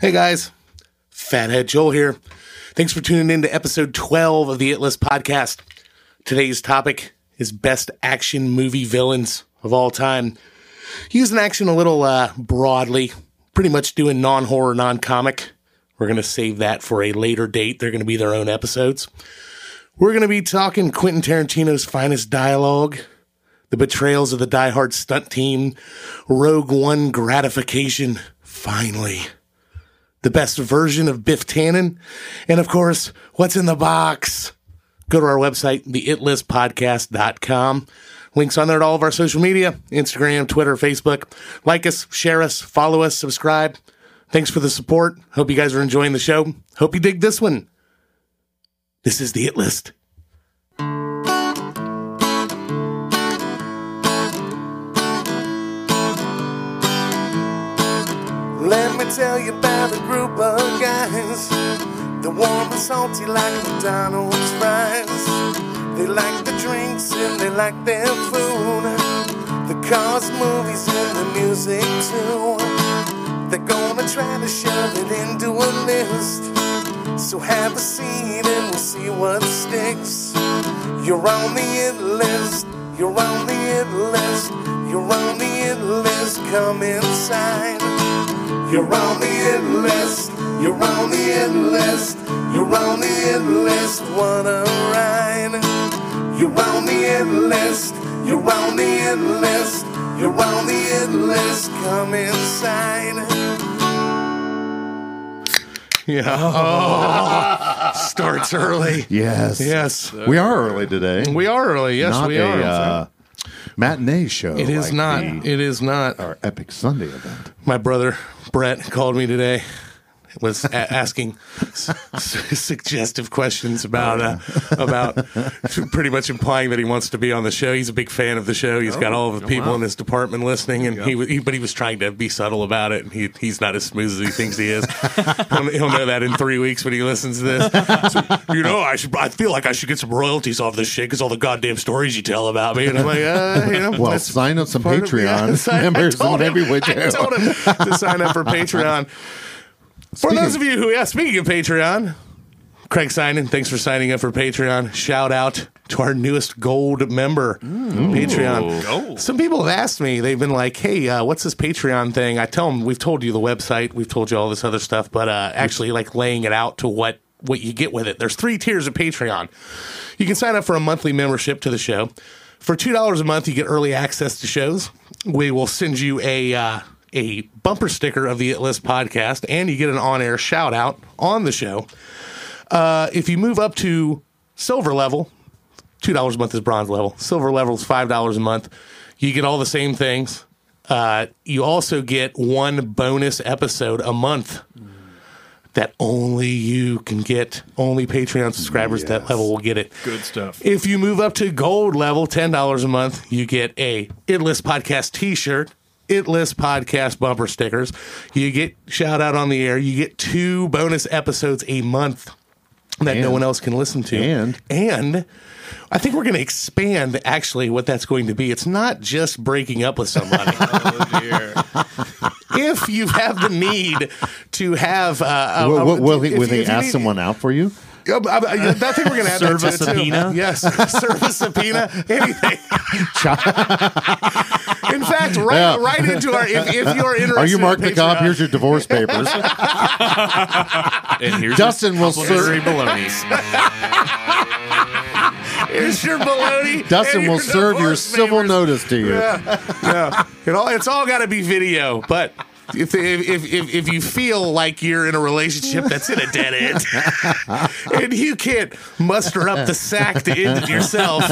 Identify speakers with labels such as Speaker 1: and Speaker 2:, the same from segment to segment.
Speaker 1: Hey guys, Fathead Joel here. Thanks for tuning in to episode 12 of the It List podcast. Today's topic is best action movie villains of all time. Using action a little uh, broadly, pretty much doing non horror, non comic. We're going to save that for a later date. They're going to be their own episodes. We're going to be talking Quentin Tarantino's finest dialogue, the betrayals of the diehard stunt team, Rogue One gratification, finally the best version of Biff Tannen, and of course, what's in the box. Go to our website, theitlistpodcast.com. Links on there to all of our social media Instagram, Twitter, Facebook. Like us, share us, follow us, subscribe. Thanks for the support. Hope you guys are enjoying the show. Hope you dig this one. This is the It List.
Speaker 2: Let me tell you about a group of guys. They're warm and salty like McDonald's fries. They like the drinks and they like their food. The cars, movies, and the music too. They're gonna try to shove it into a list. So have a seat and we'll see what sticks. You're on the it list. You're on the it list. You're on the it list. Come inside. You're on the it list. You're on the it list. You're on the it list. Wanna ride? You're on the it list. You're on the it list. You're on the it list. Come inside.
Speaker 1: Yeah. Oh. starts early.
Speaker 3: Oh. Yes.
Speaker 1: Yes.
Speaker 3: We are early today.
Speaker 1: We are early. Yes,
Speaker 3: not
Speaker 1: we
Speaker 3: a,
Speaker 1: are.
Speaker 3: Uh, matinee show.
Speaker 1: it is
Speaker 3: like
Speaker 1: not.
Speaker 3: the-
Speaker 1: It is not.
Speaker 3: our Epic Sunday event.
Speaker 1: my brother Brett called me today. Was a- asking s- s- suggestive questions about uh, about pretty much implying that he wants to be on the show. He's a big fan of the show. He's got all of the people in his department listening, and he, wa- he but he was trying to be subtle about it. And he he's not as smooth as he thinks he is. he'll, he'll know that in three weeks when he listens to this. So, you know, I should I feel like I should get some royalties off this shit because all the goddamn stories you tell about me. And I'm like, uh, you know,
Speaker 3: Well,
Speaker 1: that's-
Speaker 3: sign up some
Speaker 1: part of-
Speaker 3: Patreon
Speaker 1: yeah, sign- I
Speaker 3: members
Speaker 1: told
Speaker 3: on
Speaker 1: him-
Speaker 3: every way
Speaker 1: I told him to sign up for Patreon. for those of you who, yeah, speaking of Patreon, Craig Sinan, thanks for signing up for Patreon. Shout out to our newest gold member, Patreon. Some people have asked me, they've been like, hey, uh, what's this Patreon thing? I tell them, we've told you the website, we've told you all this other stuff, but uh, actually, like, laying it out to what what you get with it. There's three tiers of Patreon. You can sign up for a monthly membership to the show. For two dollars a month, you get early access to shows. We will send you a uh, a bumper sticker of the It List podcast, and you get an on air shout out on the show. Uh, if you move up to silver level, two dollars a month is bronze level. Silver level is five dollars a month. You get all the same things. Uh, you also get one bonus episode a month that only you can get. Only Patreon subscribers at that level will get it.
Speaker 4: Good stuff.
Speaker 1: If you move up to gold level, ten dollars a month, you get a It List Podcast T-shirt, It List Podcast bumper stickers. You get shout out on the air. You get two bonus episodes a month that no
Speaker 3: And-
Speaker 1: one else can listen to.
Speaker 3: and-
Speaker 1: and I think we're going to expand actually what that's going to be. It's not just breaking up with somebody.
Speaker 4: Oh dear.
Speaker 1: if you have the need to have, uh, a-
Speaker 3: Will, will, will he,
Speaker 1: if
Speaker 3: will
Speaker 1: you-
Speaker 3: he
Speaker 1: if you
Speaker 3: ask
Speaker 1: need-
Speaker 3: someone out for you?
Speaker 1: I, I, I think we're going to add
Speaker 5: Serve
Speaker 1: that to
Speaker 5: a
Speaker 1: it, too.
Speaker 5: subpoena?
Speaker 1: Yes, serve a subpoena. Anything. In fact, right,
Speaker 3: Yeah.
Speaker 1: right into our. If, if you're interested,
Speaker 3: Are you Mark
Speaker 1: in
Speaker 3: the cop?
Speaker 1: Patreon-
Speaker 3: Here's your divorce papers.
Speaker 5: And here's
Speaker 3: Dustin will
Speaker 5: Missouri
Speaker 3: serve.
Speaker 5: baloney.
Speaker 1: here's your baloney.
Speaker 3: Dustin
Speaker 1: and
Speaker 3: will serve your
Speaker 1: divorce
Speaker 3: civil
Speaker 1: papers.
Speaker 3: notice to you.
Speaker 1: It all. It's all got to be video, but. If, if, if, if you feel like you're in a relationship that's in a dead end and you can't muster up the sack to end it yourself,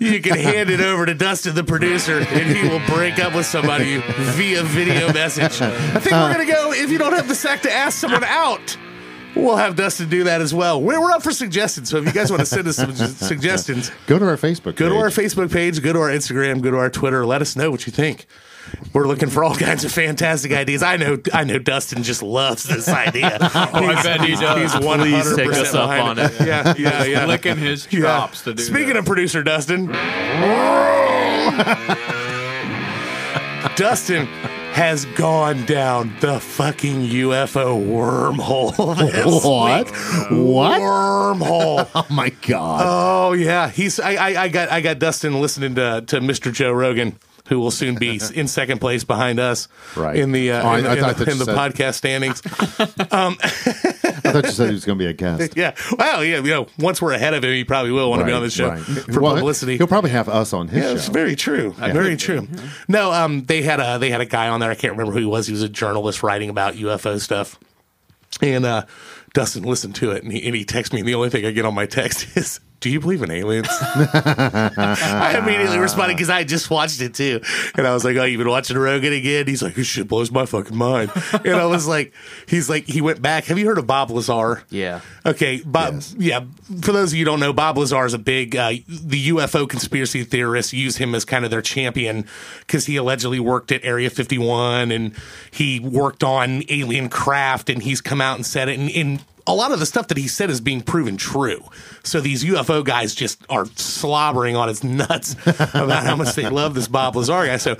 Speaker 1: you can hand it over to Dustin, the producer, and he will break up with somebody via video message. I think we're going to go, if you don't have the sack to ask someone out, we'll have Dustin do that as well. We're, we're up for suggestions, so if you guys want to send us some su- suggestions,
Speaker 3: Go to our Facebook.
Speaker 1: Go to our
Speaker 3: page.
Speaker 1: Facebook page, go to our Instagram, go to our Twitter. Let us know what you think. We're looking for all kinds of fantastic ideas. I know, I know. Dustin just loves this idea.
Speaker 4: Oh, I bet he does.
Speaker 1: He's one hundred
Speaker 5: take us
Speaker 1: percent
Speaker 5: up
Speaker 1: behind
Speaker 5: on
Speaker 1: it. Yeah, yeah, yeah.
Speaker 4: Licking his chops to do.
Speaker 1: Speaking
Speaker 4: that.
Speaker 1: of producer Dustin, Dustin, has gone down the fucking UFO wormhole. This
Speaker 3: What?
Speaker 1: week.
Speaker 3: What?
Speaker 1: Wormhole.
Speaker 3: Oh my god!
Speaker 1: oh yeah, he's. I, I, I got. I got Dustin listening to to Mr. Joe Rogan. Who will soon be in second place behind us
Speaker 3: Right.
Speaker 1: in the uh,
Speaker 3: Oh, I-
Speaker 1: in, the-
Speaker 3: I
Speaker 1: in
Speaker 3: thought
Speaker 1: the,
Speaker 3: that
Speaker 1: in
Speaker 3: you
Speaker 1: the
Speaker 3: said-
Speaker 1: podcast standings?
Speaker 3: I thought you said he was going to be a guest.
Speaker 1: yeah. Well, yeah. You know, once we're ahead of him, he probably will want to be
Speaker 3: Right,
Speaker 1: on the show
Speaker 3: right.
Speaker 1: for
Speaker 3: Well,
Speaker 1: publicity.
Speaker 3: He'll probably have us on his
Speaker 1: Yeah, it's
Speaker 3: show. Mm-hmm.
Speaker 1: very true. Very true. No, um, they had a they had a guy on there. I can't remember who he was. He was a journalist writing about UFO stuff, and uh, Dustin listened to it, and he and he texted me. And the only thing I get on my text is, "Do you believe in aliens?" I immediately responded because I just watched it too, and I was like, "Oh, you've been watching Rogan again?" He's like, "This shit blows my fucking mind," and I was like, "He's like, he went back. Have you heard of Bob Lazar?"
Speaker 5: Yeah.
Speaker 1: Okay, Bob. Yeah, for those of you who don't know, Bob Lazar is a big uh, the UFO conspiracy theorists use him as kind of their champion because he allegedly worked at Area 51 and he worked on alien craft and he's come out and said it and. and a lot of the stuff that he said is being proven true. So these UFO guys just are slobbering on his nuts about how much they love this Bob Lazar guy. So,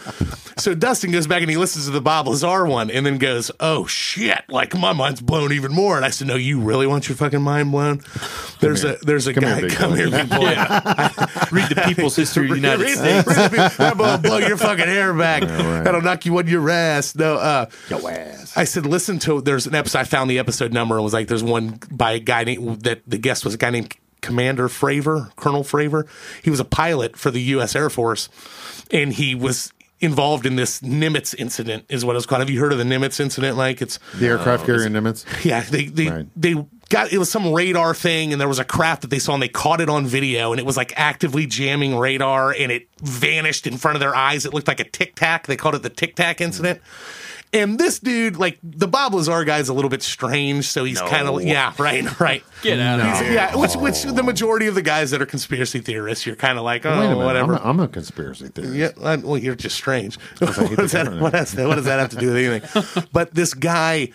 Speaker 1: so Dustin goes back and he listens to the Bob Lazar one and then goes, "Oh shit! Like my mind's blown even more." And I said, "No, you really want your fucking mind blown?" There's a there's a
Speaker 3: Come here,
Speaker 1: guy.
Speaker 3: big
Speaker 1: come
Speaker 3: boy.
Speaker 1: here, big boy.
Speaker 5: Read the People's History of the United
Speaker 1: Read
Speaker 5: States.
Speaker 1: the- read the people- That will blow your fucking hair back. That'll knock you on your ass. No, uh,
Speaker 3: Yo ass.
Speaker 1: I said, listen to. There's an episode. I found the episode number and was like, there's one by a guy named that the guest was a guy named Commander Fravor, Colonel Fravor. He was a pilot for the U.S. Air Force, and he was involved in this Nimitz incident, is what it's called. Have you heard of the Nimitz incident? Like Oh, it's
Speaker 3: The aircraft carrier Nimitz.
Speaker 1: yeah, they they
Speaker 3: Right.
Speaker 1: they got it was some radar thing, and there was a craft that they saw, and they caught it on video, and it was like actively jamming radar, and it vanished in front of their eyes. It looked like a tic tac. They called it the tic tac
Speaker 3: Hmm.
Speaker 1: incident. And this dude, like the Bob Lazar guy's a little bit strange, so he's kind of yeah, right, right.
Speaker 4: Get out of here.
Speaker 1: Yeah, which which the majority of the guys that are conspiracy theorists, you're kind of like, oh,
Speaker 3: Wait a minute.
Speaker 1: whatever.
Speaker 3: I'm, a, I'm a conspiracy theorist.
Speaker 1: Yeah, I- well, you're just strange. what, does that,
Speaker 3: term.
Speaker 1: what has- what does that have to do with anything? but this guy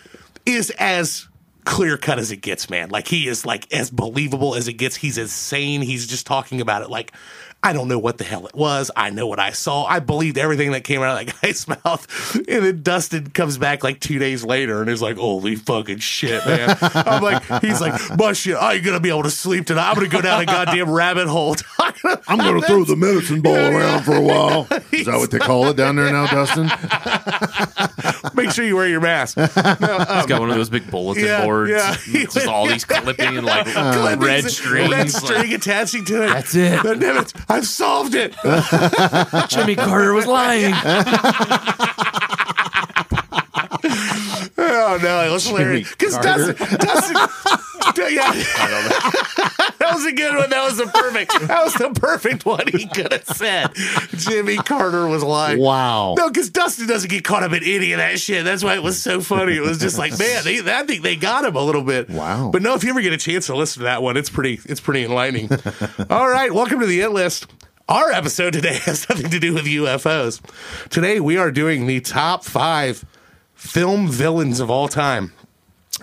Speaker 1: is as clear cut as it gets, man. Like he is like as believable as it gets. He's as sane. He's just talking about it like. I don't know what the hell it was. I know what I saw. I believed everything that came out of that guy's mouth. And then Dustin comes back like two days later and is like, holy fucking shit, man. I'm like, he's like, my shit, I ain't going to be able to sleep tonight. I'm going to go down a goddamn rabbit hole talking about
Speaker 3: I'm going to throw the medicine ball around for a while. Is that what they call it down there now, Dustin?
Speaker 1: Make sure you wear your mask.
Speaker 5: He's got one of those big bulletin
Speaker 1: Um, Yeah,
Speaker 5: boards.
Speaker 1: yeah.
Speaker 5: It's just all these clipping and like
Speaker 1: Clippings,
Speaker 5: Uh, red
Speaker 1: red
Speaker 5: strings.
Speaker 1: string
Speaker 5: Like,
Speaker 1: attaching to it.
Speaker 5: That's it.
Speaker 1: The Nimitz, I've solved it. All
Speaker 5: Jimmy Carter was lying.
Speaker 1: Oh no, it was hilarious. Because
Speaker 3: Carter.
Speaker 1: Dustin, Dustin, D- yeah. that was a good one. That was the perfect. That was the perfect one he could have said. Jimmy Carter was lying.
Speaker 3: Wow.
Speaker 1: No, because Dustin doesn't get caught up in any of that shit. That's why it was so funny. It was just like, man, they, I think they got him a little bit.
Speaker 3: Wow.
Speaker 1: But no, if you ever get a chance to listen to that one, it's pretty, it's pretty enlightening. All right, welcome to the It List. Our episode today has nothing to do with UFOs. Today we are doing the top five film villains of all time.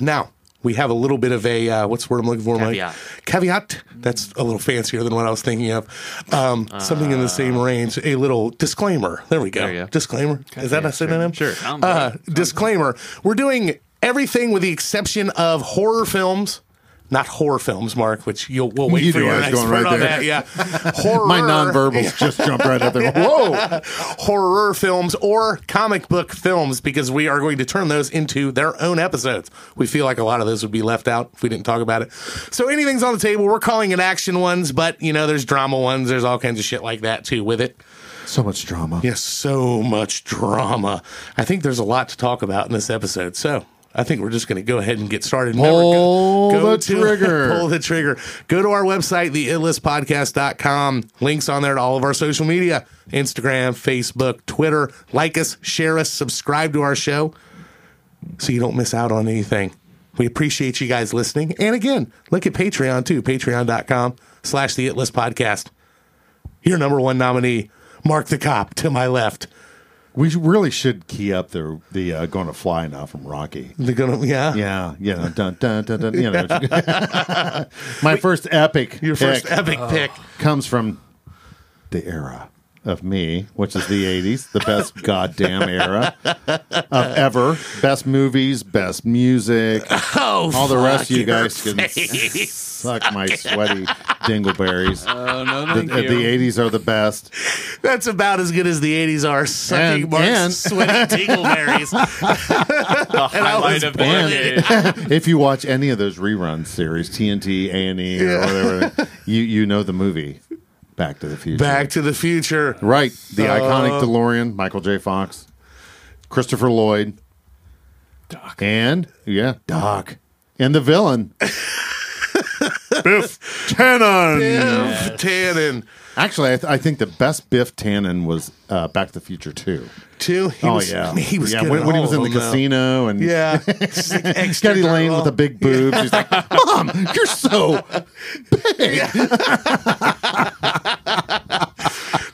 Speaker 1: Now we have a little bit of a uh, what's the word I'm looking for,
Speaker 5: Caveat.
Speaker 1: Mike? Caveat. That's a little fancier than what I was thinking of. Um, something in the same range. A little disclaimer. There we go.
Speaker 5: Ah. you go.
Speaker 1: Disclaimer. Is that a synonym?
Speaker 5: Sure. Sounds
Speaker 1: Uh, disclaimer. We're doing everything with the exception of horror films. Not horror films, Mark. Which you'll we'll wait
Speaker 3: You
Speaker 1: for
Speaker 3: knew I
Speaker 1: your
Speaker 3: was
Speaker 1: next
Speaker 3: going
Speaker 1: word
Speaker 3: right
Speaker 1: on
Speaker 3: there.
Speaker 1: that. Yeah, horror.
Speaker 3: My nonverbals just jumped right up there. Whoa.
Speaker 1: horror films or comic book films because we are going to turn those into their own episodes. We feel like a lot of those would be left out if we didn't talk about it. So anything's on the table. We're calling it action ones, but you know, there's drama ones. There's all kinds of shit like that too with it.
Speaker 3: So much drama.
Speaker 1: Yes, so much drama. I think there's a lot to talk about in this episode. So I think we're just going to go ahead and get started. Remember,
Speaker 3: Pull the trigger.
Speaker 1: pull the trigger. Go to our website, theitlistpodcast.com. Links on there to all of our social media Instagram, Facebook, Twitter. Like us, share us, subscribe to our show so you don't miss out on anything. We appreciate you guys listening. And again, look at Patreon too, patreon.com slash the It List Podcast. Your number one nominee, Mark the Cop, to my left.
Speaker 3: We really should key up the the uh, going to fly now from Rocky.
Speaker 1: They're gonna, yeah.
Speaker 3: Yeah, you know, dun, dun, dun, dun, you know. My first epic
Speaker 1: Your first
Speaker 3: pick
Speaker 6: Oh.
Speaker 1: epic pick.
Speaker 3: comes from the era
Speaker 6: of me, which is the 80s, the best goddamn era of ever. Best movies, best music.
Speaker 1: Oh,
Speaker 6: All the rest
Speaker 1: fuck
Speaker 6: of you
Speaker 1: your
Speaker 6: guys can
Speaker 1: face.
Speaker 6: suck my sweaty dingleberries.
Speaker 4: Oh no,
Speaker 6: The,
Speaker 4: thank
Speaker 6: the
Speaker 4: you.
Speaker 6: 80s are the best.
Speaker 1: That's about as good as the 80s are sucking
Speaker 6: And-
Speaker 1: Mark's
Speaker 6: and-
Speaker 1: sweaty tingleberries.
Speaker 4: the highlight of the
Speaker 6: And
Speaker 4: day.
Speaker 6: if you watch any of those reruns series, TNT, A and E, or whatever, you you know the movie Back to the Future.
Speaker 1: Back to the future.
Speaker 6: right, the iconic DeLorean, Michael J. Fox, Christopher Lloyd, Doc, and yeah, Doc, and the villain. Biff Tannen.
Speaker 1: Biff Tannen.
Speaker 6: Actually, I, th- I think the best Biff Tannen was uh, Back to the Future Two.
Speaker 1: Two. He
Speaker 6: oh
Speaker 1: was,
Speaker 6: yeah,
Speaker 1: He was
Speaker 6: yeah.
Speaker 1: good
Speaker 6: When,
Speaker 1: at
Speaker 6: when he
Speaker 1: all
Speaker 6: was in the
Speaker 1: of them, though.
Speaker 6: casino and
Speaker 1: Yeah. Just like extra
Speaker 6: Scotty Lane
Speaker 1: girl.
Speaker 6: with the big boobs. She's like, "Mom, you're so."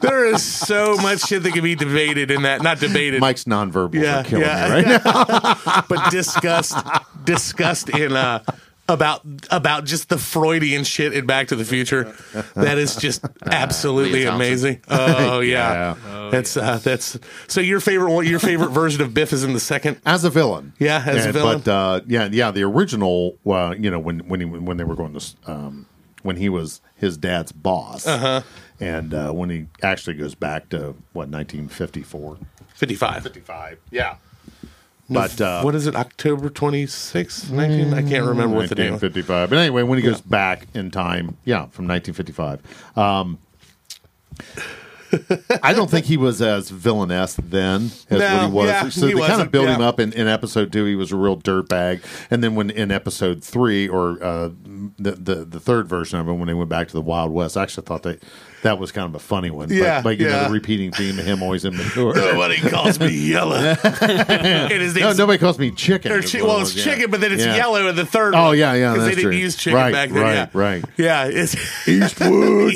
Speaker 1: There is so much shit that can be debated in that. Not debated.
Speaker 6: Mike's nonverbal
Speaker 1: yeah.
Speaker 6: for killing
Speaker 1: yeah,
Speaker 6: me right now.
Speaker 1: but discussed discussed in uh about about just the Freudian shit in Back to the Future. That is just absolutely
Speaker 5: Leah Thompson.
Speaker 1: amazing. Oh yeah. that's uh that's so your favorite one your favorite version of Biff is in the second
Speaker 6: As a villain,
Speaker 1: Yeah, as a
Speaker 6: And-
Speaker 1: villain.
Speaker 6: But uh, yeah, yeah, the original, uh, you know, when when he, when they were going to, s- um, when he was his dad's boss,
Speaker 1: Uh-huh.
Speaker 6: and uh, when he actually goes back to what 1954,
Speaker 1: fifty five.
Speaker 6: 55, yeah. But uh, Mm,
Speaker 1: what is it, October twenty sixth, nineteen? I can't remember what the name was.
Speaker 6: 1955. But anyway, when he goes back in time, yeah, from 1955. Um, I don't think he was as villainous then as what
Speaker 1: No,
Speaker 6: he was.
Speaker 1: yeah,
Speaker 6: so
Speaker 1: he
Speaker 6: they kind
Speaker 1: wasn't,
Speaker 6: of built him
Speaker 1: yeah.
Speaker 6: up in, in episode two. He was a real dirtbag, and then when in episode three or uh, the, the the third version of him, when they went back to the Wild West, I actually thought that that was kind of a funny one. But-
Speaker 1: Yeah,
Speaker 6: but, you know
Speaker 1: yeah.
Speaker 6: the repeating theme of him always in the
Speaker 1: Nobody calls me yellow. and his
Speaker 6: No,
Speaker 1: name's
Speaker 6: nobody calls me chicken.
Speaker 1: Or
Speaker 6: is
Speaker 1: chi-
Speaker 6: what it
Speaker 1: well, it's
Speaker 6: was, yeah.
Speaker 1: chicken, but then it's
Speaker 6: Yeah.
Speaker 1: yellow in the third.
Speaker 6: Oh,
Speaker 1: one,
Speaker 6: yeah, yeah,
Speaker 1: Because they
Speaker 6: that's
Speaker 1: didn't
Speaker 6: true.
Speaker 1: use chicken
Speaker 6: Right,
Speaker 1: back then.
Speaker 6: right,
Speaker 1: yeah.
Speaker 6: right.
Speaker 1: Yeah, it's Eastwood.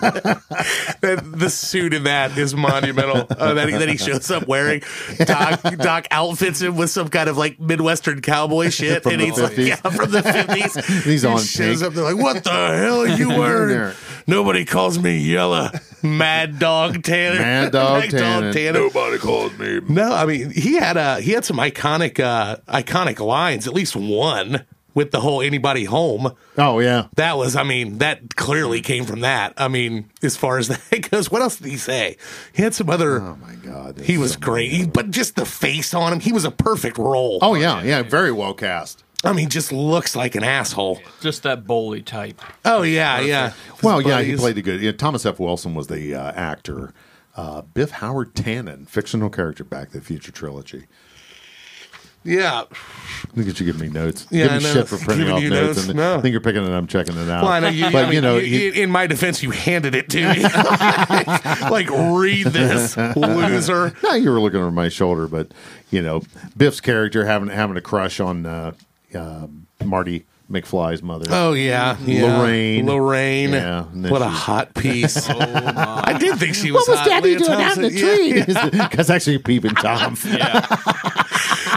Speaker 1: that, the suit in that is monumental. Uh, that, he, that he shows up wearing. Doc, Doc outfits him with some kind of like Midwestern cowboy shit,
Speaker 6: From
Speaker 1: and
Speaker 6: the
Speaker 1: he's like,
Speaker 6: 50s.
Speaker 1: yeah, from the fifties.
Speaker 6: He's
Speaker 1: he
Speaker 6: on
Speaker 1: Shows
Speaker 6: pink.
Speaker 1: up, they're like, "What the hell are you wearing?"
Speaker 6: there?
Speaker 1: Nobody calls me Yella. Mad Dog Tanner.
Speaker 6: Mad Dog Tannen.
Speaker 1: Nobody calls me. No, I mean he had uh he had some iconic uh iconic lines, at least one with the whole anybody home.
Speaker 6: Oh yeah.
Speaker 1: That was I mean, that
Speaker 6: Mm.
Speaker 1: clearly came from that. I mean, as far as that goes, what else did he say? He had some other
Speaker 6: Oh my god.
Speaker 1: he was great, He- but just the face on him, he was a perfect role.
Speaker 6: Oh yeah, yeah, very well cast.
Speaker 1: I mean, just looks like an asshole.
Speaker 4: Just that bully type.
Speaker 1: Oh yeah, yeah.
Speaker 6: Well, yeah, he
Speaker 1: buddies.
Speaker 6: played a good. Yeah, Thomas F. Wilson was the uh, actor. Uh, Biff Howard Tannen, fictional character, Back to the Future trilogy.
Speaker 1: Yeah.
Speaker 6: Look at you giving me notes.
Speaker 1: Yeah,
Speaker 6: Give
Speaker 1: I
Speaker 6: me
Speaker 1: know.
Speaker 6: shit for printing
Speaker 1: Giving
Speaker 6: off
Speaker 1: you
Speaker 6: notes.
Speaker 1: notes?
Speaker 6: And
Speaker 1: No.
Speaker 6: I think you're picking it up, checking it out.
Speaker 1: Well, I know you,
Speaker 6: but
Speaker 1: I
Speaker 6: you
Speaker 1: mean,
Speaker 6: know,
Speaker 1: you-
Speaker 6: he-
Speaker 1: in my defense, you handed it to me. like, read this, loser.
Speaker 6: No, you were looking over my shoulder, but you know, Biff's character having having a crush on uh, uh, Marty McFly's mother.
Speaker 1: Oh yeah, yeah.
Speaker 6: Lorraine.
Speaker 1: Lorraine.
Speaker 6: Yeah, and then
Speaker 1: what a
Speaker 6: she's- Oh,
Speaker 1: hot piece. I did think she was.
Speaker 6: what was
Speaker 1: hot.
Speaker 6: Daddy
Speaker 1: Leah
Speaker 6: doing out
Speaker 1: Thompson.
Speaker 6: in the
Speaker 1: Yeah.
Speaker 6: tree? Because actually, peeping Tom.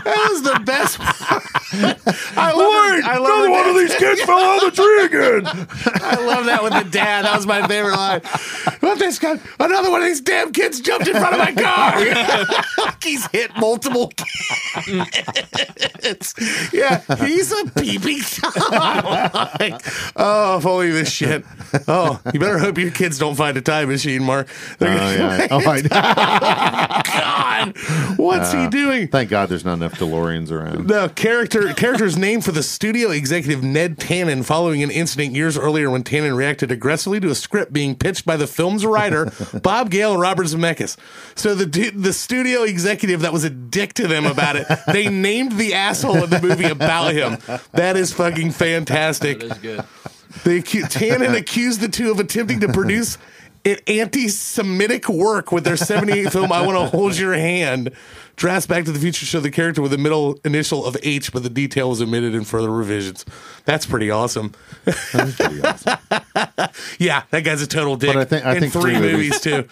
Speaker 1: That was the best. I love. I love another one of these kids fell out of the tree again. I love that with the dad. That was my favorite line. What this guy? Another one of these damn kids jumped in front of my car. he's hit multiple kids. yeah, he's a peeping tom. Like, oh, if only this shit. Oh, you better hope your kids don't find a time machine, Mark. They're
Speaker 6: Oh,
Speaker 1: gonna-
Speaker 6: yeah. oh I know.
Speaker 1: God, what's he doing?
Speaker 6: Thank God there's not enough DeLoreans around.
Speaker 1: The character character's name for the studio executive Ned Tannen following an incident years earlier when Tannen reacted aggressively to a script being pitched by the film's writer Bob Gale and Robert Zemeckis. So the du- the studio executive that was a dick to them about it, they named the asshole in the movie about him. That is fucking fantastic.
Speaker 4: That is good.
Speaker 1: They acu- Tannen accused the two of attempting to produce an anti-Semitic work with their 78 film "I Want to Hold Your Hand." Drafts Back to the Future show the character with the middle initial of H, but the detail was omitted in further revisions. That's pretty awesome. Yeah, that guy's a total dick.
Speaker 6: But I think- I
Speaker 1: in
Speaker 6: think
Speaker 1: three
Speaker 6: three
Speaker 1: movies too.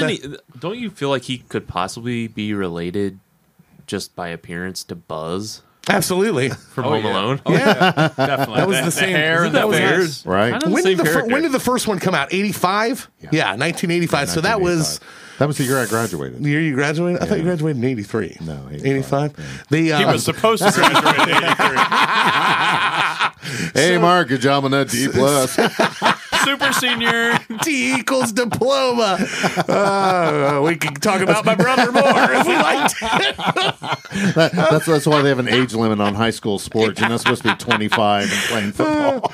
Speaker 1: What's
Speaker 5: he? Don't you feel like he could possibly be related just by appearance to Buzz?
Speaker 1: Absolutely.
Speaker 5: from Home Alone.
Speaker 4: yeah, Oh, definitely. That
Speaker 1: was the same-
Speaker 4: hair and the
Speaker 1: that was
Speaker 4: beard.
Speaker 1: us.
Speaker 6: Right.
Speaker 5: Kinda
Speaker 1: When
Speaker 5: same
Speaker 1: did, the fir-
Speaker 5: character.
Speaker 1: when did the first one come out? 85? Yeah, 1985. So that was
Speaker 6: 1985. that was the year I graduated.
Speaker 1: the year you graduated? I thought you graduated in 83.
Speaker 6: No, 85,
Speaker 1: 85. They, uh,
Speaker 4: He was supposed to graduate in '83.
Speaker 6: Hey, Mark, good job on that D plus.
Speaker 4: Super senior.
Speaker 1: D equals diploma. Uh, we could talk about my brother more if we liked.
Speaker 6: that's that's why they have an age limit on high school sports. You're not supposed to be 25 and playing football.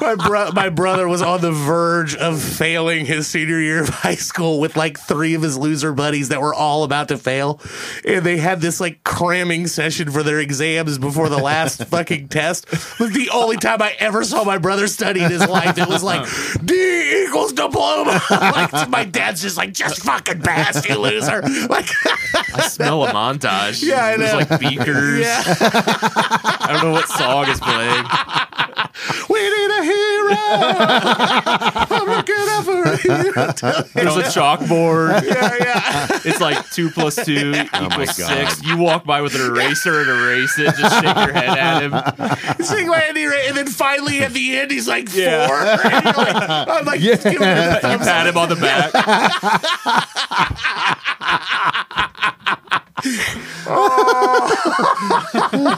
Speaker 1: my, bro- my brother was on the verge of failing his senior year of high school with like three of his loser buddies that were all about to fail. And they had this like cramming session for their exams before the last fucking test. It was the only time I ever saw my brother study in his life. It was like D equals diploma. like my dad's just like, just fucking pass, you loser. Like
Speaker 5: I smell a montage.
Speaker 1: Yeah, I
Speaker 5: There's
Speaker 1: know.
Speaker 5: like beakers.
Speaker 1: Yeah.
Speaker 5: I don't know what song is playing.
Speaker 1: We need a hero. I'm looking up for a hero.
Speaker 5: There's a chalkboard.
Speaker 1: Yeah, yeah.
Speaker 5: It's like two plus
Speaker 1: Oh
Speaker 5: two equals
Speaker 6: God.
Speaker 5: six. You walk by with an eraser and erase it. Just shake your head at him.
Speaker 1: Sing by Andy Ray, and then finally at the end he's like four.
Speaker 5: Yeah.
Speaker 1: And you're like, I'm like, just give him a
Speaker 5: You
Speaker 1: thumbs up.
Speaker 5: pat him on the back.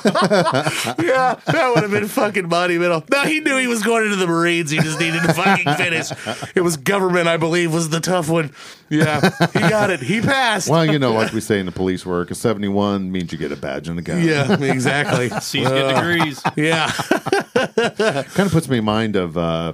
Speaker 1: yeah, that would have been fucking monumental. No, he knew he was going into the Marines. He just needed to fucking finish. It was government, I believe, was the tough one. Yeah, he got it. He passed.
Speaker 6: Well, you know, like we say in the police work, a 71 means you get a badge and a gun.
Speaker 1: Yeah, exactly.
Speaker 4: C's get degrees.
Speaker 1: Yeah,
Speaker 6: Kind of puts me in mind of uh,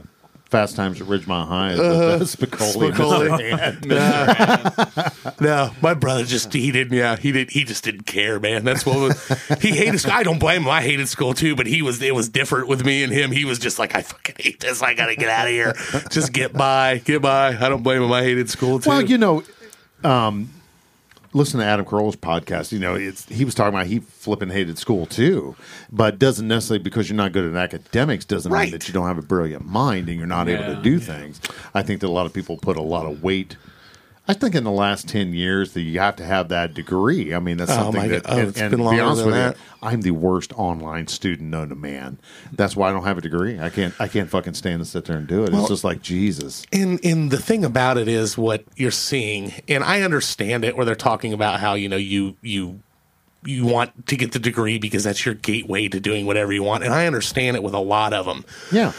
Speaker 6: Fast Times at Ridgemont High. the- the Spicoli.
Speaker 1: Uh-huh. Spicoli. Nah. no, my brother just he didn't. Yeah, he did. He just didn't care, man. That's what was, he hated. School. I don't blame him. I hated school too, but he was. It was different with me and him. He was just like, I fucking hate this. I gotta get out of here. Just get by, get by. I don't blame him. I hated school too.
Speaker 6: Well, you know, um, listen to Adam Carolla's podcast. You know, it's he was talking about he flipping hated school too, but doesn't necessarily because you're not good at academics doesn't
Speaker 1: Right.
Speaker 6: mean that you don't have a brilliant mind and you're not able
Speaker 4: Yeah.
Speaker 6: to do things. I think that a lot of people put a lot of weight. I think in the last ten years that you have to have that degree. I mean, that's
Speaker 1: Oh,
Speaker 6: something
Speaker 1: my
Speaker 6: that.
Speaker 1: God. Oh, it's been
Speaker 6: and to be
Speaker 1: longer
Speaker 6: honest
Speaker 1: than
Speaker 6: with you,
Speaker 1: that.
Speaker 6: I'm the worst online student known to man. That's why I don't have a degree. I can't. I can't fucking stand to sit there and do it. it's just like Jesus.
Speaker 1: And and the thing about it is what you're seeing, and I understand it where they're talking about how you know you you you want to get the degree because that's your gateway to doing whatever you want, and I understand it with a lot of them.
Speaker 6: Yeah.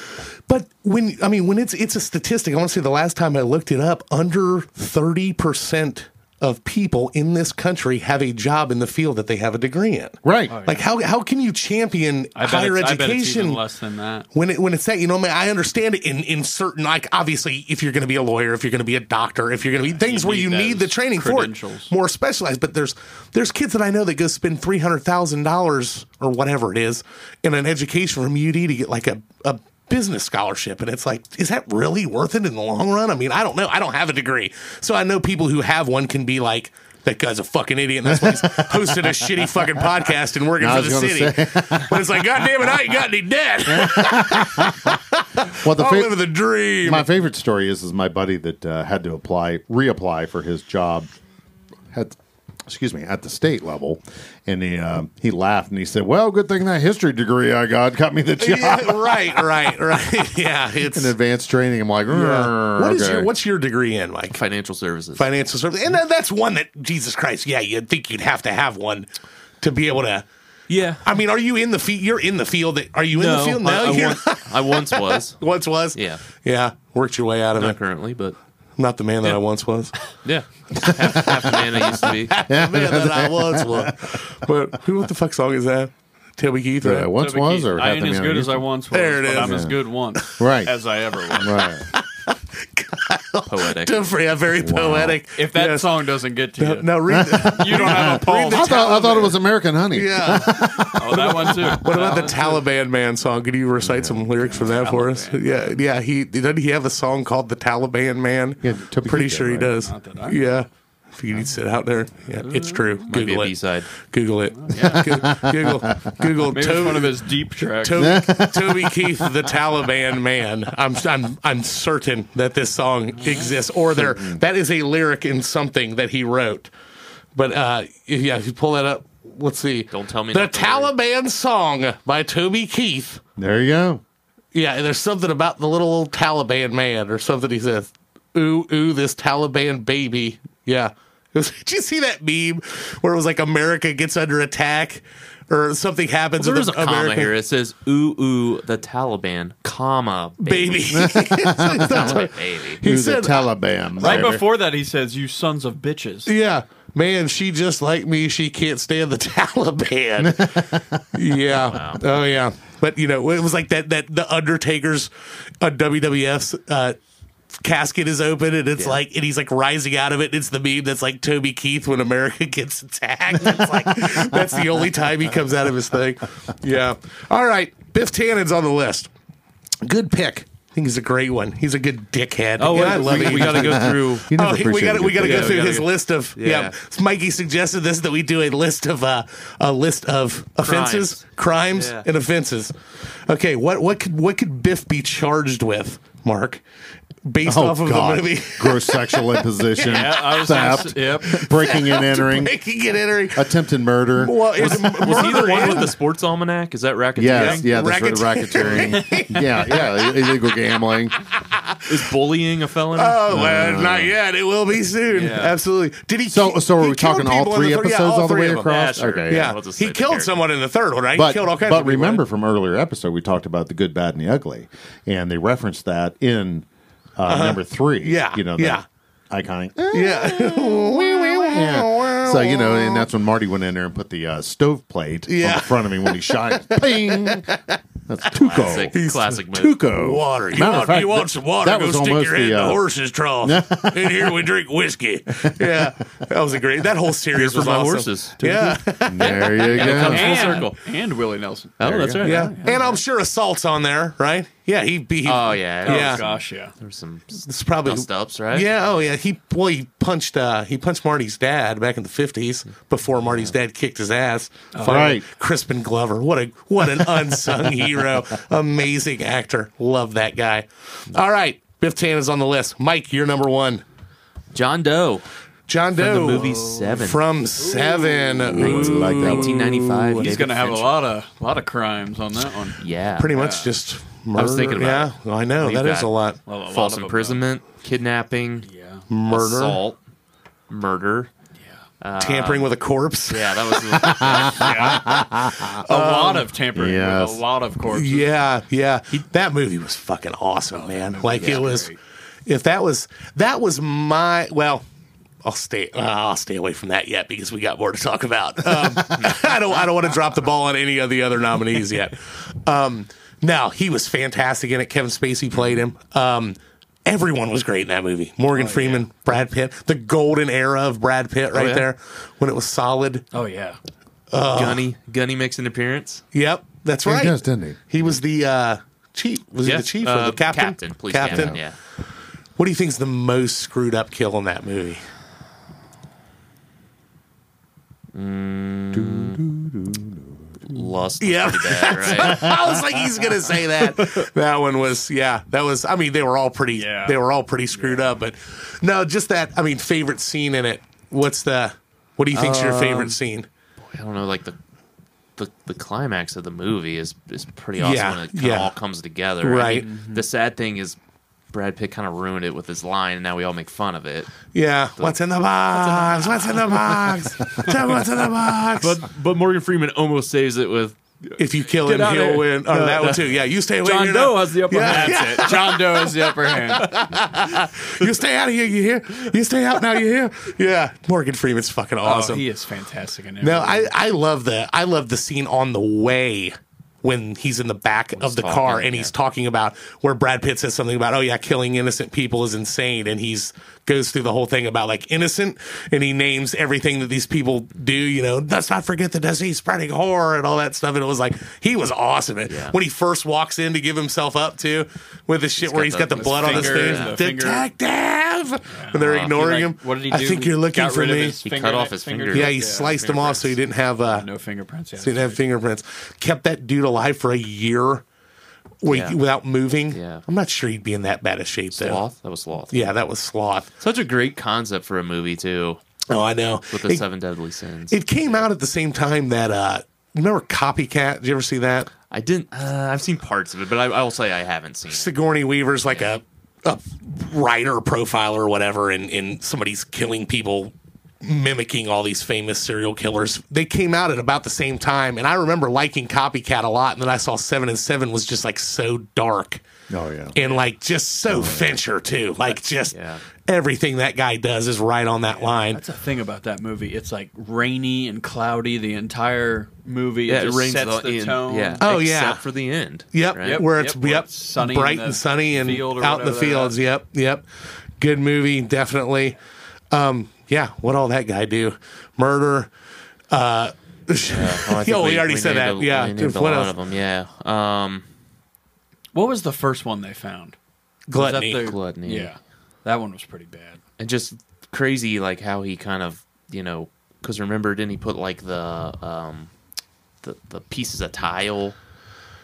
Speaker 1: But when I mean when it's it's a statistic, I want to say the last time I looked it up, under thirty percent of people in this country have a job in the field that they have a degree in.
Speaker 6: Right.
Speaker 1: Like how how can you champion
Speaker 4: Oh, I bet,
Speaker 1: higher
Speaker 4: it's, I bet it's even
Speaker 1: education?
Speaker 4: less than that.
Speaker 1: when it when it's that you know I, mean, I understand it in in certain like obviously if you're going to be a lawyer if you're going to be a doctor if you're going to be things
Speaker 4: You
Speaker 1: where
Speaker 4: need
Speaker 1: you need
Speaker 4: those
Speaker 1: the training for it,
Speaker 4: credentials.
Speaker 1: more specialized but there's there's kids that I know that go spend three hundred thousand dollars or whatever it is in an education from UD to get like a a business scholarship and it's like is that really worth it in the long run I mean I don't know I don't have a degree so I know people who have one can be like. That guy's a fucking idiot, and that's why he's hosting a shitty fucking podcast and working
Speaker 6: No, I
Speaker 1: for the
Speaker 6: was
Speaker 1: city.
Speaker 6: gonna
Speaker 1: But it's like, God damn it, I ain't got any debt.
Speaker 6: Well, the
Speaker 1: I'm
Speaker 6: fa-
Speaker 1: living Oh, the dream.
Speaker 6: My favorite story is is my buddy that uh, had to apply, reapply for his job at, excuse me, at the state level, and he uh, he laughed and he said, "Well, good thing that history degree I got got me the job
Speaker 1: Yeah, right, right, right. Yeah, it's.
Speaker 6: in advanced training." I'm like, "Rrr,
Speaker 1: What is
Speaker 6: okay."
Speaker 1: your What's your degree in, Mike?
Speaker 5: Financial services.
Speaker 1: Financial service, and that- that's one that Jesus Christ. Yeah, you'd think you'd have to have one to be able to.
Speaker 5: Yeah.
Speaker 1: I mean, are you in the field? You're in the field. That are you in the field? No,
Speaker 5: I, I,
Speaker 1: you're
Speaker 5: once, I once was.
Speaker 1: not. once was.
Speaker 5: Yeah.
Speaker 1: yeah. Worked your way out of
Speaker 5: Not
Speaker 1: it.
Speaker 5: currently, but
Speaker 1: Not the man that I once was.
Speaker 5: yeah. Half, half the man I used to be.
Speaker 1: the man that I once was. But who? What the fuck song is that? Toby Keith.
Speaker 6: Uh,
Speaker 1: Right?
Speaker 6: once was or
Speaker 4: I
Speaker 6: half
Speaker 4: ain't
Speaker 6: the
Speaker 4: as
Speaker 6: man
Speaker 4: good as
Speaker 6: used
Speaker 4: I
Speaker 6: to-
Speaker 4: once was.
Speaker 1: There it
Speaker 4: but
Speaker 1: is.
Speaker 4: I'm as
Speaker 6: Yeah.
Speaker 4: good once
Speaker 6: Right.
Speaker 4: as I ever was.
Speaker 6: Right.
Speaker 5: Poetic.
Speaker 1: Yeah, very poetic.
Speaker 4: If that
Speaker 1: Yes.
Speaker 4: song doesn't get to you,
Speaker 1: now read. the-
Speaker 4: you don't have a pulse.
Speaker 6: I thought I thought it was American Honey.
Speaker 1: yeah.
Speaker 4: Oh, that one too.
Speaker 1: What about the Taliban man song? Could you recite some lyrics from that for us? Yeah, yeah. He doesn't he have a song called the Taliban man?
Speaker 6: Yeah, Toby
Speaker 1: pretty
Speaker 6: Keith did,
Speaker 1: sure he
Speaker 6: right?
Speaker 1: does.
Speaker 4: Not that I know.
Speaker 1: Yeah, if you need to sit out there, yeah, it's true.
Speaker 5: Might be a
Speaker 1: Google it.
Speaker 5: B-side.
Speaker 1: Google it. Go- Google Google
Speaker 4: Maybe it's
Speaker 1: Toby,
Speaker 4: one of his deep tracks.
Speaker 1: Toby, Toby Keith, the Taliban man. I'm I'm I'm certain that this song exists, or there that is a lyric in something that he wrote. But uh, yeah, if you pull that up, let's see.
Speaker 5: Don't tell me
Speaker 1: the
Speaker 5: not to
Speaker 1: Taliban song by Toby Keith.
Speaker 6: There you go.
Speaker 1: Yeah, and there's something about the little old Taliban man or something. He says, "Ooh, ooh, this Taliban baby." Yeah. It was- Did you see that meme where it was like America gets under attack or something happens?
Speaker 5: There
Speaker 1: with
Speaker 5: is a
Speaker 1: America?
Speaker 5: comma here. It says ooh ooh the Taliban comma
Speaker 1: baby.
Speaker 5: baby.
Speaker 1: That's what-
Speaker 5: baby.
Speaker 1: he
Speaker 6: Who's the
Speaker 1: said,
Speaker 6: Taliban?
Speaker 4: uh, Right
Speaker 6: there.
Speaker 4: before that, he says, "You sons of bitches."
Speaker 1: "Yeah, man, she just like me. She can't stand the Taliban." yeah. Oh yeah. But you know, it was like that. That the Undertaker's uh, WWF's uh, casket is open, and it's like, and he's like rising out of it. It's the meme that's like Toby Keith when America gets attacked. It's like that's the only time he comes out of his thing. Yeah. All right. Biff Tannen's on the list. Good pick. I think he's a great one. He's a good dickhead.
Speaker 5: Oh,
Speaker 1: Yeah,
Speaker 5: wait,
Speaker 1: I love
Speaker 5: we,
Speaker 1: it.
Speaker 5: we got to go through.
Speaker 6: You never
Speaker 4: uh,
Speaker 1: Oh, he- we
Speaker 6: appreciate
Speaker 1: got
Speaker 6: a
Speaker 1: we
Speaker 6: good
Speaker 1: got to
Speaker 5: Yeah,
Speaker 1: go
Speaker 5: we
Speaker 1: through
Speaker 5: gotta
Speaker 1: his
Speaker 5: go-
Speaker 1: list of yeah.
Speaker 5: Yeah.
Speaker 1: Mikey suggested this that we do a list of uh, a list of offenses, crimes,
Speaker 4: Yeah.
Speaker 1: and offenses. Okay, what what could what could Biff be charged with, Mark, based
Speaker 6: Oh,
Speaker 1: off of
Speaker 6: God.
Speaker 1: the movie?
Speaker 6: Gross sexual imposition,
Speaker 4: Yeah, I was. gonna
Speaker 6: theft,
Speaker 4: s- Yep.
Speaker 6: breaking and entering,
Speaker 1: Making it entering.
Speaker 6: attempted murder.
Speaker 1: Well, is
Speaker 5: Was he the one with the sports almanac? Is that racketeering?
Speaker 6: Yes, yeah, that's right,
Speaker 1: Racketeering.
Speaker 6: racketeering. yeah, yeah, illegal gambling.
Speaker 5: Is bullying a felony?
Speaker 1: Oh, well, not yet. It will be soon.
Speaker 4: Yeah.
Speaker 1: Absolutely. Did he?
Speaker 6: So,
Speaker 1: ki-
Speaker 6: so are
Speaker 1: he
Speaker 6: we
Speaker 1: killed
Speaker 6: talking all
Speaker 1: people in
Speaker 6: three
Speaker 1: the thir- yeah,
Speaker 6: episodes
Speaker 1: all
Speaker 6: all the
Speaker 1: three
Speaker 6: way
Speaker 1: of them.
Speaker 6: across?
Speaker 5: Yeah, sure.
Speaker 6: Okay,
Speaker 1: Yeah,
Speaker 5: We'll just
Speaker 1: he
Speaker 5: say the
Speaker 1: killed
Speaker 5: character.
Speaker 1: someone in the third one. Right?
Speaker 6: But,
Speaker 1: he killed all kinds
Speaker 6: but
Speaker 1: of people.
Speaker 6: remember from earlier episode, we talked about the good, bad, and the ugly, and they referenced that in uh, number three.
Speaker 1: Uh-huh. Yeah,
Speaker 6: you know,
Speaker 1: yeah.
Speaker 6: that iconic.
Speaker 1: Yeah.
Speaker 6: Yeah. So you know, and that's when Marty went in there and put the uh, stove plate
Speaker 1: Yeah.
Speaker 6: on the front of me when he shot. it. Ping. That's Tuco.
Speaker 5: classic, classic move.
Speaker 6: Tuco.
Speaker 1: Water. You
Speaker 6: Matter of
Speaker 1: want,
Speaker 6: fact,
Speaker 1: you want
Speaker 6: that-
Speaker 1: some water?
Speaker 6: that
Speaker 1: go
Speaker 6: was
Speaker 1: stick
Speaker 6: almost
Speaker 1: your head
Speaker 6: the,
Speaker 1: in
Speaker 6: uh,
Speaker 1: the horse's trough. in here we drink whiskey. Yeah, that was a great. That whole series
Speaker 5: for
Speaker 1: was
Speaker 5: my
Speaker 1: awesome.
Speaker 5: horses.
Speaker 1: Yeah,
Speaker 6: There you
Speaker 5: comes
Speaker 6: go.
Speaker 5: full
Speaker 4: And-
Speaker 5: circle.
Speaker 4: And Willie Nelson.
Speaker 5: Oh, that's right.
Speaker 1: yeah, and I'm sure assaults on there, right? Yeah, he. he
Speaker 6: Uh,
Speaker 5: Oh yeah.
Speaker 4: Oh
Speaker 1: Yeah.
Speaker 4: gosh, yeah.
Speaker 5: There's some
Speaker 1: it's probably
Speaker 5: dust ups, right?
Speaker 1: Yeah, oh yeah. He well he punched uh he punched Marty's dad back in the fifties before Marty's dad kicked his ass. Finally,
Speaker 6: Oh. Right.
Speaker 1: Crispin Glover. What a what an unsung hero. Amazing actor. Love that guy. All right. Biff Tan is on the list. Mike, you're number one.
Speaker 5: John Doe.
Speaker 1: John
Speaker 5: From
Speaker 1: Doe
Speaker 5: the movie Seven.
Speaker 1: Oh, From Seven. Ooh.
Speaker 6: Like that one.
Speaker 5: 1995.
Speaker 4: He's
Speaker 5: David
Speaker 4: gonna have a
Speaker 5: Fincher.
Speaker 4: lot of lot of crimes on that one.
Speaker 5: Yeah.
Speaker 1: Pretty much just murder.
Speaker 5: was thinking about
Speaker 1: yeah, I know.
Speaker 5: Leave
Speaker 1: that is
Speaker 5: that.
Speaker 1: a lot.
Speaker 4: A lot
Speaker 5: false
Speaker 4: of them, uh,
Speaker 5: imprisonment, kidnapping,
Speaker 4: Yeah.
Speaker 1: Murder.
Speaker 5: assault, murder.
Speaker 1: Tampering with a corpse.
Speaker 5: Yeah, that was the,
Speaker 4: A lot of tampering.
Speaker 6: yes.
Speaker 4: With a lot of corpses.
Speaker 1: Yeah, yeah. that movie was fucking awesome, man. Like
Speaker 4: was
Speaker 1: it was.
Speaker 4: great.
Speaker 1: If that was that was my well, I'll stay. uh, I'll stay away from that yet because we got more to talk about. Um, I don't. I don't want to drop the ball on any of the other nominees yet. Um, no, he was fantastic in it. Kevin Spacey played him. Um, everyone was great in that movie. Morgan Freeman, Brad Pitt, the golden era of Brad Pitt, right
Speaker 5: yeah.
Speaker 1: there when it was solid.
Speaker 4: Oh yeah.
Speaker 5: Gunny. Gunny makes an appearance.
Speaker 1: Yep, that's
Speaker 6: He
Speaker 1: right.
Speaker 6: does, didn't he?
Speaker 1: He was the uh, chief. Was he the chief or
Speaker 5: uh,
Speaker 1: the captain?
Speaker 5: Captain, police captain. Yeah.
Speaker 1: What do you think's the most screwed up kill in that movie?
Speaker 5: Lust.
Speaker 1: Yeah.
Speaker 5: Yeah. Pretty bad, right?
Speaker 1: I was like, he's gonna say that. that one was, yeah, that was. I mean, they were all pretty.
Speaker 4: Yeah.
Speaker 1: They were all pretty screwed up, but no, just that. I mean, favorite scene in it. What's the? What do you think's your favorite scene?
Speaker 5: I don't know. Like the. The, the climax of the movie is, is pretty awesome
Speaker 1: Yeah,
Speaker 5: when it kind of
Speaker 1: yeah.
Speaker 5: all comes together. I
Speaker 1: Right.
Speaker 5: mean, The sad thing is Brad Pitt kind of ruined it with his line, and now we all make fun of it.
Speaker 1: Yeah. What's in the box? What's in the box? Tell me what's in the box?
Speaker 5: But but Morgan Freeman almost saves it with
Speaker 1: if you kill him,
Speaker 5: Get out
Speaker 1: he'll
Speaker 5: of here.
Speaker 1: win. Or that one too. Yeah. You stay away.
Speaker 4: John
Speaker 1: you're
Speaker 4: Doe
Speaker 1: not-
Speaker 4: has the upper
Speaker 1: Yeah.
Speaker 4: hand.
Speaker 1: Yeah.
Speaker 4: That's it. John Doe has the upper hand. Oh,
Speaker 1: You stay out of here, you hear? You stay out now, you hear? Yeah. Morgan Freeman's fucking awesome.
Speaker 4: Oh, he is fantastic in
Speaker 1: no,
Speaker 4: everything.
Speaker 1: I, I love the I love the scene on the way when he's in the back of the
Speaker 5: talking,
Speaker 1: car and
Speaker 5: yeah.
Speaker 1: he's talking about where Brad Pitt says something about, oh yeah, killing innocent people is insane, and he's goes through the whole thing about like innocent, and he names everything that these people do. You know, let's not forget the disease spreading horror and all that stuff. And it was like he was awesome. And
Speaker 5: Yeah.
Speaker 1: when he first walks in to give himself up to with the shit where
Speaker 5: got
Speaker 1: he's
Speaker 5: the-
Speaker 1: got the
Speaker 5: his
Speaker 1: blood on his
Speaker 4: finger,
Speaker 1: face,
Speaker 4: yeah. the finger-
Speaker 1: detective, and they're
Speaker 5: Uh,
Speaker 1: ignoring
Speaker 4: Like,
Speaker 1: him.
Speaker 4: what did he do?
Speaker 1: I think you're looking
Speaker 4: Got
Speaker 1: for
Speaker 4: rid of
Speaker 1: me.
Speaker 4: his
Speaker 5: He
Speaker 4: finger-
Speaker 5: cut off his finger.
Speaker 1: Yeah, he sliced him off so he didn't have uh,
Speaker 4: No fingerprints. Yeah,
Speaker 1: so he didn't have fingerprints. Kept that dude alive for a year where
Speaker 5: Yeah.
Speaker 1: without moving.
Speaker 5: Yeah.
Speaker 1: I'm not sure he'd be in that bad a shape though.
Speaker 5: sloth. That was sloth.
Speaker 1: Yeah, that was sloth.
Speaker 5: Such a great concept for a movie too.
Speaker 1: Oh, I know.
Speaker 5: with the
Speaker 1: It,
Speaker 5: seven deadly sins.
Speaker 1: it came out at the same time that uh, you remember Copycat? Did you ever see that?
Speaker 5: I didn't. Uh, I've seen parts of it, but I, I will say I haven't seen. it.
Speaker 1: Sigourney Weaver's like a, a writer profile or whatever, and, and somebody's killing people, mimicking all these famous serial killers. They came out at about the same time, and I remember liking Copycat a lot. And then I saw Seven and Seven was just like so dark
Speaker 6: Oh yeah.
Speaker 1: and like just so Fincher too. Like just
Speaker 5: yeah.
Speaker 1: everything that guy does is right on that line.
Speaker 4: That's the thing about that movie. It's like rainy and cloudy the entire movie.
Speaker 5: Yeah,
Speaker 4: it,
Speaker 5: it
Speaker 4: just
Speaker 5: rains
Speaker 4: sets the
Speaker 5: in-
Speaker 4: tone.
Speaker 5: Yeah.
Speaker 1: Oh, yeah.
Speaker 5: Except for the end.
Speaker 1: Yep,
Speaker 5: right?
Speaker 4: Yep,
Speaker 1: where it's yep,
Speaker 4: yep, where it's sunny in
Speaker 1: bright
Speaker 4: the
Speaker 1: and sunny and
Speaker 4: field or
Speaker 1: out in the
Speaker 4: whatever they're
Speaker 1: fields.
Speaker 4: at.
Speaker 1: Yep, yep. Good movie, definitely. Um, yeah, what all that guy do? Murder. Uh,
Speaker 5: Well, oh, I think
Speaker 1: Yo, Oh, we already said
Speaker 5: named
Speaker 1: that.
Speaker 5: a-
Speaker 1: Yeah.
Speaker 5: we
Speaker 1: Dude,
Speaker 5: named a
Speaker 1: what
Speaker 5: lot
Speaker 1: else?
Speaker 5: of them. Yeah, um,
Speaker 4: What was the first one they found? Was that
Speaker 1: gluttony.
Speaker 4: the-
Speaker 5: Gluttony.
Speaker 4: Yeah, that one was pretty bad.
Speaker 5: and just crazy, like how he kind of, you know, because remember, didn't he put like the um, the the pieces of tile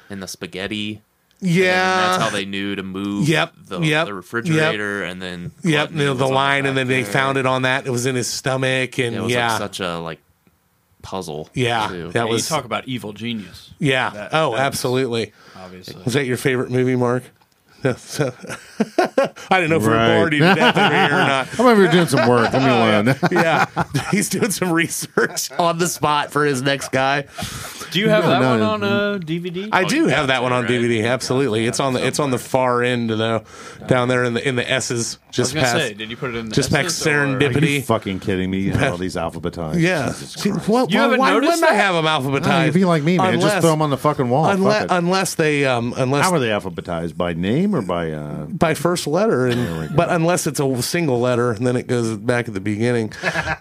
Speaker 5: in the spaghetti? And
Speaker 1: yeah.
Speaker 5: that's how they knew to move.
Speaker 1: Yep,
Speaker 5: The,
Speaker 1: yep,
Speaker 5: the refrigerator, and then
Speaker 1: Yep,
Speaker 5: gluttony
Speaker 1: you know,
Speaker 5: was
Speaker 1: the
Speaker 5: on
Speaker 1: line,
Speaker 5: back
Speaker 1: and then they
Speaker 5: there.
Speaker 1: found it on that. It was in his stomach, and
Speaker 5: It
Speaker 1: yeah,
Speaker 5: was
Speaker 1: yeah,
Speaker 5: like such a like puzzle. too.
Speaker 1: that
Speaker 4: That
Speaker 1: was
Speaker 4: you talk about evil genius. that-
Speaker 1: oh,
Speaker 4: that was-
Speaker 1: absolutely.
Speaker 4: Obviously,
Speaker 1: Was that your favorite movie, Mark? I didn't know if we were
Speaker 6: Right.
Speaker 1: bored you to death over here or not.
Speaker 6: I'm over here doing some work. Let me alone.
Speaker 1: yeah, he's doing some research on the spot for his next guy.
Speaker 4: do you have
Speaker 6: No,
Speaker 4: that
Speaker 6: no,
Speaker 4: one
Speaker 6: no.
Speaker 4: on uh, DVD?
Speaker 6: Oh,
Speaker 1: I do
Speaker 5: you got
Speaker 1: have that
Speaker 5: it,
Speaker 1: one on
Speaker 5: right?
Speaker 1: DVD. Absolutely, it's on the it's on the far end though, down there in the in the S's,
Speaker 4: I was
Speaker 1: just
Speaker 4: gonna
Speaker 1: past.
Speaker 4: say, did you put it in the
Speaker 1: just back
Speaker 4: S's
Speaker 1: serendip-
Speaker 6: Are
Speaker 4: Or?
Speaker 6: you
Speaker 1: Hippity.
Speaker 6: fucking kidding me? You have all these alphabetized.
Speaker 1: Yeah, well,
Speaker 4: You
Speaker 1: well,
Speaker 4: haven't
Speaker 1: why
Speaker 4: noticed
Speaker 1: wouldn't I
Speaker 4: that?
Speaker 1: have them alphabetized?
Speaker 6: I mean, if you like me, man, just
Speaker 1: Unless-
Speaker 6: throw them on the fucking wall.
Speaker 1: Unless,
Speaker 6: Fuck it.
Speaker 1: unless they um unless
Speaker 6: How are they alphabetized by name or by? Uh,
Speaker 1: by first letter, and but unless it's a single letter, and then it goes back at the beginning.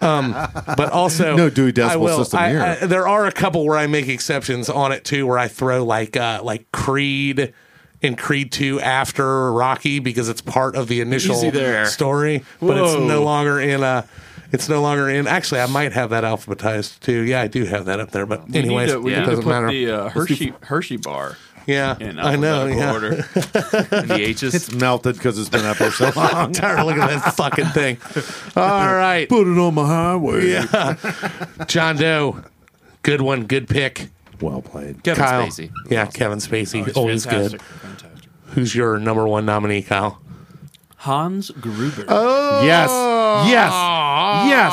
Speaker 1: Um, but also,
Speaker 6: No Dewey Decimal
Speaker 1: I
Speaker 6: System
Speaker 1: I-
Speaker 6: here.
Speaker 1: I- there are a couple where I make exceptions on it too, where I throw like uh, like Creed and Creed Two after Rocky because it's part of the initial
Speaker 5: Easy there.
Speaker 1: story, but
Speaker 5: Whoa.
Speaker 1: it's no longer in a. It's no longer in. Actually, I might have that alphabetized too. Yeah, I do have that up there. But
Speaker 4: We need
Speaker 1: anyways,
Speaker 4: to- we
Speaker 5: yeah.
Speaker 4: need to
Speaker 1: doesn't
Speaker 4: put
Speaker 1: matter.
Speaker 4: the uh, Hershey Hershey bar.
Speaker 1: yeah,
Speaker 4: In
Speaker 1: I know.
Speaker 4: alphabetical
Speaker 1: Yeah.
Speaker 4: order.
Speaker 5: And the H's.
Speaker 6: it's melted because it's been up there so long.
Speaker 1: I'm tired of looking at that fucking thing. All right.
Speaker 6: Put it on my highway.
Speaker 1: Yeah. John Doe. Good one. Good pick.
Speaker 6: Well played.
Speaker 5: Kevin
Speaker 1: Kyle.
Speaker 5: Spacey.
Speaker 1: Yeah, Kevin Spacey.
Speaker 4: It's
Speaker 1: Always
Speaker 4: fantastic.
Speaker 1: good.
Speaker 4: Fantastic.
Speaker 1: Who's your number one nominee, Kyle?
Speaker 4: Hans Gruber.
Speaker 1: Oh.
Speaker 6: Yes. Yes. Yes.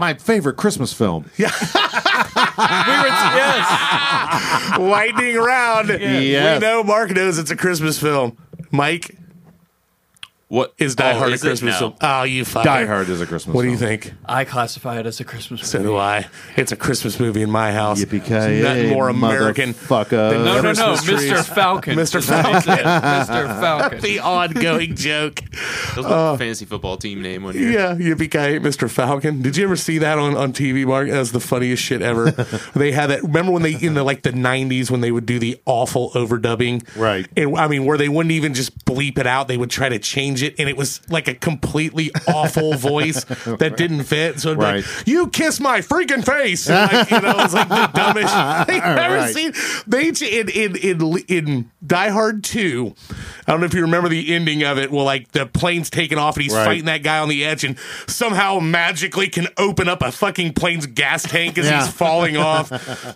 Speaker 6: My favorite Christmas film.
Speaker 4: yes.
Speaker 1: Lightning round.
Speaker 6: Yes.
Speaker 1: We know Mark knows it's a Christmas film. Mike
Speaker 5: What
Speaker 1: is Die
Speaker 5: oh,
Speaker 1: Hard a
Speaker 5: is it?
Speaker 1: Christmas
Speaker 5: No.
Speaker 1: film. Oh, you fucker.
Speaker 6: Die Hard is a Christmas
Speaker 1: What do
Speaker 6: film.
Speaker 1: you think?
Speaker 4: I classify it as a Christmas
Speaker 1: So
Speaker 4: movie.
Speaker 1: do I. It's a Christmas movie in my house.
Speaker 6: Yippee-ki-yay,
Speaker 1: Nothing more American
Speaker 6: motherfucker.
Speaker 1: than
Speaker 4: No, no, no,
Speaker 1: Christmas trees.
Speaker 4: Mr. Falcon.
Speaker 1: Mr.
Speaker 4: That's it, Mr. Falcon.
Speaker 1: The ongoing joke.
Speaker 5: That was my fantasy football team name when you
Speaker 1: Oh. Yeah, yippee ki Mr. Falcon. Did you ever see that on, on TV, Mark? That was the funniest shit ever. they had that. Remember when they in the like the '90s when they would do the awful overdubbing,
Speaker 6: Right.
Speaker 1: And I mean, where they wouldn't even just bleep it out; they would try to change it, and it was like a completely awful voice that didn't fit. So it'd be
Speaker 6: Right.
Speaker 1: like, "You kiss my freaking face," and like, you know, it was like the dumbest thing I've ever
Speaker 6: Right.
Speaker 1: seen. They ch- in in in in Die Hard Two. I don't know if you remember the ending of it. Well, like the plane's taking off and he's
Speaker 6: Right.
Speaker 1: fighting that guy on the edge, and somehow magically can open up a fucking plane's gas tank as
Speaker 6: Yeah.
Speaker 1: he's falling off,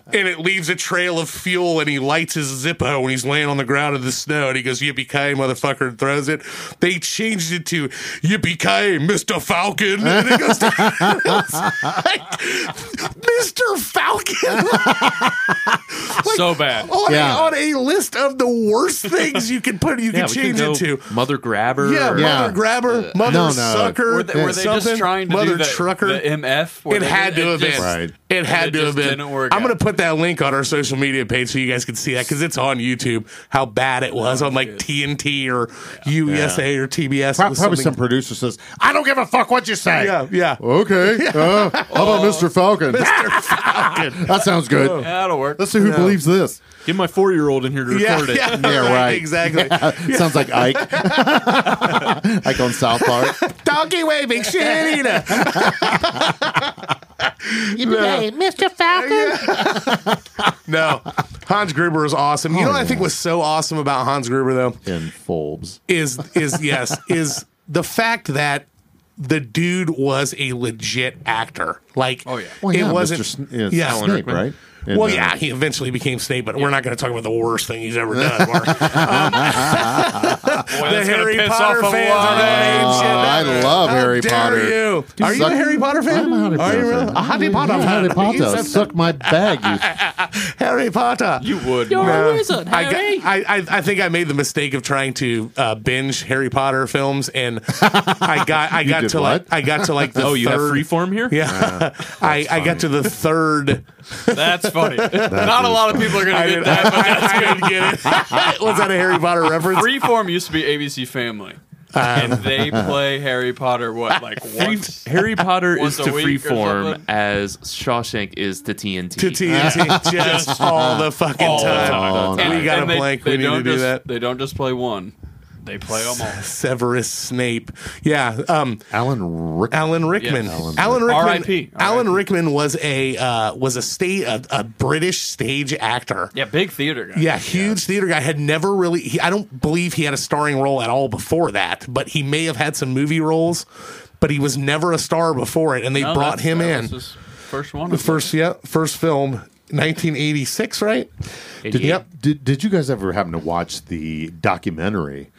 Speaker 1: and it leaves a trail of fuel. And he lights his Zippo when he's laying on the ground in the snow, and he goes "Yippee ki motherfucker!" and throws it. They changed it to "Yippee ki Mister Falcon," and it goes. To- Mr. Falcon.
Speaker 4: So bad.
Speaker 1: on,
Speaker 6: Yeah.
Speaker 1: a, on a list of the worst things you can put you
Speaker 5: Yeah,
Speaker 1: can
Speaker 5: we
Speaker 1: change
Speaker 5: go
Speaker 1: it to.
Speaker 5: mother grabber.
Speaker 1: Yeah,
Speaker 5: or-
Speaker 6: Yeah.
Speaker 1: mother grabber, mother
Speaker 6: No, no.
Speaker 1: sucker.
Speaker 4: Were they, were they
Speaker 1: something,
Speaker 4: just trying to
Speaker 1: mother
Speaker 4: do the,
Speaker 1: trucker?
Speaker 4: the MF? where
Speaker 1: it
Speaker 4: they
Speaker 1: had to
Speaker 4: did- it
Speaker 1: have been.
Speaker 4: just-
Speaker 6: Right.
Speaker 1: It had
Speaker 4: it
Speaker 1: to have
Speaker 4: just
Speaker 1: been.
Speaker 4: didn't work
Speaker 1: I'm going
Speaker 4: out.
Speaker 1: to put that link on our social media page so you guys can see that because it's on YouTube how bad it
Speaker 4: Oh,
Speaker 1: was on like TNT or USA or TBS. It
Speaker 6: Pro-
Speaker 1: was
Speaker 6: Probably some
Speaker 1: something-
Speaker 6: producer says, "I don't give a fuck what you say."
Speaker 1: Yeah, yeah.
Speaker 6: Okay. Uh, how about Mr. Falcon?
Speaker 1: Mr. Falcon.
Speaker 6: that sounds good.
Speaker 4: That'll work.
Speaker 6: Let's see who believes this.
Speaker 5: Get my four year old in here to record
Speaker 1: Yeah,
Speaker 5: it.
Speaker 1: yeah,
Speaker 6: Yeah, right.
Speaker 1: Exactly.
Speaker 6: Uh, Sounds like Ike. Ike on South Park.
Speaker 1: Donkey waving shit eater.
Speaker 7: Mr. Falcon.
Speaker 1: No, Hans Gruber is awesome. You know what I think was so awesome about Hans Gruber though
Speaker 6: And Forbes.
Speaker 1: is is yes is the fact that the dude was a legit actor. Like,
Speaker 4: Oh, yeah.
Speaker 6: Well, yeah,
Speaker 1: it wasn't.
Speaker 6: Mr. Sn- uh,
Speaker 1: yeah.
Speaker 6: Snape, right? In,
Speaker 1: well,
Speaker 6: uh,
Speaker 1: yeah, he eventually became Snape, but we're not going to talk about the worst thing he's ever done. Mark. the Harry Potter fans are that
Speaker 6: Oh,
Speaker 1: age.
Speaker 6: I love Harry
Speaker 1: dare
Speaker 6: Potter.
Speaker 1: you? Are you
Speaker 6: Suck-
Speaker 1: a Harry Potter fan?
Speaker 6: I'm a Harry
Speaker 1: Are
Speaker 6: Potter
Speaker 1: you really?
Speaker 6: fan.
Speaker 1: A Harry Potter
Speaker 6: Yeah, Harry
Speaker 1: fan. You
Speaker 6: Potter,
Speaker 1: said
Speaker 6: suck my bag. You.
Speaker 1: Harry Potter.
Speaker 4: You would.
Speaker 1: No. I, got- I, I, I think I made the mistake of trying to uh, binge Harry Potter films, and I got I got
Speaker 6: did
Speaker 1: to
Speaker 6: what?
Speaker 1: like I got to like the
Speaker 5: Oh, you have
Speaker 1: third.
Speaker 5: freeform here?
Speaker 1: yeah, I, I got to the third.
Speaker 4: That's funny. Not a lot of people
Speaker 1: I,
Speaker 4: are going to
Speaker 1: did,
Speaker 4: get that.
Speaker 1: I, I- I didn't get it. Was that a Harry Potter reference?
Speaker 4: Freeform used to be ABC Family.
Speaker 1: Uh,
Speaker 4: and they play Harry Potter what like
Speaker 5: Free,
Speaker 4: once
Speaker 5: Harry Potter
Speaker 4: Once
Speaker 5: is
Speaker 4: a
Speaker 5: to
Speaker 4: week or
Speaker 5: freeform
Speaker 4: something.
Speaker 5: as Shawshank is to TNT.
Speaker 1: to TNT just all the fucking
Speaker 4: all the
Speaker 1: time.
Speaker 4: time.
Speaker 6: Oh,
Speaker 1: We got a
Speaker 4: they-
Speaker 1: blank.
Speaker 4: They
Speaker 1: We need
Speaker 4: don't
Speaker 1: to do
Speaker 4: just,
Speaker 1: that.
Speaker 4: They don't just play one; they play them all.
Speaker 1: Severus Snape. Yeah. Um,
Speaker 6: Alan Rick.
Speaker 1: Alan Rickman.
Speaker 4: Yes.
Speaker 1: Alan, Rickman.
Speaker 4: R.I.P..
Speaker 1: Alan Rickman was a uh, was a state a, a British stage actor.
Speaker 4: Yeah, big theater guy.
Speaker 1: Yeah, huge theater guy. Had never really. He, I don't believe he had a starring role at all before that, but he may have had some movie roles. But he was never a star before it, and they
Speaker 4: No,
Speaker 1: brought
Speaker 4: that's-
Speaker 1: him
Speaker 4: that
Speaker 1: in.
Speaker 4: was his first one.
Speaker 1: the first, yeah, first film, 1986, right?
Speaker 6: Did,
Speaker 1: Yep.
Speaker 6: did, did you guys ever happen to watch the documentary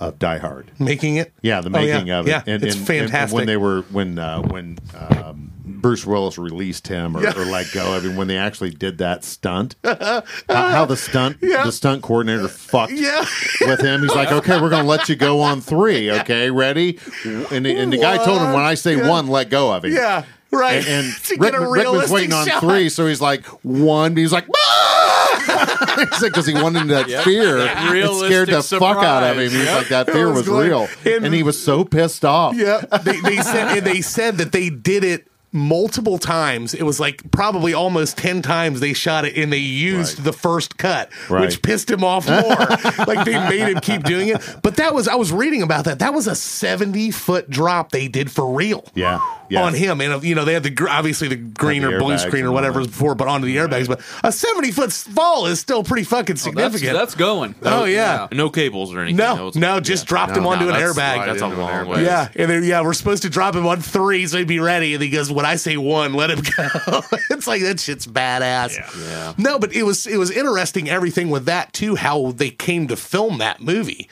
Speaker 6: of Die Hard?
Speaker 1: Making it.
Speaker 6: Yeah, the
Speaker 1: Oh, yeah.
Speaker 6: making of it.
Speaker 1: Yeah, it's fantastic.
Speaker 6: when they were when uh, when um, Bruce Willis released him or, or let go. I mean, when they actually did that stunt, how, how the stunt
Speaker 1: Yeah.
Speaker 6: the stunt coordinator fucked
Speaker 1: Yeah.
Speaker 6: with him. He's like, okay, we're gonna let you go on three. Okay, ready? And, the- and the guy told him when I say one, let go of him.
Speaker 1: Yeah, right.
Speaker 6: And, and
Speaker 1: To get a
Speaker 6: Rickman, Rickman's
Speaker 1: realistic
Speaker 6: waiting on
Speaker 1: shot.
Speaker 6: three, so he's like one. He's like. "Ah!" He's like, because he went into that fear, it
Speaker 4: that
Speaker 6: scared the
Speaker 4: realistic
Speaker 6: fuck out of him.
Speaker 4: surprise.
Speaker 6: He's like, that fear
Speaker 1: was
Speaker 6: was,
Speaker 1: going-
Speaker 6: real,
Speaker 1: and-
Speaker 6: and, he was so pissed off.
Speaker 1: Yeah, they, they said and they said that they did it multiple times. It was like probably almost ten times they shot it, and they used
Speaker 6: Right.
Speaker 1: the first cut, which
Speaker 6: Right.
Speaker 1: pissed him off more. like they made him keep doing it. But that was I was reading about that. That was a seventy foot drop they did for real.
Speaker 6: Yeah, yes.
Speaker 1: on him, and you know they had the gr- obviously the green
Speaker 6: Had the
Speaker 1: or blue
Speaker 6: airbags
Speaker 1: screen or
Speaker 6: and
Speaker 1: whatever
Speaker 6: all
Speaker 1: is
Speaker 6: that.
Speaker 1: before, but onto the airbags. But a seventy foot fall is still pretty fucking
Speaker 4: that's,
Speaker 1: significant.
Speaker 4: that's going.
Speaker 1: Oh, yeah.
Speaker 5: No cables or anything. That
Speaker 1: no,
Speaker 5: was-
Speaker 1: no, just dropped him onto
Speaker 5: No,
Speaker 1: an
Speaker 5: that's-
Speaker 1: airbag.
Speaker 5: That's a
Speaker 3: into an
Speaker 5: long
Speaker 3: airbag.
Speaker 5: way.
Speaker 1: Yeah, and they're, yeah, we're supposed to drop him on three, so he'd be ready. And he goes, "When I say one, let him go." it's like that shit's badass.
Speaker 5: Yeah.
Speaker 1: No, but it was it was interesting everything with that too. How they came to film that movie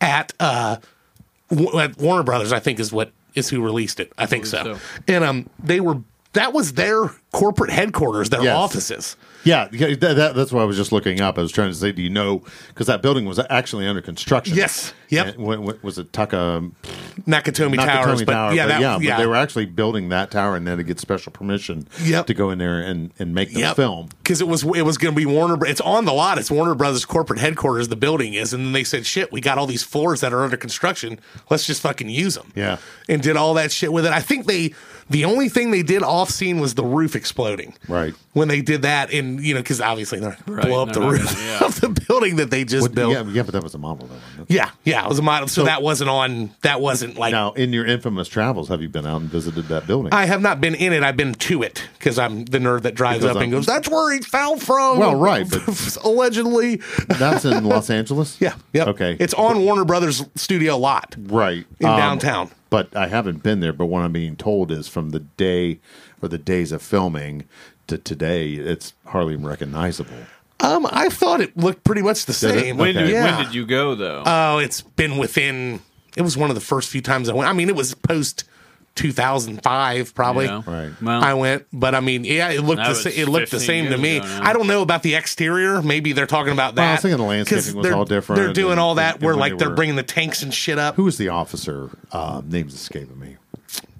Speaker 1: at uh Wa- at Warner Brothers, I think is what is who released it. I think so.
Speaker 4: so.
Speaker 1: And um, they were that was their corporate headquarters, their
Speaker 6: Yes.
Speaker 1: offices.
Speaker 6: Yeah, yeah, that, that, that's what I was just looking up. I was trying to say, do you know? Because that building was actually under construction.
Speaker 1: Yes. Yep.
Speaker 6: And When, when- was it Taka
Speaker 1: Nakatomi,
Speaker 6: not
Speaker 1: Towers,
Speaker 6: Nakatomi
Speaker 1: but
Speaker 6: Tower?
Speaker 1: yeah,
Speaker 6: but
Speaker 1: that, yeah,
Speaker 6: but they were actually building that tower, and they had to get special permission
Speaker 1: Yep.
Speaker 6: to go in there and, and make the
Speaker 1: Yep.
Speaker 6: film.
Speaker 1: because it was it was going to be Warner. Bro- It's on the lot. It's Warner Brothers corporate headquarters. The building is, and then they said, "Shit, we got all these floors that are under construction. Let's just fucking use them."
Speaker 6: Yeah.
Speaker 1: and did all that shit with it. I think they the only thing they did off scene was the roof exploding.
Speaker 6: Right.
Speaker 1: when they did that, and you know, because obviously they're gonna
Speaker 4: Right,
Speaker 1: blow up
Speaker 4: no,
Speaker 1: the
Speaker 4: no,
Speaker 1: roof
Speaker 4: no, yeah.
Speaker 1: of the building that they just
Speaker 6: What-
Speaker 1: built.
Speaker 6: yeah,
Speaker 1: Yeah.
Speaker 6: yeah, but that was a model though. wasn't it?
Speaker 1: yeah, it was a model. So, that wasn't on. That wasn't like.
Speaker 6: Now, in your infamous travels, have you been out and visited that building?
Speaker 1: I have not been in it. I've been to it because I'm the nerd that drives
Speaker 6: Because
Speaker 1: up
Speaker 6: I'm-
Speaker 1: and goes, "That's where he fell from."
Speaker 6: Well, right, but-
Speaker 1: allegedly.
Speaker 6: That's in Los Angeles.
Speaker 1: Yeah. Yep.
Speaker 6: Okay.
Speaker 1: It's on Warner Brothers studio lot.
Speaker 6: right um,
Speaker 1: in downtown.
Speaker 6: But I haven't been there. But what I'm being told is from the day or the days of filming to today, it's hardly recognizable.
Speaker 1: Um, I thought it looked pretty much the
Speaker 6: it?
Speaker 1: same.
Speaker 4: When,
Speaker 6: Okay.
Speaker 4: did,
Speaker 1: Yeah.
Speaker 4: when did you go though?
Speaker 5: Uh,
Speaker 1: Oh, it's been within. It was one of the first few times I went. I mean, it was post 2005 probably.
Speaker 4: Yeah.
Speaker 6: Right.
Speaker 4: Well,
Speaker 1: I went, but I mean, yeah, it looked
Speaker 4: That
Speaker 1: the
Speaker 4: was
Speaker 1: sa- it looked the
Speaker 4: 15
Speaker 1: same to
Speaker 4: years
Speaker 1: me.
Speaker 4: ago now.
Speaker 1: I don't know about the exterior. Maybe they're talking about that.
Speaker 6: Well, I was thinking the
Speaker 1: 'Cause
Speaker 6: landscaping was
Speaker 1: they're-
Speaker 6: all different
Speaker 1: They're doing
Speaker 6: and-
Speaker 1: all that
Speaker 6: and
Speaker 1: where
Speaker 6: when
Speaker 1: like
Speaker 6: they
Speaker 1: they're
Speaker 6: were-
Speaker 1: bringing the tanks and shit up.
Speaker 6: Who was the officer? Um, name's escaping me.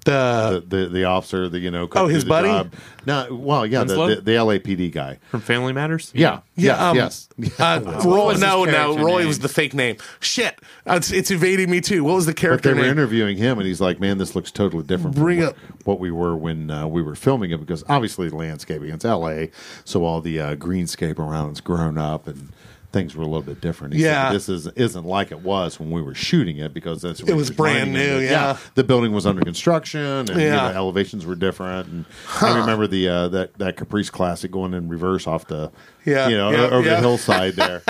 Speaker 1: the
Speaker 6: The the, the officer, the you know,
Speaker 1: Oh, his
Speaker 6: the
Speaker 1: buddy?
Speaker 6: job. No, well, yeah, the,
Speaker 5: Winslow?
Speaker 6: the, the LAPD guy.
Speaker 5: From Family Matters?
Speaker 6: Yeah, yeah,
Speaker 1: Yeah, um,
Speaker 6: yes.
Speaker 1: uh, Roy,
Speaker 5: was his
Speaker 1: no, no,
Speaker 5: character
Speaker 1: Roy
Speaker 5: name?
Speaker 1: was the fake name. Shit, it's, it's evading me too. What was the
Speaker 6: But
Speaker 1: character
Speaker 6: they were
Speaker 1: name?
Speaker 6: interviewing him, and he's like, "Man, this looks totally different
Speaker 1: Bring
Speaker 6: from
Speaker 1: up-
Speaker 6: what, what we were when uh, we were filming it, because obviously the landscaping it's L.A., so all the uh, greenscape around it's grown up and." Things were a little bit different. He said,
Speaker 1: Yeah.
Speaker 6: this is isn't like it was when we were shooting it because that's when
Speaker 1: It
Speaker 6: he
Speaker 1: was brand
Speaker 6: running it.
Speaker 1: new, yeah.
Speaker 6: the building was under construction, and you know,
Speaker 1: Yeah.
Speaker 6: the elevations were different. And I remember the uh, that that Caprice Classic going in reverse off the
Speaker 1: Yeah,
Speaker 6: you know
Speaker 1: yeah,
Speaker 6: over
Speaker 1: yeah.
Speaker 6: the hillside there.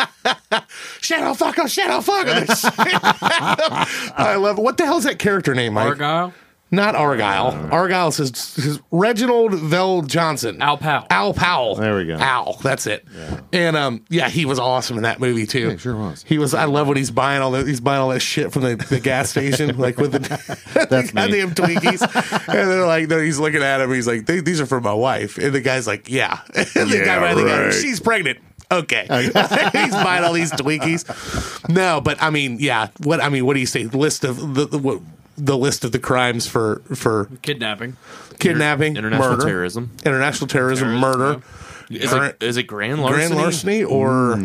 Speaker 1: Shadow oh, Fucker, Shadow Fucker. I love it. What the hell's that character name, Mike?
Speaker 4: Argyle.
Speaker 1: Not Argyle.
Speaker 6: Uh.
Speaker 1: Argyle's his, his Reginald Vell Johnson.
Speaker 4: Al Powell.
Speaker 1: Al Powell.
Speaker 6: There we go.
Speaker 1: Al. That's it. And um, yeah, he was awesome in that movie too.
Speaker 6: Yeah, sure was.
Speaker 1: He was. I love when he's buying all that. He's buying all that shit from the, the gas station, like with the, the
Speaker 6: That's me.
Speaker 1: goddamn Twinkies. and they're like, they're, he's looking at him. He's like, "They- these are for my wife. And the guy's like, yeah. And the
Speaker 6: Yeah,
Speaker 1: guy behind the guy,
Speaker 6: right.
Speaker 1: she's pregnant. Okay, he's buying all these Twinkies. No, but I mean, yeah. What I mean, what do you say? List of the, the what the list of the crimes for for
Speaker 4: Kidnapping.
Speaker 1: kidnapping,
Speaker 5: International
Speaker 1: murder,
Speaker 5: terrorism.
Speaker 1: international terrorism, murder,
Speaker 5: Is
Speaker 1: Current-
Speaker 5: it, is it grand larceny?
Speaker 1: grand larceny,
Speaker 6: Mm-hmm.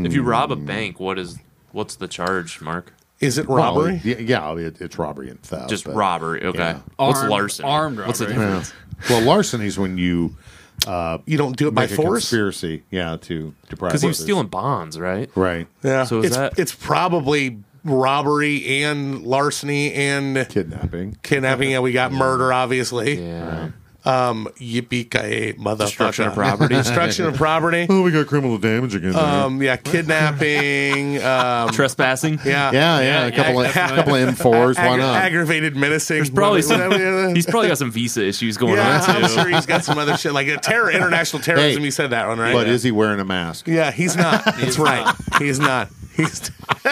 Speaker 1: or
Speaker 5: If you rob a
Speaker 4: Hmm.
Speaker 5: bank, what is what's the charge, Mark?
Speaker 1: is it robbery?
Speaker 6: Well, Oh, yeah, yeah, it, it's robbery and theft.
Speaker 5: Just
Speaker 6: but-
Speaker 5: robbery. Okay.
Speaker 6: yeah.
Speaker 5: What's
Speaker 4: Armed-
Speaker 5: larceny?
Speaker 4: armed
Speaker 5: What's the
Speaker 4: robbery.
Speaker 5: difference?
Speaker 6: Yeah. Well, larceny is when you
Speaker 1: you don't do it by
Speaker 6: make a
Speaker 1: force.
Speaker 6: conspiracy. Yeah, to deprive.
Speaker 5: Because he was
Speaker 6: others.
Speaker 5: stealing bonds, right?
Speaker 6: Right.
Speaker 1: Yeah,
Speaker 5: So is
Speaker 1: it's
Speaker 5: that-
Speaker 1: it's probably robbery and larceny and
Speaker 6: Kidnapping.
Speaker 1: kidnapping, and we got murder, obviously.
Speaker 5: Yeah.
Speaker 1: Um, yippee ki motherfucker!
Speaker 5: Destruction of property.
Speaker 1: destruction of property.
Speaker 6: Oh, we got criminal damage again.
Speaker 1: Um, yeah, kidnapping. Um,
Speaker 5: Trespassing.
Speaker 1: yeah,
Speaker 6: yeah, yeah, a couple of a couple of M4s. Why
Speaker 1: Aggra-
Speaker 6: not?
Speaker 1: aggravated menacing.
Speaker 5: There's probably
Speaker 1: What-
Speaker 5: some,
Speaker 1: what- what-
Speaker 5: he's probably got some visa issues going
Speaker 1: yeah,
Speaker 5: on
Speaker 1: I'm
Speaker 5: too.
Speaker 1: sure he's got some other shit like a terror, international terrorism.
Speaker 6: Hey,
Speaker 1: you said that one, right?
Speaker 6: But
Speaker 1: yeah.
Speaker 6: is he wearing a mask?
Speaker 1: Yeah, he's not. That's right. He's not. He's.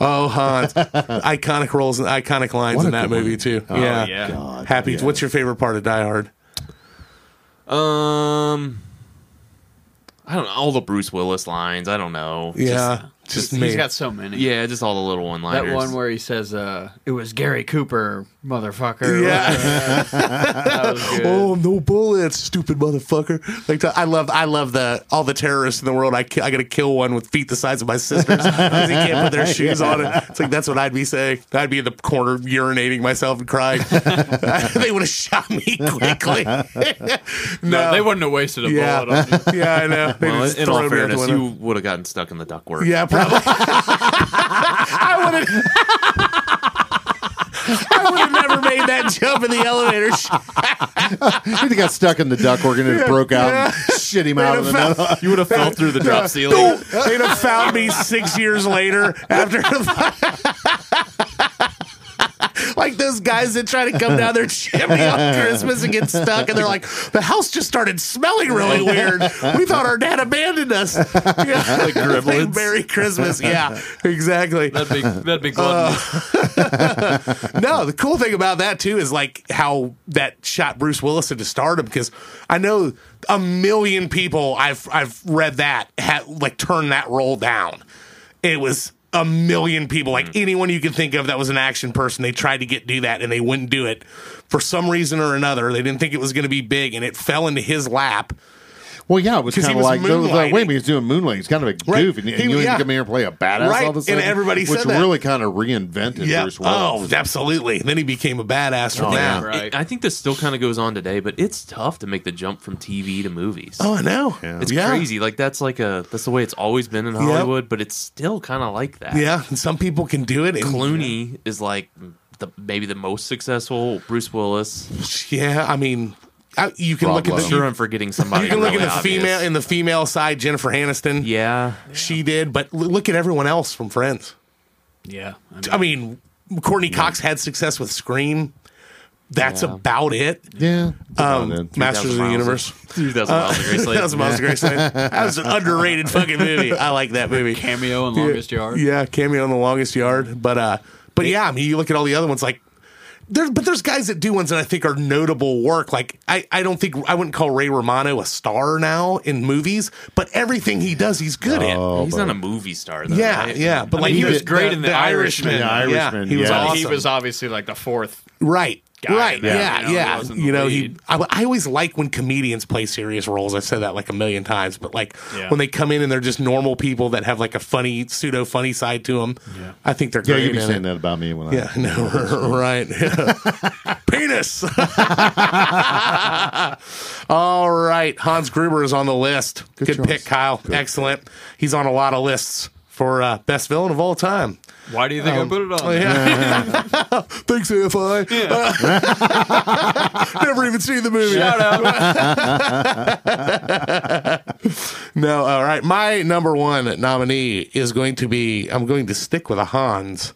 Speaker 1: oh, Hans! Iconic roles and iconic lines
Speaker 6: What a
Speaker 1: in that
Speaker 6: good one.
Speaker 1: movie too. yeah.
Speaker 4: yeah.
Speaker 6: God,
Speaker 1: Happy.
Speaker 6: yeah.
Speaker 1: What's your favorite part of Die Hard?
Speaker 5: Um, I don't know all the Bruce Willis lines. I don't know. Just-
Speaker 1: Yeah, just, me.
Speaker 4: He's got so many.
Speaker 5: yeah, just all the little one
Speaker 4: That
Speaker 5: liners.
Speaker 4: one where he says, uh, it was Gary Cooper, motherfucker.
Speaker 1: yeah.
Speaker 4: That was good.
Speaker 1: Oh, no bullets, stupid motherfucker! Like I love, I love the all the terrorists in the world. I, ki- I gotta kill one with feet the size of my sister's because he can't put their shoes on. It. It's like that's what I'd be saying. I'd be in the corner urinating myself and crying. they would have shot me quickly. no,
Speaker 4: No, they wouldn't have wasted a
Speaker 1: Yeah,
Speaker 4: bullet on you.
Speaker 1: yeah, I know. They
Speaker 5: Well,
Speaker 1: just
Speaker 5: in
Speaker 1: throw
Speaker 5: all
Speaker 1: me out the
Speaker 5: fairness,
Speaker 1: window.
Speaker 5: you would have gotten stuck in the ductwork.
Speaker 1: yeah, probably. I would have. I would have never made that jump in the elevator.
Speaker 6: He got stuck in the duck organ and it broke out and shit him out of the metal.
Speaker 5: you would have fell through the drop ceiling.
Speaker 1: They'd have found me six years later after. Like those guys that try to come down their chimney on Christmas and get stuck, and they're like, "The house just started smelling really weird. We thought our dad abandoned us." Yeah. Like
Speaker 5: gremlins.
Speaker 1: Merry Christmas. Yeah, exactly.
Speaker 4: That'd be, that'd be gluttony.
Speaker 1: Uh, No, the cool thing about that too is like how that shot Bruce Willis into stardom because I know a million people I've I've read that had like turned that role down. It was a million people, like anyone you could think of that was an action person, they tried to get do that and they wouldn't do it for some reason or another. They didn't think it was going to be big, and it fell into his lap.
Speaker 6: Well, yeah, it was
Speaker 1: 'Cause he
Speaker 6: kind of
Speaker 1: was
Speaker 6: like, there was like,
Speaker 1: moonlighting.
Speaker 6: wait a minute, he's doing moonlighting. He's kind of a goof,
Speaker 1: Right.
Speaker 6: and, and
Speaker 1: He-
Speaker 6: you
Speaker 1: yeah.
Speaker 6: even come here and play a badass
Speaker 1: Right,
Speaker 6: all of a
Speaker 1: and
Speaker 6: sudden,
Speaker 1: everybody
Speaker 6: which
Speaker 1: said that.
Speaker 6: really kind of reinvented
Speaker 1: Yeah.
Speaker 6: Bruce
Speaker 1: Oh,
Speaker 6: Willis.
Speaker 1: absolutely. Then he became a badass from that.
Speaker 4: yeah.
Speaker 5: It- I think this still kind of goes on today, but it's tough to make the jump from TV to movies.
Speaker 1: Oh, I know.
Speaker 5: It's
Speaker 1: Yeah.
Speaker 5: crazy. Like that's like a that's the way it's always been in Hollywood, but it's still kind of like that.
Speaker 1: Yeah, and some people can do it. and-
Speaker 5: Clooney is like the maybe the most successful. Bruce Willis.
Speaker 1: Yeah, I mean, I, you can
Speaker 6: Rob
Speaker 1: look at the
Speaker 6: Lowe.
Speaker 5: Sure, I'm forgetting somebody.
Speaker 1: You can look
Speaker 5: really
Speaker 1: at the
Speaker 5: obvious.
Speaker 1: female in the female side, Jennifer Aniston.
Speaker 5: yeah,
Speaker 1: she did. But l- look at everyone else from Friends.
Speaker 4: Yeah.
Speaker 1: I mean, Courtney Cox had success with Scream. That's
Speaker 5: Yeah.
Speaker 1: about it.
Speaker 6: Yeah,
Speaker 1: Um, Masters of
Speaker 5: 3,000
Speaker 1: the
Speaker 5: miles.
Speaker 1: Universe.
Speaker 5: 2000 miles of Graceland.
Speaker 1: That was Miles Graceland. That was an underrated fucking movie. I like that movie.
Speaker 4: Cameo in Longest Yard.
Speaker 1: Yeah, cameo on the longest yard. But uh but yeah, I mean you look at all the other ones like there but there's guys that do ones that I think are notable work. Like I, I don't think I wouldn't call Ray Romano a star now in movies, but everything he does he's good
Speaker 6: Oh,
Speaker 5: He's not a movie star, though.
Speaker 1: in. Yeah,
Speaker 5: right?
Speaker 1: yeah. But
Speaker 4: I
Speaker 1: like
Speaker 4: mean, he was great in The
Speaker 6: Irishman. The Irishman,
Speaker 1: he was
Speaker 6: yeah.
Speaker 1: awesome.
Speaker 4: He was obviously like the fourth.
Speaker 1: Right.
Speaker 4: guy
Speaker 1: right.
Speaker 4: in that,
Speaker 1: Yeah. Yeah. yeah.
Speaker 4: you know, he was in the
Speaker 1: You know, he.
Speaker 4: lead.
Speaker 1: I, I always like when comedians play serious roles. I've said that like a million times, but like
Speaker 4: Yeah.
Speaker 1: when they come in and they're just normal people that have like a funny, pseudo funny side to them,
Speaker 4: Yeah.
Speaker 1: I think they're
Speaker 6: yeah,
Speaker 1: great.
Speaker 6: you'd be
Speaker 1: in
Speaker 6: saying
Speaker 1: it.
Speaker 6: that about me when
Speaker 1: Yeah. No, right. Penis. All right. Hans Gruber is on the list. Good,
Speaker 6: choice.
Speaker 1: pick, Kyle. Excellent. He's on a lot of lists for uh, best villain of all time.
Speaker 4: Why do you think I put it on?
Speaker 1: Oh, yeah. Thanks, AFI. Uh, never even seen the movie.
Speaker 4: Shout out.
Speaker 1: No, all right. My number one nominee is going to be I'm going to stick with a Hans,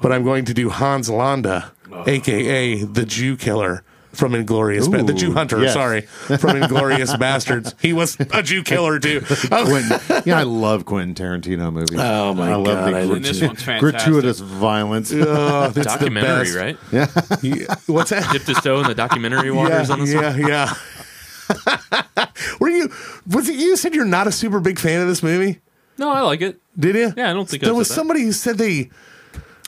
Speaker 1: but I'm going to do Hans Landa aka the Jew killer from Inglorious, ba- the Jew hunter,
Speaker 6: yes.
Speaker 1: sorry, from Inglorious Bastards. He was a Jew killer too.
Speaker 6: Oh.
Speaker 1: I was-
Speaker 6: Quentin, yeah, I love Quentin Tarantino movies.
Speaker 2: Oh, my
Speaker 6: I love
Speaker 2: God,
Speaker 6: The
Speaker 2: I
Speaker 6: gr-
Speaker 2: did
Speaker 4: And this one's fantastic.
Speaker 6: gratuitous violence.
Speaker 1: Ugh, that's the
Speaker 5: documentary,
Speaker 1: best.
Speaker 5: right?
Speaker 1: Yeah. What's that?
Speaker 5: Dip this toe in the documentary waters
Speaker 1: yeah,
Speaker 5: on this
Speaker 1: yeah,
Speaker 5: one.
Speaker 1: yeah. Were you? Was it you said you're not a super big fan of this movie?
Speaker 5: No, I like it.
Speaker 1: Did you?
Speaker 5: Yeah, I don't think I
Speaker 1: there
Speaker 5: said
Speaker 1: was
Speaker 5: that.
Speaker 1: somebody who said they.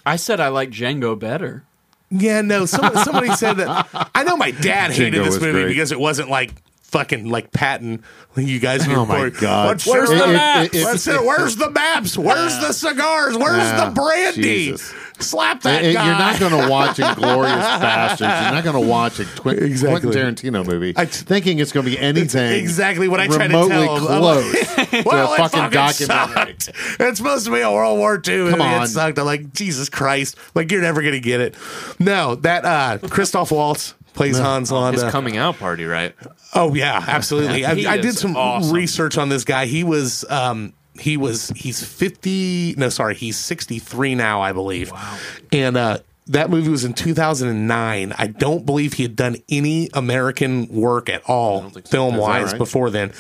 Speaker 4: I said I like Django better.
Speaker 1: Yeah, no. Some, somebody said that. I know my dad hated
Speaker 6: Django
Speaker 1: this
Speaker 6: was
Speaker 1: movie
Speaker 6: great.
Speaker 1: because it wasn't like fucking like Patton. You guys,
Speaker 6: Oh, my God.
Speaker 1: What's, where's
Speaker 6: It-
Speaker 1: the
Speaker 6: it-
Speaker 1: maps?
Speaker 6: it- it-
Speaker 1: What's it- Ah. where's the maps? Where's the cigars? Where's
Speaker 6: Yeah,
Speaker 1: the brandy?
Speaker 6: Jesus.
Speaker 1: Slap that
Speaker 6: And- and
Speaker 1: guy.
Speaker 6: you're not going to watch Inglorious Bastards. You're not going to watch a Twi-
Speaker 1: Exactly.
Speaker 6: Quentin Tarantino movie
Speaker 1: I-
Speaker 6: thinking it's going to be anything.
Speaker 1: exactly what I try to
Speaker 6: remotely
Speaker 1: tell 'em. I'm
Speaker 6: close to
Speaker 1: well,
Speaker 6: a
Speaker 1: it
Speaker 6: fucking
Speaker 1: fucking,
Speaker 6: documentary.
Speaker 1: sucked. It's supposed to be a World War II
Speaker 6: Come
Speaker 1: movie.
Speaker 6: on.
Speaker 1: It sucked. I'm like, Jesus Christ. Like, you're never going to get it. No, that uh Christoph Waltz plays Hans Landa.
Speaker 5: His coming out party, right?
Speaker 1: Oh yeah, absolutely.
Speaker 4: He
Speaker 1: I, I
Speaker 4: is
Speaker 1: did some
Speaker 4: awesome.
Speaker 1: research on this guy. He was um he was he's 50 no sorry, he's 63 now, I believe. Wow. And uh that movie was in 2009. I don't believe he had done any American work at all, film wise,
Speaker 6: right?
Speaker 1: before then.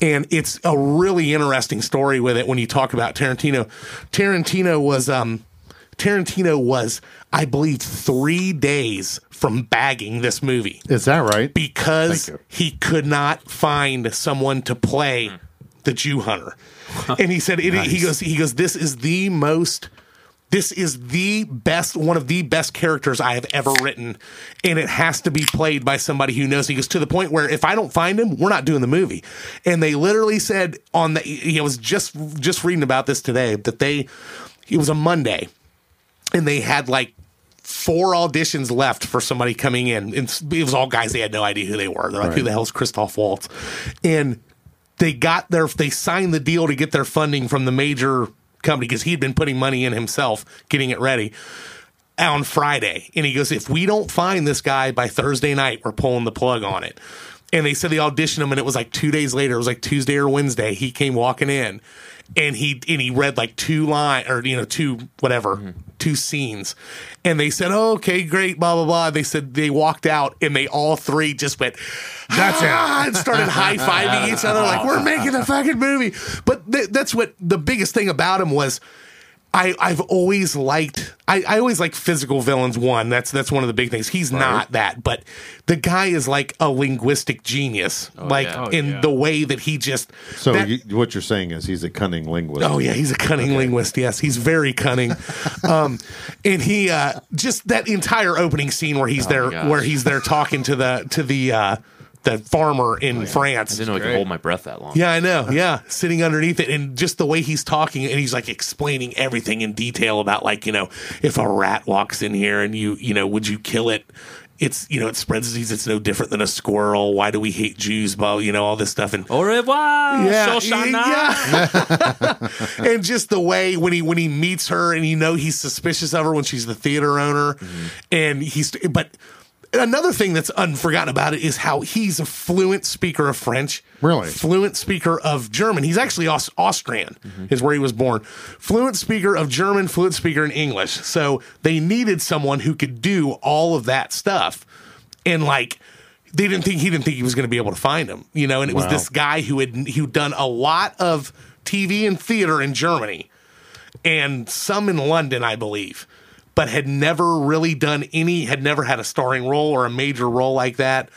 Speaker 1: And it's a really interesting story with it when you talk about Tarantino. Tarantino was um Tarantino was, I believe, three days from bagging this movie
Speaker 6: Is that right?
Speaker 1: because
Speaker 6: Thank you. Hmm.
Speaker 1: he could not find someone to play the Jew hunter. and he said, it, he goes, he goes, this is the most, this is the best, one of the best characters I have ever written. And it has to be played by somebody who knows. He goes to the point where if I don't find him, we're not doing the movie. And they literally said on the, he- I was just, just reading about this today that they, it was a Monday and they had like four auditions left for somebody coming in. And it was all guys they had no idea who they were. They're like, who the hell's Christoph Waltz? And they got their they signed the deal to get their funding from the major company because he'd been putting money in himself, getting it ready on Friday. And he goes, if we don't find this guy by Thursday night, we're pulling the plug on it. And they said they auditioned him, and it was like two days later. It was like Tuesday or Wednesday. He came walking in, and he and he read like two line or you know two whatever two scenes, and they said, oh, "Okay, great, blah blah blah." They said they walked out, and they all three just went, "That's it," and started high fiving each other like we're making a fucking movie. But th- that's what the biggest thing about him was. I, I've always liked I, I always like physical villains one. That's that's one of the big things. He's not that, but the guy is like a linguistic genius. like
Speaker 5: yeah.
Speaker 4: Oh,
Speaker 1: in
Speaker 4: yeah.
Speaker 1: the way that he just
Speaker 6: So
Speaker 1: that-
Speaker 6: you, what you're saying is he's a cunning linguist.
Speaker 1: Oh yeah, he's a cunning linguist. Yes, he's very cunning. um, and he uh, just that entire opening scene where he's there
Speaker 5: Oh, gosh.
Speaker 1: where he's there talking to the to the uh, the farmer in France.
Speaker 5: Oh, I didn't know I could hold my breath that long.
Speaker 1: Yeah, I know. Yeah, sitting underneath it, and just the way he's talking, and he's like explaining everything in detail about like you know, if a rat walks in here and you you know, would you kill it? It's you know, it spreads disease. It's no different than a squirrel. Why do we hate Jews? Well, you know, all this stuff and
Speaker 5: Au revoir, Shoshana.
Speaker 1: yeah. and just the way when he when he meets her and you know he's suspicious of her when she's the theater owner, and he's but another thing that's unforgotten about it is how he's a fluent speaker of French,
Speaker 6: Really?
Speaker 1: fluent speaker of German. He's actually Aus- Austrian, is where he was born. Fluent speaker of German, fluent speaker in English. So they needed someone who could do all of that stuff, and like. They didn't think he didn't think he was going to be able to find him, you know. And it was
Speaker 6: Wow.
Speaker 1: this guy who had who done a lot of TV and theater in Germany, and some in London, I believe, but had never really done any, had never had a starring role or a major role like that.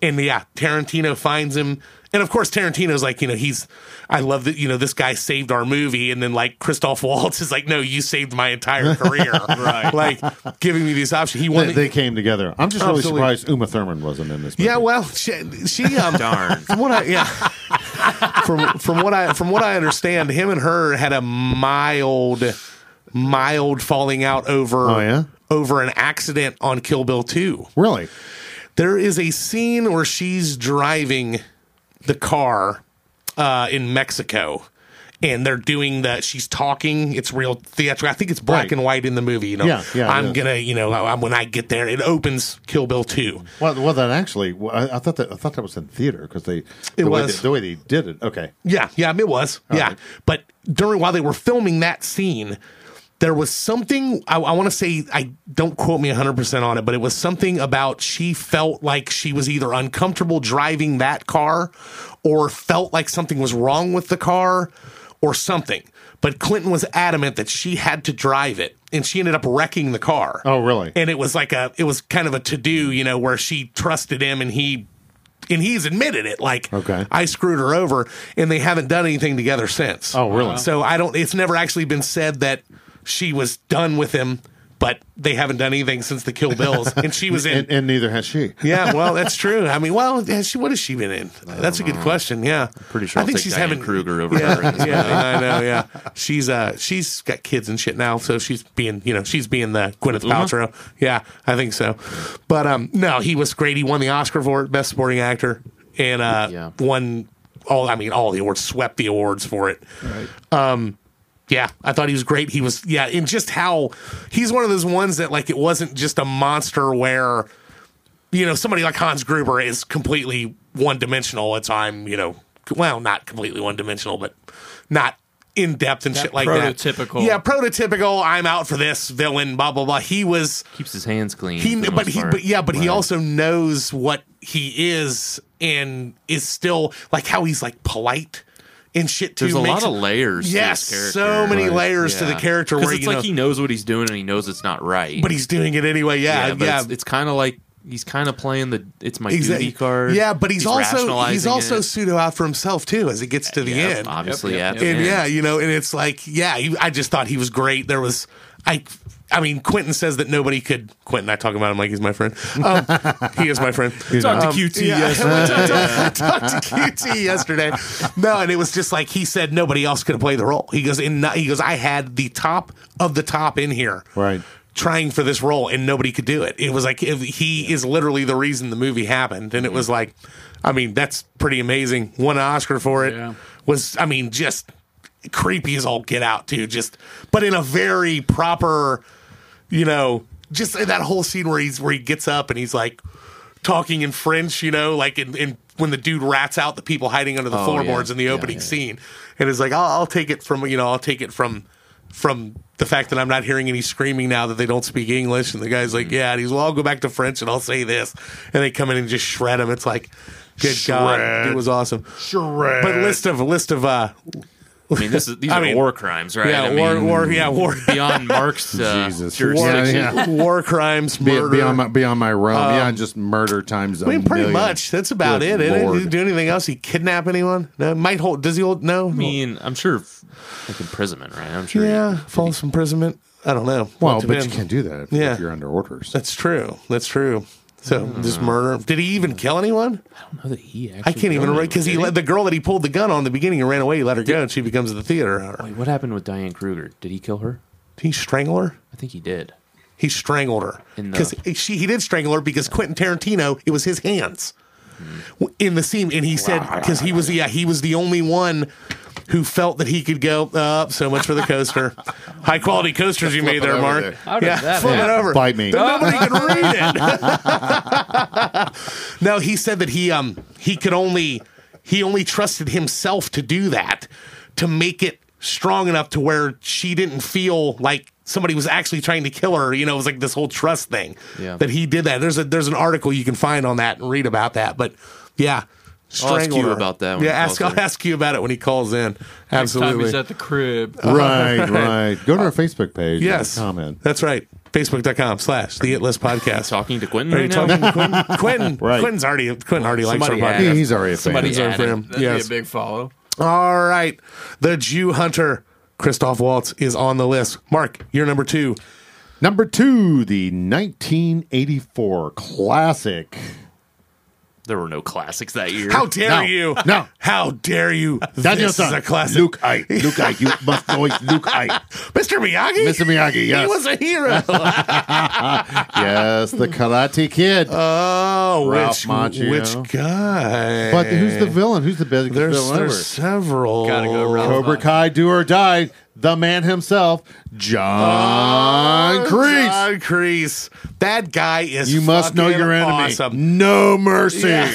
Speaker 1: And yeah, Tarantino finds him. And of course, Tarantino's like, you know, he's, I love that, you know, this guy saved our movie. And then like Christoph Waltz is like, no, you saved my entire career. right. Like giving me this option. He
Speaker 6: They,
Speaker 1: wanted,
Speaker 6: they came together. I'm just
Speaker 1: Absolutely.
Speaker 6: really surprised Uma Thurman wasn't in this movie.
Speaker 1: yeah, well, she, she um,
Speaker 5: Darn.
Speaker 1: from what I yeah from from what I from what I understand, him and her had a mild mild falling out over
Speaker 6: Oh, yeah?
Speaker 1: over an accident on Kill Bill two.
Speaker 6: Really?
Speaker 1: There is a scene where she's driving the car uh, in Mexico. And they're doing the. She's talking. It's real theatrical. I think it's black
Speaker 6: Right.
Speaker 1: and white in the movie. You know,
Speaker 6: Yeah, yeah,
Speaker 1: I'm
Speaker 6: yeah.
Speaker 1: gonna, you know, I'm, when I get there, it opens Kill Bill two.
Speaker 6: Well, well, that actually, well, I, I thought that I thought that was in theater because they the way
Speaker 1: was.
Speaker 6: they, the way they did it. Okay,
Speaker 1: Yeah, yeah, it was. yeah.
Speaker 6: right.
Speaker 1: But during while they were filming that scene, There was something I, I want to say. I don't quote me 100 percent on it, but it was something about she felt like she was either uncomfortable driving that car, or felt like something was wrong with the car, or something. But Clinton was adamant that she had to drive it, and she ended up wrecking the car.
Speaker 6: Oh, really?
Speaker 1: And it was like a, it was kind of a to do, you know, where she trusted him and he and he's admitted it. Like,
Speaker 6: Okay.
Speaker 1: I screwed her over, and they haven't done anything together since.
Speaker 6: Oh, really?
Speaker 1: So I don't. It's never actually been said that she was done with him, but they haven't done anything since the Kill Bills, and she was in.
Speaker 6: and, and neither has she.
Speaker 1: yeah, well, that's true. I mean, well, has she, what has she been in? That's a good question. Yeah,
Speaker 5: Pretty sure
Speaker 1: I
Speaker 5: I'll
Speaker 1: think
Speaker 5: take
Speaker 1: she's
Speaker 5: Diane
Speaker 1: having
Speaker 5: Kruger over her.
Speaker 1: Yeah, yeah, I know. Yeah, she's uh, she's got kids and shit now, so she's being, you know, she's being the Gwyneth
Speaker 5: Uh-huh.
Speaker 1: Paltrow. Yeah, I think so. But um, no, he was great. He won the Oscar for it, best supporting actor, and uh,
Speaker 5: Yeah.
Speaker 1: won all. I mean, all the awards, swept the awards for it. Yeah, I thought he was great. He was yeah, and just how he's one of those ones that like it wasn't just a monster where you know somebody like Hans Gruber is completely one dimensional at time. You know, well, not completely one dimensional, but not in depth and shit like that.
Speaker 4: prototypical.
Speaker 1: Yeah, prototypical. I'm out for this villain. Blah blah blah. He was
Speaker 5: Keeps his hands clean.
Speaker 1: he,
Speaker 5: for the
Speaker 1: but
Speaker 5: most
Speaker 1: he,
Speaker 5: part.
Speaker 1: but yeah, but he
Speaker 5: Right.
Speaker 1: also knows what he is and is still like how he's like polite and shit too.
Speaker 5: There's a
Speaker 1: makes-
Speaker 5: lot of layers.
Speaker 1: Yes,
Speaker 5: to his
Speaker 1: so many
Speaker 5: Right.
Speaker 1: layers to the character
Speaker 5: Because
Speaker 1: where,
Speaker 5: it's
Speaker 1: you
Speaker 5: like
Speaker 1: know-
Speaker 5: he knows what he's doing and he knows it's not right.
Speaker 1: but he's doing it anyway. Yeah, yeah.
Speaker 5: but It's, it's kind of like he's kind of playing the it's my
Speaker 1: Exactly.
Speaker 5: duty card.
Speaker 1: Yeah, but he's, also he's
Speaker 5: rationalizing
Speaker 1: also
Speaker 5: it.
Speaker 1: pseudo out for himself too as it gets to the
Speaker 5: Yeah,
Speaker 1: end.
Speaker 5: Obviously,
Speaker 4: Yep, yep,
Speaker 5: at the
Speaker 4: yep.
Speaker 1: and
Speaker 5: end.
Speaker 1: yeah, you know, and it's like, yeah, he, I just thought he was great. There was, I, I mean, Quentin says that nobody could. Quentin, I talk about him like he's my friend. Um, he is my friend. Um,
Speaker 4: Talk to QT
Speaker 1: yeah,
Speaker 4: yesterday.
Speaker 1: I talked- talked to QT yesterday. No, and it was just like he said nobody else could play the role. He goes, and not- he goes, I had the top of the top in here,
Speaker 6: Right.
Speaker 1: Trying for this role, and nobody could do it. It was like if he is literally the reason the movie happened, and it was like, I mean, that's pretty amazing. Won an Oscar for it.
Speaker 4: Yeah.
Speaker 1: Was I mean, just creepy as all get out too. Just, but in a very proper you know, just in that whole scene where he's where he gets up and he's like talking in French, you know, like in, in when the dude rats out the people hiding under the
Speaker 5: Oh,
Speaker 1: floorboards
Speaker 5: yeah.
Speaker 1: in the
Speaker 5: Yeah,
Speaker 1: opening
Speaker 5: yeah.
Speaker 1: scene, and it's like, I'll, I'll take it from you know, I'll take it from from the fact that I'm not hearing any screaming now that they don't speak English, and the guy's like, yeah, and he's well, I'll go back to French and I'll say this, and they come in and just shred him. It's like, good God, it was awesome.
Speaker 6: Sure.
Speaker 1: But list of list of uh,
Speaker 5: I mean, this is these
Speaker 1: I
Speaker 5: are
Speaker 1: mean-
Speaker 5: war crimes, right?
Speaker 1: yeah,
Speaker 5: I
Speaker 1: war,
Speaker 5: mean,
Speaker 1: war, yeah, war,
Speaker 5: beyond Mark's uh,
Speaker 6: Jesus.
Speaker 5: jurisdiction.
Speaker 6: Yeah, yeah.
Speaker 1: war crimes,
Speaker 6: Be,
Speaker 1: murder. Um,
Speaker 6: beyond my beyond my realm. yeah, just murder times.
Speaker 1: I mean, pretty much. That's about it.
Speaker 6: Good
Speaker 1: It
Speaker 6: Lord.
Speaker 1: didn't do anything else. He kidnap anyone? No. Might hold. Does he hold? No.
Speaker 5: I mean, I'm sure f- like imprisonment, right? I'm sure.
Speaker 1: yeah. False imprisonment. I don't know.
Speaker 6: Well,
Speaker 1: It
Speaker 6: but you
Speaker 1: depends.
Speaker 6: can't do that if,
Speaker 1: Yeah.
Speaker 6: if you're under orders.
Speaker 1: That's true. That's true. So
Speaker 6: Mm-hmm.
Speaker 1: just murder. Did he even kill anyone?
Speaker 5: I don't know that he actually.
Speaker 1: I can't even
Speaker 5: killed
Speaker 1: remember because he
Speaker 5: anyone,
Speaker 1: let the girl that he pulled the gun on in the beginning and ran away. He let her go, and she becomes the theater.
Speaker 5: did
Speaker 1: owner.
Speaker 5: he? Wait, what happened with Diane Kruger? Did he kill her?
Speaker 1: Did he strangle her?
Speaker 5: I think he did.
Speaker 1: He strangled her
Speaker 5: In the-
Speaker 1: because she he did strangle her because Quentin Tarantino it was his hands W in the scene, and he said because he was yeah he was the only one who felt that he could go up so much for the coaster, high quality coasters you made
Speaker 6: Flip
Speaker 1: there,
Speaker 6: it over
Speaker 1: Mark.
Speaker 6: there.
Speaker 4: How did
Speaker 1: yeah,
Speaker 4: that
Speaker 1: flip it
Speaker 6: happen?
Speaker 1: over.
Speaker 6: Bite me.
Speaker 1: Then Nobody could read it. no, he said that he um he could only he only trusted himself to do that to make it strong enough to where she didn't feel like somebody was actually trying to kill her. You know, it was like this whole trust thing
Speaker 5: Yeah.
Speaker 1: that he did that. There's a there's an article you can find on that and read about that. But yeah.
Speaker 5: I'll ask
Speaker 1: strangled
Speaker 5: you
Speaker 1: her.
Speaker 5: about that when
Speaker 1: Yeah,
Speaker 5: he
Speaker 1: ask,
Speaker 5: calls
Speaker 1: I'll
Speaker 5: in.
Speaker 1: ask you about it when he calls in.
Speaker 4: Next time
Speaker 1: Absolutely. Uh,
Speaker 4: he's at the crib.
Speaker 6: right, right. Go to our Facebook page. and
Speaker 1: yes.
Speaker 6: Comment.
Speaker 1: That's right. Facebook.com slash the It List Podcast.
Speaker 5: Talking to Quentin
Speaker 1: Are you
Speaker 5: right now.
Speaker 1: talking to Quentin? Quentin,
Speaker 6: Right.
Speaker 1: Quentin's already Quentin already likes our
Speaker 5: Somebody
Speaker 1: podcast.
Speaker 5: add
Speaker 6: Yeah, he's already a fan.
Speaker 5: Somebody-
Speaker 4: That'd
Speaker 5: add him.
Speaker 4: be
Speaker 1: Yes.
Speaker 4: a big follow.
Speaker 1: All right, the Jew Hunter Christoph Waltz is on the list. Mark, you're number two.
Speaker 6: Number two, the 1984 classic.
Speaker 5: There were no classics that year.
Speaker 1: How dare
Speaker 6: No.
Speaker 1: you?
Speaker 6: No.
Speaker 1: How dare you? this is a classic,
Speaker 6: Luke Ike. Luke Ike. You must know Luke Ike.
Speaker 1: Mr. Miyagi.
Speaker 6: Mr. Miyagi,
Speaker 1: He
Speaker 6: yes.
Speaker 1: was a hero.
Speaker 6: yes, the Karate Kid.
Speaker 1: oh,
Speaker 6: Ralph
Speaker 1: which
Speaker 6: Macchio.
Speaker 1: which guy?
Speaker 6: but who's the villain? Who's the biggest
Speaker 1: There's,
Speaker 6: villain ever?
Speaker 1: there's several.
Speaker 4: Gotta go Ralph.
Speaker 6: Cobra Kai, Do or Die, the man himself,
Speaker 1: Oh,
Speaker 6: John Kreese.
Speaker 1: John Kreese. That guy is.
Speaker 6: You must know
Speaker 1: fucking
Speaker 6: your enemy.
Speaker 1: Awesome.
Speaker 6: No mercy.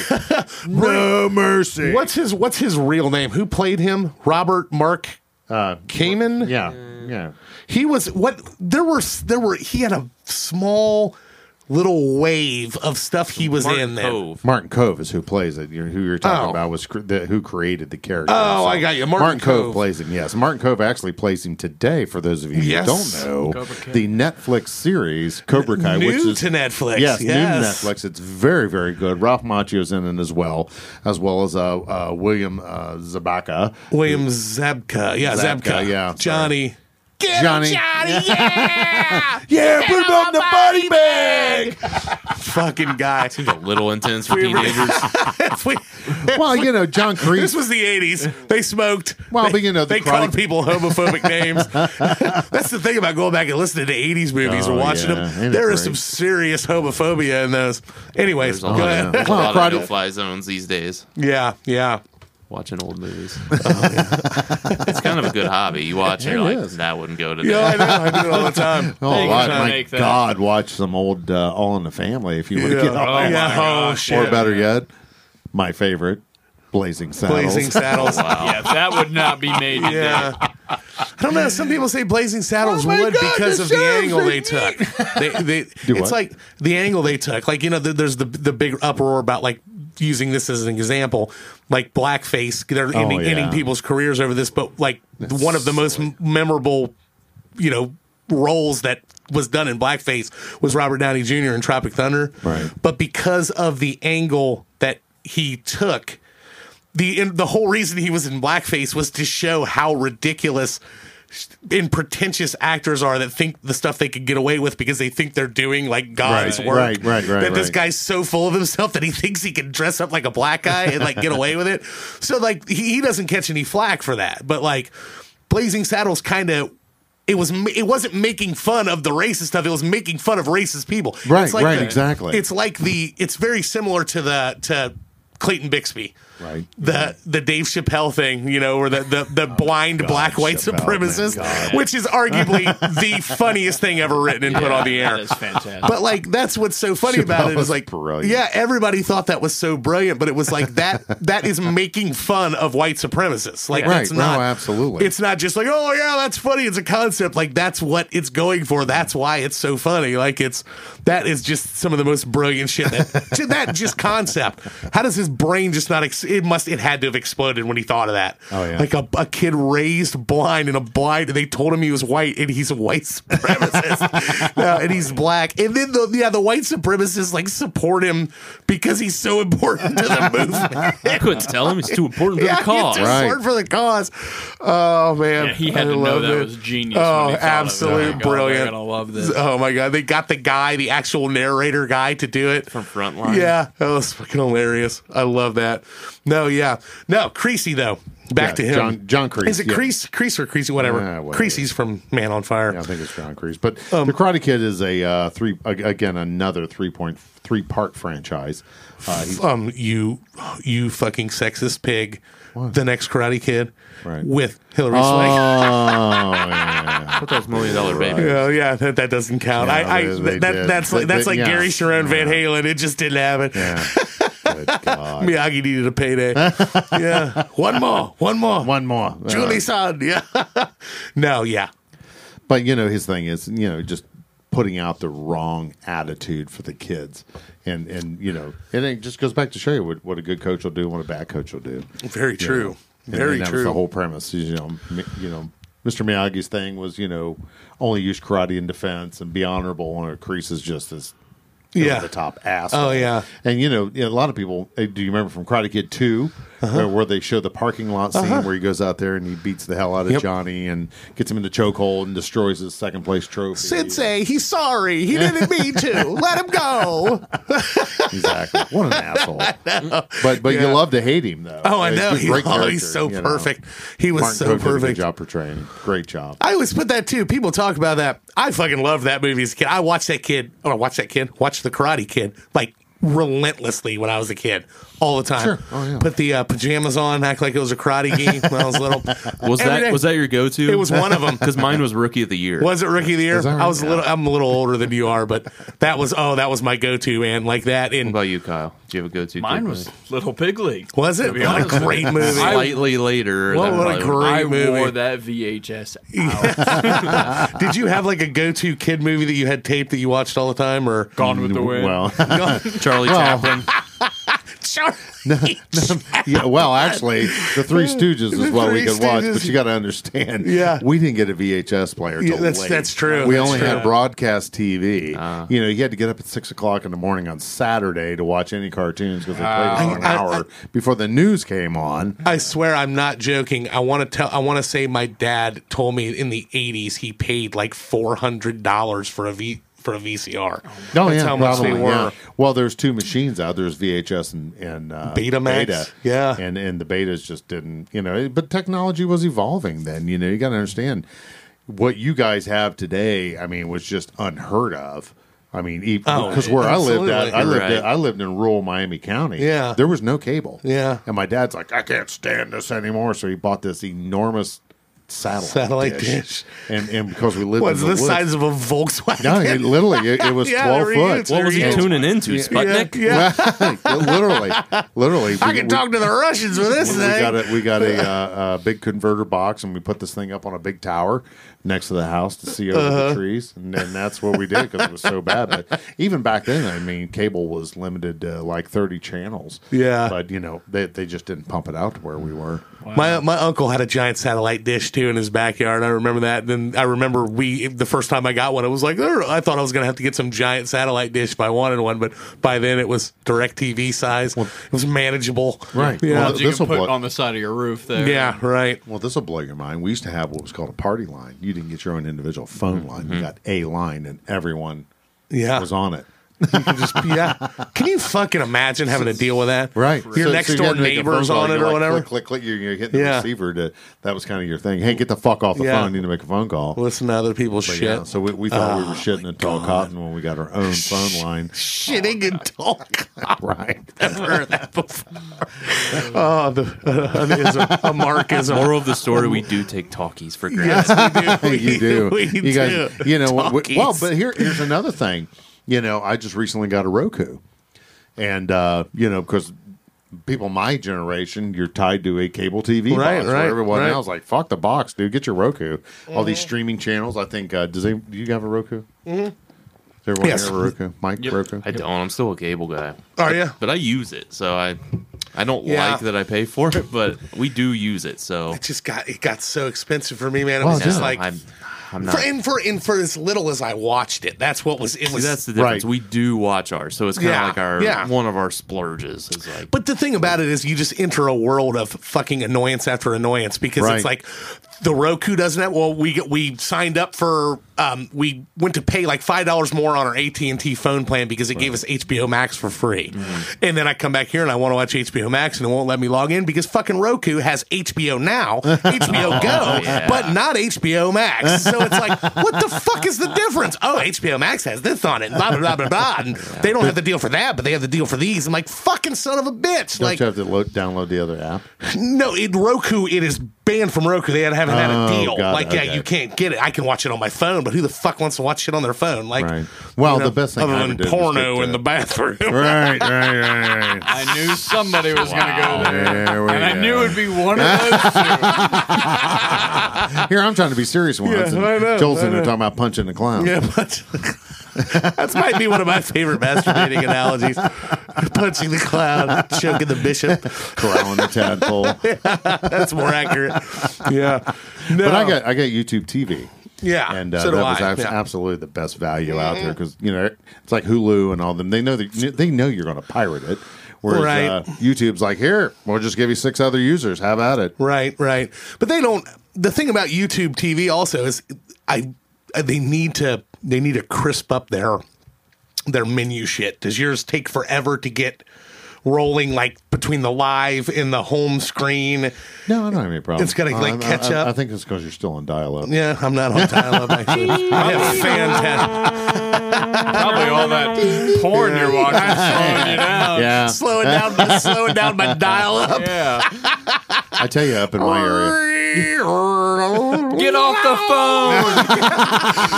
Speaker 6: no mercy.
Speaker 1: What's his What's his real name? Who played him? Robert Mark
Speaker 6: Uh,
Speaker 1: Cayman.
Speaker 6: yeah, yeah.
Speaker 1: He was what there were there were he had a small little wave of stuff he was
Speaker 5: Martin
Speaker 1: in there.
Speaker 5: Cove.
Speaker 6: Martin Cove is who plays it. You're, who you're talking
Speaker 1: Oh.
Speaker 6: about was cr- the, who created the character.
Speaker 1: Oh, I got you. Martin
Speaker 6: Cove.
Speaker 1: Cove.
Speaker 6: plays him. Yes, Martin Cove actually plays him today. For those of you
Speaker 1: Yes.
Speaker 6: who don't know,
Speaker 4: Cobra Kai.
Speaker 6: the Netflix series Cobra Kai,
Speaker 1: New
Speaker 6: uh, which is
Speaker 1: to Netflix.
Speaker 6: Yes,
Speaker 1: yes.
Speaker 6: new to Netflix. It's very, very good. Ralph Macchio's in it as well, as well as uh, uh, William uh, Zabaka.
Speaker 1: William Zabka. Yeah, Zabka.
Speaker 6: Zabka, yeah, sorry.
Speaker 1: Johnny.
Speaker 6: Johnny.
Speaker 1: Yeah, put him on the body bag. Fucking guy.
Speaker 5: Seems a little intense for teenagers.
Speaker 1: If we-
Speaker 6: Well, you know, John
Speaker 1: this
Speaker 6: Kreese.
Speaker 1: was the 80s. They smoked.
Speaker 6: Well,
Speaker 1: they,
Speaker 6: but you know, the
Speaker 1: they
Speaker 6: Karate-
Speaker 1: called people homophobic names. That's the thing about going back and listening to 80s movies or
Speaker 6: Oh,
Speaker 1: watching
Speaker 6: yeah. Ain't
Speaker 1: them.
Speaker 6: it
Speaker 1: There is
Speaker 6: great?
Speaker 1: some serious homophobia in those. Anyways,
Speaker 5: There's a
Speaker 1: go
Speaker 5: lot,
Speaker 1: ahead.
Speaker 5: there's a lot
Speaker 6: Well,
Speaker 5: of
Speaker 6: Friday-
Speaker 5: no-fly zones these days.
Speaker 1: Yeah, yeah.
Speaker 5: Watching old movies. it's kind of a good hobby. You watch and you're
Speaker 6: It
Speaker 5: like,
Speaker 6: is.
Speaker 5: that wouldn't go today.
Speaker 1: Yeah, I know. I do it all the time.
Speaker 6: Oh,
Speaker 4: They
Speaker 6: I-
Speaker 4: gotta
Speaker 6: my
Speaker 4: make that.
Speaker 6: God, watch some old uh, All in the Family if you want to get
Speaker 1: Oh,
Speaker 6: off.
Speaker 1: yeah. oh
Speaker 6: Or
Speaker 1: shit.
Speaker 6: better yet, my favorite, Blazing Saddles.
Speaker 1: Blazing Saddles.
Speaker 5: Wow.
Speaker 4: Yeah, that would not be made today.
Speaker 1: Yeah. I don't know. Some people say Blazing Saddles
Speaker 6: Oh my
Speaker 1: would
Speaker 6: God,
Speaker 1: because
Speaker 6: the
Speaker 1: of the
Speaker 6: sheriff's
Speaker 1: angle they
Speaker 6: like
Speaker 1: took. They, they, it's
Speaker 6: Do what?
Speaker 1: like the angle they took. Like, you know, th- there's the the big uproar about like using this as an example, like blackface. They're ending,
Speaker 6: Oh, yeah.
Speaker 1: ending people's careers over this, but like one of the most m- memorable, you know, roles that was done in blackface was Robert Downey Jr. in Tropic Thunder.
Speaker 6: Right.
Speaker 1: But because of the angle that he took, the and the whole reason he was in blackface was to show how ridiculous and pretentious actors are that think the stuff they could get away with because they think they're doing like God's
Speaker 6: Right,
Speaker 1: work.
Speaker 6: right, right, right,
Speaker 1: That this
Speaker 6: right.
Speaker 1: guy's so full of himself that he thinks he can dress up like a black guy and like get away with it. So like he, he doesn't catch any flack for that. But like Blazing Saddles kind of it was ma- it wasn't making fun of the racist stuff. It was making fun of racist people.
Speaker 6: Right,
Speaker 1: It's like
Speaker 6: right,
Speaker 1: the-
Speaker 6: exactly.
Speaker 1: It's like the it's very similar to the to Clayton Bixby
Speaker 6: Right.
Speaker 1: the the Dave Chappelle thing, you know, where the the, the blind black white
Speaker 6: Oh, Chappelle,
Speaker 1: supremacist, which is arguably the funniest thing ever written and put on the
Speaker 4: That
Speaker 1: air.
Speaker 4: is fantastic.
Speaker 1: But like that's what's so funny about
Speaker 6: Chappelle
Speaker 1: it is
Speaker 6: was
Speaker 1: like
Speaker 6: brilliant.
Speaker 1: yeah, everybody thought that was so brilliant, but it was like that that is making fun of white supremacists. Like
Speaker 6: Right.
Speaker 1: it's
Speaker 6: No,
Speaker 1: not
Speaker 6: absolutely.
Speaker 1: It's not just like, oh yeah, that's funny. It's a concept. Like that's what it's going for. That's why it's so funny. Like it's that is just some of the most brilliant shit that to that just concept. How does his brain just not ex- it must it had to have exploded when he thought of that.
Speaker 6: Oh, yeah.
Speaker 1: Like a, a kid raised blind and a blind they told him he was white and he's a white supremacist. Uh, and he's black. And then the yeah, the white supremacists like support him because he's so important to the movement.
Speaker 5: I couldn't tell him. It's too important to
Speaker 1: Yeah,
Speaker 5: the cause.
Speaker 1: He's too
Speaker 6: Right.
Speaker 1: important for the cause. Oh man,
Speaker 4: Yeah, he had
Speaker 1: I
Speaker 4: to know
Speaker 1: love
Speaker 4: that
Speaker 1: it.
Speaker 4: was genius.
Speaker 1: Oh,
Speaker 4: when he thought of it.
Speaker 1: absolute
Speaker 4: Like, oh, we're
Speaker 1: brilliant!
Speaker 4: gonna love this.
Speaker 1: Oh my god, they got the guy, the actual narrator guy, to do it.
Speaker 5: From Frontline.
Speaker 1: Yeah, that was fucking hilarious. I love that. No, yeah, no, Creasy though. Back
Speaker 6: Yeah,
Speaker 1: to him,
Speaker 6: John- John Creese,
Speaker 1: Is it
Speaker 6: yeah.
Speaker 1: Crease, Crease or Creasy? Whatever.
Speaker 6: Ah, whatever.
Speaker 1: Creasy's from Man on Fire.
Speaker 6: Yeah, I think it's John Kreese. But
Speaker 1: Um,
Speaker 6: the Karate Kid is a uh, three ag- again another three point three part franchise. Uh, he's
Speaker 1: um, you, you fucking sexist pig. The next Karate Kid
Speaker 6: Right.
Speaker 1: with Hillary
Speaker 6: oh,
Speaker 1: Swank.
Speaker 6: yeah.
Speaker 5: Put those million dollar baby.
Speaker 1: Oh yeah, that, that doesn't count.
Speaker 6: Yeah,
Speaker 1: I, I
Speaker 6: they- they
Speaker 1: that,
Speaker 6: did.
Speaker 1: that's like
Speaker 6: They-
Speaker 1: that's
Speaker 6: they-
Speaker 1: like
Speaker 6: yeah.
Speaker 1: Gary Sharon Van Halen. It just didn't happen.
Speaker 6: yeah. Good God.
Speaker 1: Miyagi needed a payday. yeah, one more, one more,
Speaker 6: One more,
Speaker 1: Julie Sand. Yeah, no, yeah,
Speaker 6: But you know, his thing is, you know, just putting out the wrong attitude for the kids, and and you know, and it just goes back to show you what, what a good coach will do and what a bad coach will do.
Speaker 1: very
Speaker 6: you
Speaker 1: true,
Speaker 6: know. And-
Speaker 1: very
Speaker 6: and that
Speaker 1: true.
Speaker 6: Was the whole premise, is, you know, mi- you know, Mr. Miyagi's thing was, you know, only use karate in defense and be honorable, and Crease is just this.
Speaker 1: Yeah.
Speaker 6: the top ass.
Speaker 1: Oh, yeah.
Speaker 6: and you know, you know, a lot of people. eh, Do you remember from Karate Kid 2
Speaker 1: Uh-huh.
Speaker 6: where, where they show the parking lot scene where he goes out there and he beats the hell out of
Speaker 1: Yep.
Speaker 6: Johnny and gets him in the chokehold and destroys his second place trophy.
Speaker 1: Sensei, he's sorry. He didn't mean to. Let him go.
Speaker 6: exactly. What an asshole! But but
Speaker 1: Yeah.
Speaker 6: you love to hate him though. Eh,
Speaker 1: Oh, I know.
Speaker 6: a
Speaker 1: He- oh, he's so
Speaker 6: you know.
Speaker 1: perfect. He was
Speaker 6: Martin
Speaker 1: so
Speaker 6: Cook did a good
Speaker 1: perfect.
Speaker 6: job portraying. him. Great job.
Speaker 1: I always put that too. People talk about that. I fucking love that movie as a kid. I watched that kid, or watched that kid, watched the Karate Kid like relentlessly when I was a kid, all the time.
Speaker 6: Sure. Oh, yeah.
Speaker 1: Put the uh, pajamas on, act like it was a karate game when I was little.
Speaker 5: Was
Speaker 1: Every
Speaker 5: that
Speaker 1: day.
Speaker 5: was that your go to?
Speaker 1: It was one of 'em.
Speaker 5: Because mine was Rookie of the Year.
Speaker 1: Was it Rookie of the Year?
Speaker 6: Is that right?
Speaker 1: I was a little. I'm a little older than you are, but that was oh, that was my go-to, man. Like that.
Speaker 5: What
Speaker 1: And
Speaker 5: about you, Kyle? Do you have a go-to?
Speaker 4: Mine
Speaker 5: Disney?
Speaker 4: was Little Pig League.
Speaker 1: Was it?
Speaker 4: To be
Speaker 1: What a
Speaker 4: honest.
Speaker 1: great movie.
Speaker 5: slightly later.
Speaker 1: Well,
Speaker 5: than
Speaker 1: what a
Speaker 5: probably would've-
Speaker 1: great
Speaker 4: I
Speaker 1: movie.
Speaker 4: wore that VHS out.
Speaker 1: Did you have like a go-to kid movie that you had taped that you watched all the time, or
Speaker 4: Gone with the Wind.
Speaker 6: Well,
Speaker 5: Charlie Chaplin.
Speaker 6: yeah, well, actually, the Three Stooges is what we
Speaker 1: Three
Speaker 6: could watch,
Speaker 1: Stooges.
Speaker 6: but you got to understand,
Speaker 1: Yeah.
Speaker 6: we didn't get a VHS player.
Speaker 1: Yeah,
Speaker 6: till
Speaker 1: that's-
Speaker 6: late.
Speaker 1: that's true.
Speaker 6: We
Speaker 1: That's
Speaker 6: only
Speaker 1: true.
Speaker 6: had broadcast TV. you know, you had to get up at six o'clock in the morning on Saturday to watch any cartoons because they played it for an
Speaker 1: Ah. I- I-
Speaker 6: hour before the news came on.
Speaker 1: I swear I'm not joking. I want to tell. I want to say my dad told me in the '80s he paid like four hundred dollars for a V for a VCR.
Speaker 6: Oh
Speaker 1: That's
Speaker 6: yeah,
Speaker 1: how much they
Speaker 6: probably,
Speaker 1: were.
Speaker 6: yeah. Well, there's two machines out. There's VHS and, and uh,
Speaker 1: Betamax? Yeah.
Speaker 6: and and the betas just didn't, you know. But technology was evolving then. You know, you got to understand what you guys have today. I mean, was just unheard of. I mean,
Speaker 1: Oh,
Speaker 6: because where
Speaker 1: absolutely.
Speaker 6: I lived at, I
Speaker 1: You're
Speaker 6: lived
Speaker 5: right.
Speaker 6: at, I lived in rural Miami County.
Speaker 1: Yeah.
Speaker 6: there was no cable.
Speaker 1: Yeah.
Speaker 6: and my dad's like, I can't stand this anymore. So he bought this enormous satellite
Speaker 1: Satellite dish.
Speaker 6: and and because we lived
Speaker 1: Was
Speaker 6: in the
Speaker 1: the
Speaker 6: woods,
Speaker 1: size of a Volkswagen?
Speaker 6: no, it, literally, it, it was
Speaker 1: Yeah,
Speaker 6: twelve
Speaker 1: they're
Speaker 6: foot.
Speaker 1: huge. What was he
Speaker 5: What are you tuning into Sputnik?
Speaker 1: yeah.
Speaker 6: literally, literally.
Speaker 1: I can talk to the Russians with this
Speaker 6: We
Speaker 1: thing.
Speaker 6: got a we got a, uh, a big converter box, and we put this thing up on a big tower next to the house to see over
Speaker 1: Uh-huh.
Speaker 6: the trees, and then that's what we did because it was so bad. But even back then, I mean, cable was limited to like thirty channels.
Speaker 1: Yeah.
Speaker 6: but you know, they they just didn't pump it out to where we were.
Speaker 1: My my uncle had a giant satellite dish too in his backyard. I remember that. Then I remember we the first time I got one, it was like "Ugh." I thought I was gonna have to get some giant satellite dish, but I wanted one. But by then it was direct TV size. it was manageable.
Speaker 6: Right.
Speaker 1: Yeah.
Speaker 6: Well,
Speaker 4: you
Speaker 6: this'll
Speaker 4: can put
Speaker 6: blow-
Speaker 4: on the side of your roof there.
Speaker 1: yeah. Right.
Speaker 6: Well, this will blow your mind. We used to have what was called a party line. You didn't get your own individual phone line. You got a line, and everyone
Speaker 1: Yeah.
Speaker 6: was on it.
Speaker 1: yeah. Can you fucking imagine having to deal with that?
Speaker 6: Right.
Speaker 1: Your next door
Speaker 6: you had to make a phone
Speaker 1: neighbors
Speaker 6: call,
Speaker 1: on
Speaker 6: you're
Speaker 1: it or
Speaker 6: like,
Speaker 1: whatever.
Speaker 6: Click, click, click. You're, you're hitting
Speaker 1: Yeah.
Speaker 6: the receiver. To, that was kind of your thing. Hey, get the fuck off the
Speaker 1: Yeah.
Speaker 6: phone. You need to make a phone call.
Speaker 1: Listen to other people's
Speaker 6: But
Speaker 1: shit. Oh
Speaker 6: yeah, so we, we thought we were shitting a tall cotton when we got our own phone line.
Speaker 1: Shitting and talk.
Speaker 6: right.
Speaker 1: I've heard that before. oh, the, is a, a markism.
Speaker 5: Moral of the story: We do take talkies for granted.
Speaker 1: Yes, we do.
Speaker 6: you do.
Speaker 1: We
Speaker 6: you guys,
Speaker 1: do.
Speaker 6: you know. what-
Speaker 1: Talkies.
Speaker 6: well, but here, here's another thing. You know, I just recently got a Roku, and uh, you know, because people my generation, you're tied to a cable TV
Speaker 1: Right,
Speaker 6: box. where
Speaker 1: right,
Speaker 6: everyone
Speaker 1: right.
Speaker 6: now is like, "Fuck the box, dude. Get your Roku." All these streaming channels. I think. Uh, does they, do you have a Roku? Mm-hmm. Does everyone
Speaker 1: Yes.
Speaker 6: have a Roku? Mike Roku.
Speaker 5: I don't. I'm still a cable guy,
Speaker 1: Are you?
Speaker 5: but I use it, so I I don't
Speaker 1: Oh, Yeah.
Speaker 5: like that I pay for it, but we do use it. So
Speaker 1: It just got it got so expensive for me, man. It was
Speaker 6: Well,
Speaker 1: just
Speaker 5: no,
Speaker 1: like
Speaker 5: I'm, I'm not.
Speaker 1: for and for and for as little as I watched it, that's what was it
Speaker 5: See,
Speaker 1: was.
Speaker 5: that's the difference.
Speaker 6: Right.
Speaker 5: We do watch ours, so it's kind of
Speaker 1: Yeah,
Speaker 5: like our
Speaker 1: yeah.
Speaker 5: one of our splurges. Is like,
Speaker 1: but the thing about it is, you just enter a world of fucking annoyance after annoyance because
Speaker 6: Right.
Speaker 1: it's like the Roku doesn't have. Well, we get- we signed up for um, we went to pay like five dollars more on our AT and T phone plan because it gave us HBO Max for free,
Speaker 5: Mm-hmm.
Speaker 1: and then I come back here and I want to watch HBO Max and it won't let me log in because fucking Roku has HBO Now, HBO Go,
Speaker 5: yeah.
Speaker 1: but not HBO Max. So it's like, what the fuck is the difference? Oh, HBO Max has this on it, blah, blah, blah, blah, blah. And they don't have the deal for that, but they have the deal for these. I'm like, fucking son of a bitch.
Speaker 6: Don't
Speaker 1: Like,
Speaker 6: you have to lo- download the other app?
Speaker 1: no, it, Roku, it is banned from Roku. They haven't had a
Speaker 6: Oh,
Speaker 1: deal.
Speaker 6: got it.
Speaker 1: like, yeah,
Speaker 6: Okay.
Speaker 1: you can't get it. I can watch it on my phone, but who the fuck wants to watch shit on their phone? Like,
Speaker 6: Right. Well,
Speaker 1: you
Speaker 6: the best thing
Speaker 1: other
Speaker 6: I ever
Speaker 1: than
Speaker 6: did was
Speaker 1: porno
Speaker 6: get,
Speaker 1: in
Speaker 6: uh,
Speaker 1: the bathroom.
Speaker 6: Right, right, right, right.
Speaker 4: I knew somebody was going to go there.
Speaker 6: Oh, There we
Speaker 4: And I
Speaker 6: go.
Speaker 4: knew it'd be one of those two.
Speaker 6: Here, I'm trying to be serious once.
Speaker 1: Yeah,
Speaker 6: and
Speaker 1: I know,
Speaker 6: Joel's
Speaker 1: I
Speaker 6: in there
Speaker 1: know.
Speaker 6: talking about punching the clown.
Speaker 1: Yeah, but that might be one of my favorite masturbating analogies. Punching the clown, choking the bishop.
Speaker 6: Corralling the tadpole.
Speaker 1: That's more accurate. Yeah. No.
Speaker 6: But I got I got YouTube TV.
Speaker 1: yeah.
Speaker 6: And uh,
Speaker 1: so do
Speaker 6: that was
Speaker 1: I.
Speaker 6: abs-
Speaker 1: yeah. Mm-hmm.
Speaker 6: absolutely the best value out there because you know it's like Hulu and all them. They know that, they know you're going to pirate it, whereas
Speaker 1: Right.
Speaker 6: uh, YouTube's like, here, we'll just give you six other users. Have at it.
Speaker 1: Right, right. But they don't. The thing about YouTube TV also is, I uh, they need to they need to crisp up their their menu shit. Does yours take forever to get rolling? Like between the live and the home screen.
Speaker 6: No, I don't have any problem. Uh,
Speaker 1: It's gotta, like,
Speaker 6: I- I-
Speaker 1: catch
Speaker 6: I-
Speaker 1: up.
Speaker 6: I think it's because you're still on dial up.
Speaker 1: Yeah, I'm not on dial up actually. I have fantastic.
Speaker 4: Probably all that porn you're watching slowing you down.
Speaker 6: Yeah,
Speaker 1: Slowing down, my, slowing down my dial up.
Speaker 4: Yeah.
Speaker 6: I tell you, up in my area,
Speaker 4: Get off the phone.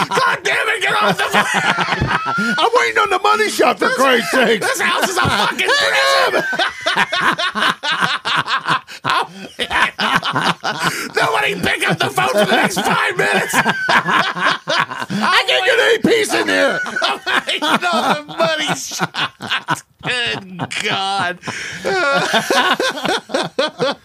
Speaker 1: God damn it,
Speaker 5: Get off the fucking
Speaker 6: I'm waiting on the money shot for Christ's sake.
Speaker 5: house! Is a fucking prison.
Speaker 1: Nobody pick up the phone for the next five minutes.
Speaker 6: I can't get any peace in here.
Speaker 1: no, the money shot. Good God.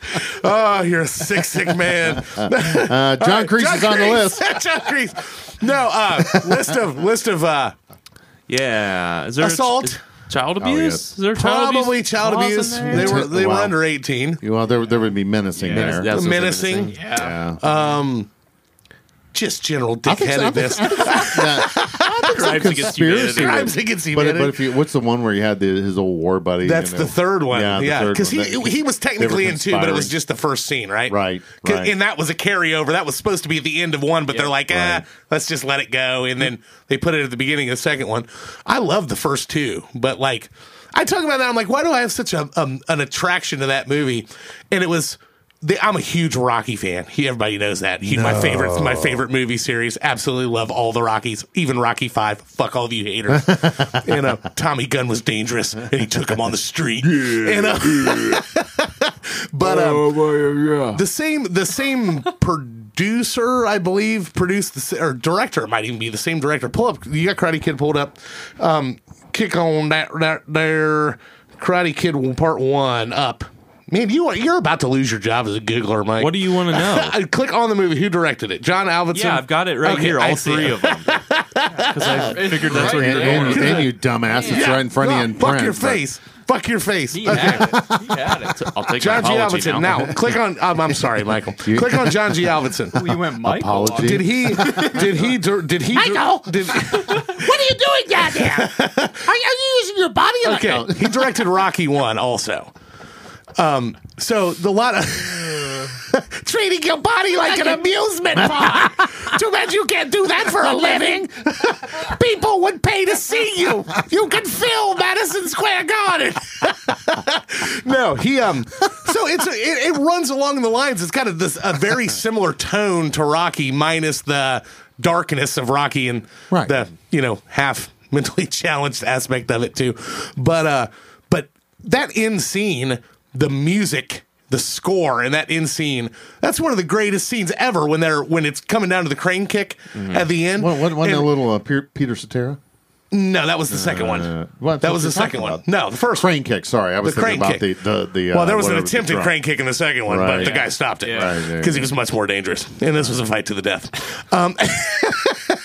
Speaker 1: oh, you're a sick, sick man.
Speaker 6: Uh, John Creese is on the
Speaker 1: Kreese.
Speaker 6: list.
Speaker 1: John Creese. No, uh, list of list of uh,
Speaker 5: Yeah, is there a ch-
Speaker 1: Assault.
Speaker 5: is child
Speaker 4: Oh,
Speaker 5: abuse?
Speaker 6: yes.
Speaker 5: Is there child
Speaker 1: probably
Speaker 5: abuse
Speaker 1: child
Speaker 5: laws in
Speaker 1: abuse.
Speaker 5: there?
Speaker 1: They were they were
Speaker 6: Wow.
Speaker 1: under eighteen.
Speaker 6: You well, there, there would be menacing
Speaker 5: Yeah,
Speaker 6: there.
Speaker 5: that's- that's
Speaker 1: Menacing.
Speaker 4: Yeah.
Speaker 6: yeah.
Speaker 1: Just general
Speaker 6: I think so. I think-
Speaker 1: dickheadedness.
Speaker 6: I think that's not-
Speaker 5: Crimes against
Speaker 6: conspiracy.
Speaker 5: humanity.
Speaker 1: Crimes against
Speaker 6: But,
Speaker 1: humanity.
Speaker 6: but if you, what's the one where he had the, his old war buddy?
Speaker 1: That's
Speaker 6: and
Speaker 1: the
Speaker 6: they-
Speaker 1: third one.
Speaker 6: the
Speaker 1: Yeah,
Speaker 6: third
Speaker 1: because
Speaker 6: one.
Speaker 1: he
Speaker 6: That-
Speaker 1: he was technically
Speaker 6: they were
Speaker 1: in two, but it was
Speaker 6: conspiring.
Speaker 1: just the first scene, right?
Speaker 6: Right,
Speaker 1: 'Cause-
Speaker 6: right.
Speaker 1: And that was a carryover. That was supposed to be the end of one, but they're like, ah, let's just let it go. And then they put it at the beginning of the second one. I love the first two, but like I talk about that, I'm like, why do I have such a um, an attraction to that movie? And it was. The, I'm a huge Rocky fan. He, everybody knows that. He, My favorite, my favorite movie series. Absolutely love all the Rockies, even Rocky Five. Fuck all of you haters. and uh, Tommy Gunn was dangerous, and he took him on the street. And, uh, but um, the same the same producer, I believe, produced the s- or director it might even be the same director. Pull up, you got Karate Kid pulled up. Um, kick on that that there, Karate Kid Part One up. Man, you are you're about to lose your job as a Googler, Mike.
Speaker 5: What do you want to know?
Speaker 1: I click on the movie. Who directed it? John Alvinson.
Speaker 5: Yeah, I've got it right
Speaker 1: Okay,
Speaker 5: here.
Speaker 1: I
Speaker 5: All
Speaker 1: see
Speaker 5: three
Speaker 1: it.
Speaker 5: of them. Because I figured that's where
Speaker 6: and,
Speaker 5: you're
Speaker 6: and,
Speaker 5: going.
Speaker 6: and you dumbass, it's right in front of
Speaker 1: Ah,
Speaker 6: you in
Speaker 1: Fuck
Speaker 6: print.
Speaker 1: your
Speaker 6: but-
Speaker 1: face. Fuck your face. Uh,
Speaker 4: He had it. He had it.
Speaker 5: I'll take
Speaker 1: John
Speaker 5: my
Speaker 1: G.
Speaker 5: apology
Speaker 1: Alvinson. Now, click on. Um, I'm sorry, Michael. click on John G. Alvinson.
Speaker 4: You went Michael.
Speaker 6: Apology.
Speaker 1: Did he? Did he? dir- Did he? dir-
Speaker 7: Michael!
Speaker 1: Did,
Speaker 7: What are you doing down there? Are, are you using your body? like-
Speaker 1: okay, he directed Rocky One also. Um, so the lot of treating your body like an amusement park. Too bad you can't do that for a living. People would pay to see you. You can fill Madison Square Garden. no, he um. So it's it, it runs along the lines. It's kind of this a very similar tone to Rocky, minus the darkness of Rocky and
Speaker 6: Right.
Speaker 1: the you know half mentally challenged aspect of it too. But uh, but that end scene, the music. The score and that end scene—that's one of the greatest scenes ever. When they're when it's coming down to the crane kick at the end.
Speaker 6: What, what, wasn't
Speaker 1: And-
Speaker 6: that little uh, Peter, Peter Cetera?
Speaker 1: no, that was the second one.
Speaker 6: Uh, well,
Speaker 1: that
Speaker 6: that's
Speaker 1: was
Speaker 6: what
Speaker 1: the
Speaker 6: you're
Speaker 1: second
Speaker 6: talking
Speaker 1: one.
Speaker 6: about.
Speaker 1: No, the first one.
Speaker 6: Crane kick. Sorry, I was
Speaker 1: The
Speaker 6: thinking
Speaker 1: crane
Speaker 6: about the,
Speaker 1: kick.
Speaker 6: the, the.
Speaker 1: Well,
Speaker 6: uh,
Speaker 1: there was an
Speaker 6: whatever the
Speaker 1: attempted
Speaker 6: drunk-
Speaker 1: crane kick in the second one, but
Speaker 6: Right.
Speaker 1: the guy stopped it
Speaker 4: Yeah.
Speaker 6: Right,
Speaker 1: because
Speaker 6: yeah,
Speaker 1: he was much more dangerous, and this was a fight to the death. Um,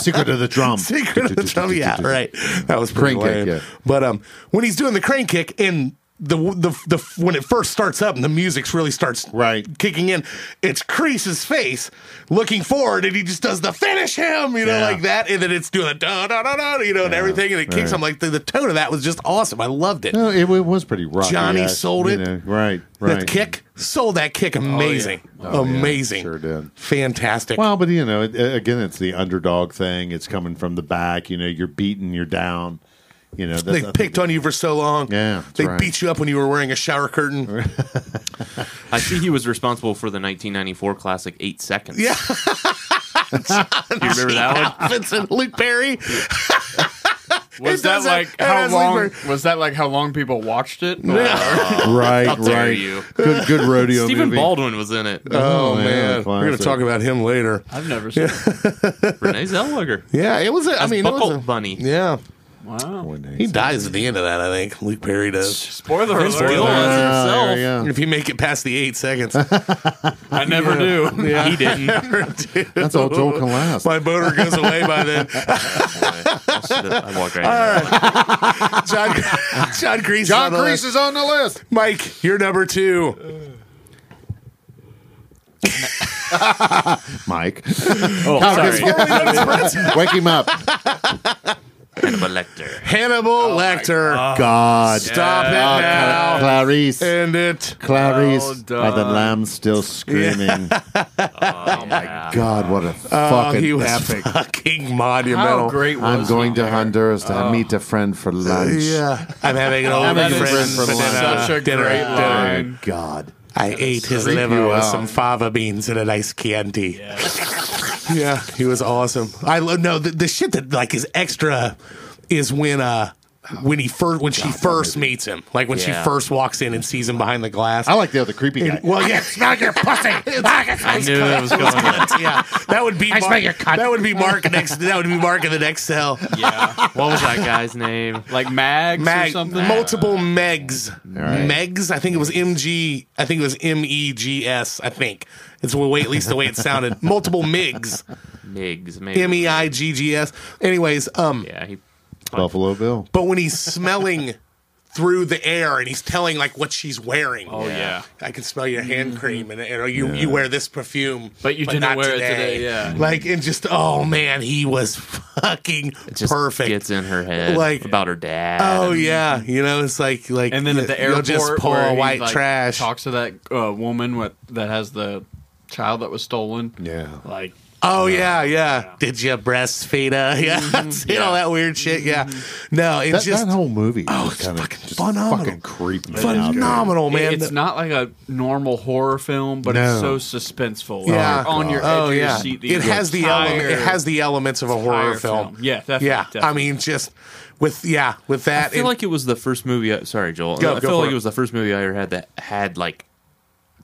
Speaker 6: Secret of the drum.
Speaker 1: secret of the tummy yeah, right? That was pretty
Speaker 6: Crane kick,
Speaker 1: lame.
Speaker 6: yeah.
Speaker 1: But um, when he's doing the crane kick and the the the when it first starts up and the music's really starts
Speaker 6: Right.
Speaker 1: kicking in, it's Crease's face looking forward, and he just does the finish him, you know,
Speaker 6: Yeah.
Speaker 1: like that, and then it's doing the da da da da, you know, and everything, and it kicks.
Speaker 6: right.
Speaker 1: I'm like, the, the tone of that was just awesome. I loved it.
Speaker 6: No, it, it was pretty rough.
Speaker 1: Johnny sold it.
Speaker 6: right, right. Oh,
Speaker 1: That kick sold that kick amazing, amazing,
Speaker 6: sure did.
Speaker 1: fantastic.
Speaker 6: Well, but you know, it, again, it's the underdog thing. It's coming from the back. You know, you're beaten, you're down. You know,
Speaker 1: they picked on you for so long.
Speaker 6: Yeah, that's
Speaker 1: they
Speaker 6: right.
Speaker 1: beat you up when you were wearing a shower curtain.
Speaker 5: I see he was responsible for the 1994 classic Eight Seconds.
Speaker 1: Yeah.
Speaker 5: Do you remember that one?
Speaker 1: Vincent Luke Perry.
Speaker 6: Oh,
Speaker 4: Was
Speaker 1: It
Speaker 4: that
Speaker 1: doesn't-
Speaker 4: like
Speaker 1: it
Speaker 4: how
Speaker 1: has
Speaker 4: long?
Speaker 1: Lieber-
Speaker 4: Was that like how long people watched it? uh,
Speaker 6: right,
Speaker 5: dare
Speaker 6: right.
Speaker 5: you.
Speaker 6: Good, good rodeo.
Speaker 5: Stephen
Speaker 6: movie.
Speaker 5: Baldwin was in it.
Speaker 1: Oh,
Speaker 6: yeah,
Speaker 1: man, we're gonna
Speaker 6: classic.
Speaker 1: talk about him later.
Speaker 4: I've never seen. it.
Speaker 5: Renee Zellweger.
Speaker 1: Yeah, it was. A, I
Speaker 5: As
Speaker 1: mean, it was
Speaker 5: Buckle
Speaker 1: a,
Speaker 5: Bunny.
Speaker 1: Yeah,
Speaker 4: Wow.
Speaker 1: he dies at the end of that. I think Luke Perry does.
Speaker 4: Spoiler
Speaker 5: Gil
Speaker 4: alert!
Speaker 5: was
Speaker 6: Ah, there
Speaker 5: himself.
Speaker 6: you go.
Speaker 1: If you make it past the eight seconds,
Speaker 4: I never do.
Speaker 1: yeah,
Speaker 5: He didn't. I
Speaker 6: That's all Joel can last.
Speaker 1: my boner goes away by then.
Speaker 5: should've- I walked right. in there.
Speaker 1: John, John Grease.
Speaker 6: John Grease is on the list.
Speaker 1: Mike, you're number two.
Speaker 6: Mike,
Speaker 5: Oh, sorry.
Speaker 6: wake him up.
Speaker 5: Hannibal Lecter.
Speaker 1: Hannibal Lecter.
Speaker 6: God,
Speaker 1: Stop it
Speaker 6: Ah,
Speaker 1: now.
Speaker 6: Cla- Clarice,
Speaker 1: End it.
Speaker 4: Well
Speaker 6: Clarice,
Speaker 4: done.
Speaker 6: are the lambs still screaming? God, what a fucking
Speaker 1: he was
Speaker 6: epic!
Speaker 1: fucking
Speaker 4: How
Speaker 1: monumental.
Speaker 4: great was
Speaker 6: I'm going to
Speaker 4: he?
Speaker 6: Honduras to meet a friend for lunch.
Speaker 1: Yeah, I'm having an old
Speaker 6: having a
Speaker 1: friend
Speaker 6: friend for
Speaker 1: for
Speaker 6: lunch.
Speaker 1: dinner.
Speaker 4: Such a
Speaker 1: dinner,
Speaker 4: great
Speaker 1: dinner.
Speaker 4: line.
Speaker 6: Oh, God.
Speaker 1: I ate his
Speaker 6: Creep
Speaker 1: liver
Speaker 6: you
Speaker 1: with
Speaker 6: out.
Speaker 1: some fava beans and a nice Chianti. Yeah, he was awesome. I love no the, the shit that like is extra is when uh when he first when she first meets him, like when
Speaker 5: Yeah.
Speaker 1: she first walks in and sees him behind the glass.
Speaker 6: I like the other creepy guy.
Speaker 1: And- well, yeah,
Speaker 7: Smell your pussy. I can
Speaker 5: I knew that was going to.
Speaker 1: yeah, that would be
Speaker 7: I smell
Speaker 1: Mark-
Speaker 7: your cunt.
Speaker 1: that would be Mark next. That would be Mark in the next cell.
Speaker 4: Yeah,
Speaker 5: What was that guy's name?
Speaker 4: like Mags or
Speaker 1: Mag,
Speaker 4: something.
Speaker 1: multiple Megs,
Speaker 6: right.
Speaker 1: Megs. I think it was M G. I think it was M E G S. I think it's the way at least the way it sounded. Multiple Migs,
Speaker 5: Miggs, maybe.
Speaker 1: M E I G G S. Anyways, um,
Speaker 5: Yeah, he.
Speaker 6: Buffalo Bill.
Speaker 1: but when he's smelling through the air and he's telling like what she's wearing.
Speaker 4: Oh yeah.
Speaker 1: I can smell your
Speaker 5: Mm.
Speaker 1: hand cream, and or you you wear this perfume,
Speaker 4: But you didn't
Speaker 1: not
Speaker 4: wear it today, yeah.
Speaker 1: like and just oh man, he was fucking
Speaker 5: It just
Speaker 1: perfect.
Speaker 5: gets in her head
Speaker 1: Like-
Speaker 5: about her dad.
Speaker 1: Oh yeah, you know it's like like
Speaker 4: And then at the
Speaker 1: you'll
Speaker 4: airport,
Speaker 1: just pull
Speaker 4: where he,
Speaker 1: white
Speaker 4: like,
Speaker 1: trash.
Speaker 4: talks to that uh, woman with that has the child that was stolen.
Speaker 6: Yeah.
Speaker 4: Like
Speaker 1: Oh yeah, yeah. Did you breastfeed? Uh, yeah, you know all that weird shit. Yeah, no, it's
Speaker 6: That,
Speaker 1: just
Speaker 6: that whole movie. Oh,
Speaker 1: it's fucking phenomenal.
Speaker 6: Fucking creepy.
Speaker 1: phenomenal,
Speaker 4: it-
Speaker 1: Oh, man.
Speaker 4: it's not like a normal horror film, but it's
Speaker 6: No.
Speaker 4: so suspenseful.
Speaker 1: Yeah.
Speaker 4: You're on your edge
Speaker 1: oh
Speaker 4: of
Speaker 1: yeah,
Speaker 4: your seat. the
Speaker 1: it has the
Speaker 4: entire-
Speaker 1: element. It has the elements of a horror
Speaker 4: entire
Speaker 1: film.
Speaker 4: Yeah, definitely.
Speaker 1: Yeah, I
Speaker 4: definitely.
Speaker 1: mean, just with yeah, with that.
Speaker 5: I feel
Speaker 1: and-
Speaker 5: like it was the first movie. I, sorry, Joel.
Speaker 1: Go-
Speaker 5: I
Speaker 1: go
Speaker 5: feel
Speaker 1: for
Speaker 5: like
Speaker 1: it.
Speaker 5: it. was the first movie I ever had that had like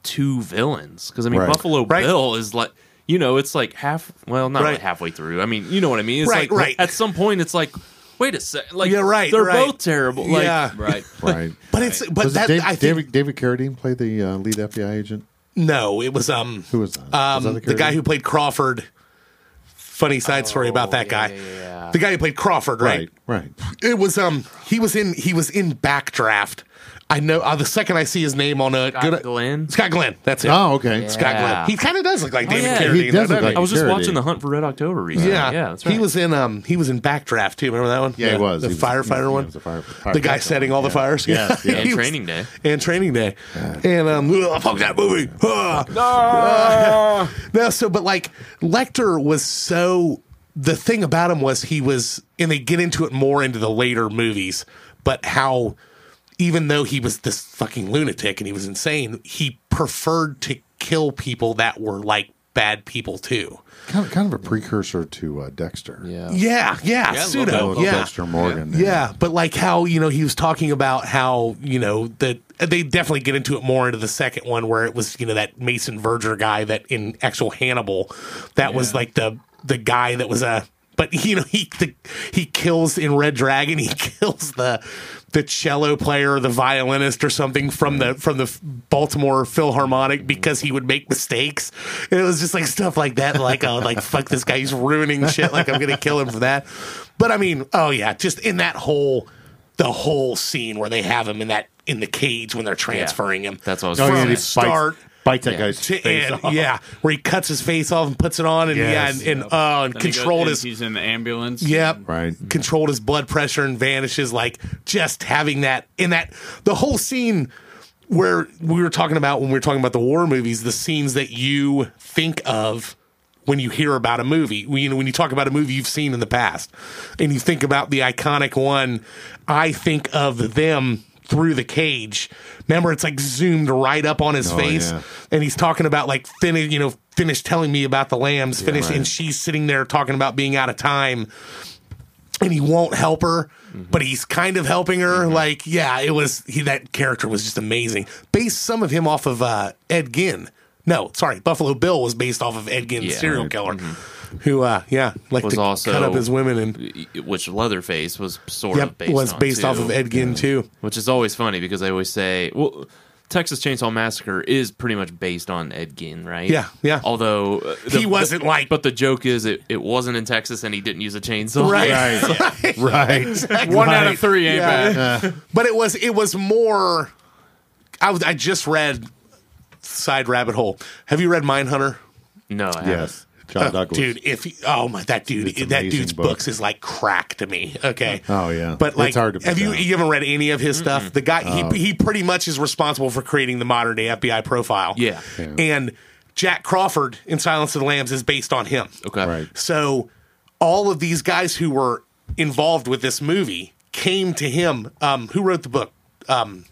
Speaker 5: two villains. Because I mean,
Speaker 6: Right.
Speaker 5: Buffalo
Speaker 1: Right.
Speaker 5: Bill is like you know, it's like half. Well, not
Speaker 1: Right.
Speaker 5: like halfway through. I mean, you know what I mean. It's
Speaker 1: Right,
Speaker 5: like
Speaker 1: right.
Speaker 5: At some point, it's like, wait a sec. Like,
Speaker 1: Yeah, right,
Speaker 5: They're
Speaker 1: right.
Speaker 5: both terrible. Like,
Speaker 1: yeah,
Speaker 4: right.
Speaker 6: Right.
Speaker 1: but it's but
Speaker 6: Was it
Speaker 1: that
Speaker 6: Dave-
Speaker 1: I think
Speaker 6: David, David Carradine play the uh, lead FBI agent?
Speaker 1: no, it was um
Speaker 6: Who was that?
Speaker 1: um
Speaker 6: Was that
Speaker 1: the guy
Speaker 6: Carradine?
Speaker 1: who played Crawford. Funny side story about that
Speaker 5: yeah,
Speaker 1: guy.
Speaker 5: yeah, yeah.
Speaker 1: The guy who played Crawford,
Speaker 6: Right.
Speaker 1: right?
Speaker 6: Right.
Speaker 1: it was um he was in he was in backdraft i know uh, the second i see his name on a
Speaker 5: Scott Glenn?
Speaker 1: scott glenn that's it
Speaker 6: Oh, okay.
Speaker 1: scott
Speaker 5: Yeah. Oh,
Speaker 1: glenn he kind of does look like david
Speaker 5: yeah.
Speaker 1: Carradine,
Speaker 6: He does look
Speaker 1: doesn't
Speaker 6: like
Speaker 5: I was just
Speaker 6: Charity.
Speaker 5: watching The Hunt for Red October recently.
Speaker 1: yeah
Speaker 5: yeah, that's right.
Speaker 1: he was in um he was in backdraft too remember that one
Speaker 6: Oh, Yeah, he
Speaker 1: The-
Speaker 6: was.
Speaker 1: the
Speaker 6: He was-
Speaker 1: firefighter
Speaker 6: yeah,
Speaker 1: one
Speaker 6: he was a fire-
Speaker 1: the guy
Speaker 6: firefighter.
Speaker 1: setting all the fires yeah,
Speaker 5: and
Speaker 1: He was-
Speaker 5: Training Day.
Speaker 1: and training day and um ugh, fuck that movie Ah. No, so but like Lecter was so the thing about him was he was and they get into it more into the later movies, but how even though he was this fucking lunatic and he was insane, he preferred to kill people that were like bad people too.
Speaker 6: Kind of, kind of a precursor to uh, Dexter.
Speaker 5: Yeah.
Speaker 1: Yeah, yeah,
Speaker 4: Yeah, a little
Speaker 1: pseudo.
Speaker 6: Little
Speaker 1: Yeah.
Speaker 6: Dexter Morgan.
Speaker 1: Yeah, but like how you know he was talking about how you know that uh, they definitely get into it more into the second one where it was you know that Mason Verger guy that in actual Hannibal that was like the the guy that was a but you know he the, he kills in Red Dragon he kills the the cello player or the violinist or something from the from the Baltimore Philharmonic because he would make mistakes. And it was just like stuff like that. Like oh, like fuck this guy, he's ruining shit. Like I'm gonna kill him for that. But I mean, oh yeah, just in that whole the whole scene where they have him in that in the cage when they're transferring him.
Speaker 5: That's what I was
Speaker 6: Oh,
Speaker 5: gonna
Speaker 6: yeah,
Speaker 5: say.
Speaker 6: he bites-
Speaker 1: start
Speaker 6: Bite that guy's
Speaker 1: to
Speaker 6: face
Speaker 1: end,
Speaker 6: off.
Speaker 1: yeah, where he cuts his face off and puts it on, and
Speaker 6: Yes.
Speaker 1: yeah, and, and oh, and
Speaker 4: Then he goes-
Speaker 1: controlled
Speaker 4: and
Speaker 1: his
Speaker 4: He's in the ambulance.
Speaker 1: Yep.
Speaker 6: Right. Mm-hmm.
Speaker 1: Controlled his blood pressure and vanishes. Like just having that in that the whole scene where we were talking about when we were talking about the war movies, the scenes that you think of when you hear about a movie. When, you know, when you talk about a movie you've seen in the past, and you think about the iconic one, I think of them through the cage. Remember, it's like zoomed right up on his
Speaker 6: Oh,
Speaker 1: face,
Speaker 6: yeah.
Speaker 1: and he's talking about like finish, you know, finish telling me about the lambs, finish,
Speaker 6: right.
Speaker 1: and she's sitting there talking about being out of time and he won't help her,
Speaker 5: Mm-hmm.
Speaker 1: but he's kind of helping her. Like, yeah, it was he, that character was just amazing. Based some of him off of uh, Ed Ginn. No, sorry, Buffalo Bill was based off of Ed Ginn, the
Speaker 5: Yeah. Mm-hmm.
Speaker 1: serial killer, who, uh, yeah, like
Speaker 5: Was
Speaker 1: to
Speaker 5: also-
Speaker 1: cut up his women and
Speaker 5: Which Leatherface was sort of
Speaker 1: yep,
Speaker 5: based
Speaker 1: was
Speaker 5: on,
Speaker 1: based off
Speaker 5: too.
Speaker 1: of Ed Ginn too.
Speaker 5: which is always funny because I always say, well, Texas Chainsaw Massacre is pretty much based on Ed Gein, right?
Speaker 1: Yeah, yeah.
Speaker 5: Although uh, the-
Speaker 1: He wasn't like-
Speaker 5: but the joke is it, it wasn't in Texas and he didn't use a chainsaw.
Speaker 1: Right.
Speaker 6: Right. right.
Speaker 4: One out of three ain't
Speaker 1: Yeah.
Speaker 4: bad.
Speaker 1: but it was it was more. I, was- I just read side rabbit hole. Have you read Mindhunter?
Speaker 5: No, I
Speaker 6: Yes. John Douglas.
Speaker 1: Dude, if you, oh my that dude
Speaker 6: It's
Speaker 1: that
Speaker 6: amazing
Speaker 1: dude's
Speaker 6: book.
Speaker 1: books is like crack to me. Okay.
Speaker 6: Oh, yeah.
Speaker 1: But
Speaker 6: It's
Speaker 1: like
Speaker 6: hard to Oh. put
Speaker 1: have you
Speaker 6: down.
Speaker 1: you haven't read any of his stuff? The guy he he pretty much is responsible for creating the modern day FBI profile.
Speaker 5: Yeah. Yeah.
Speaker 1: And Jack Crawford in Silence of the Lambs is based on him.
Speaker 5: Okay.
Speaker 6: Right.
Speaker 1: So all of these guys who were involved with this movie came to him. Um, who wrote the book? Um,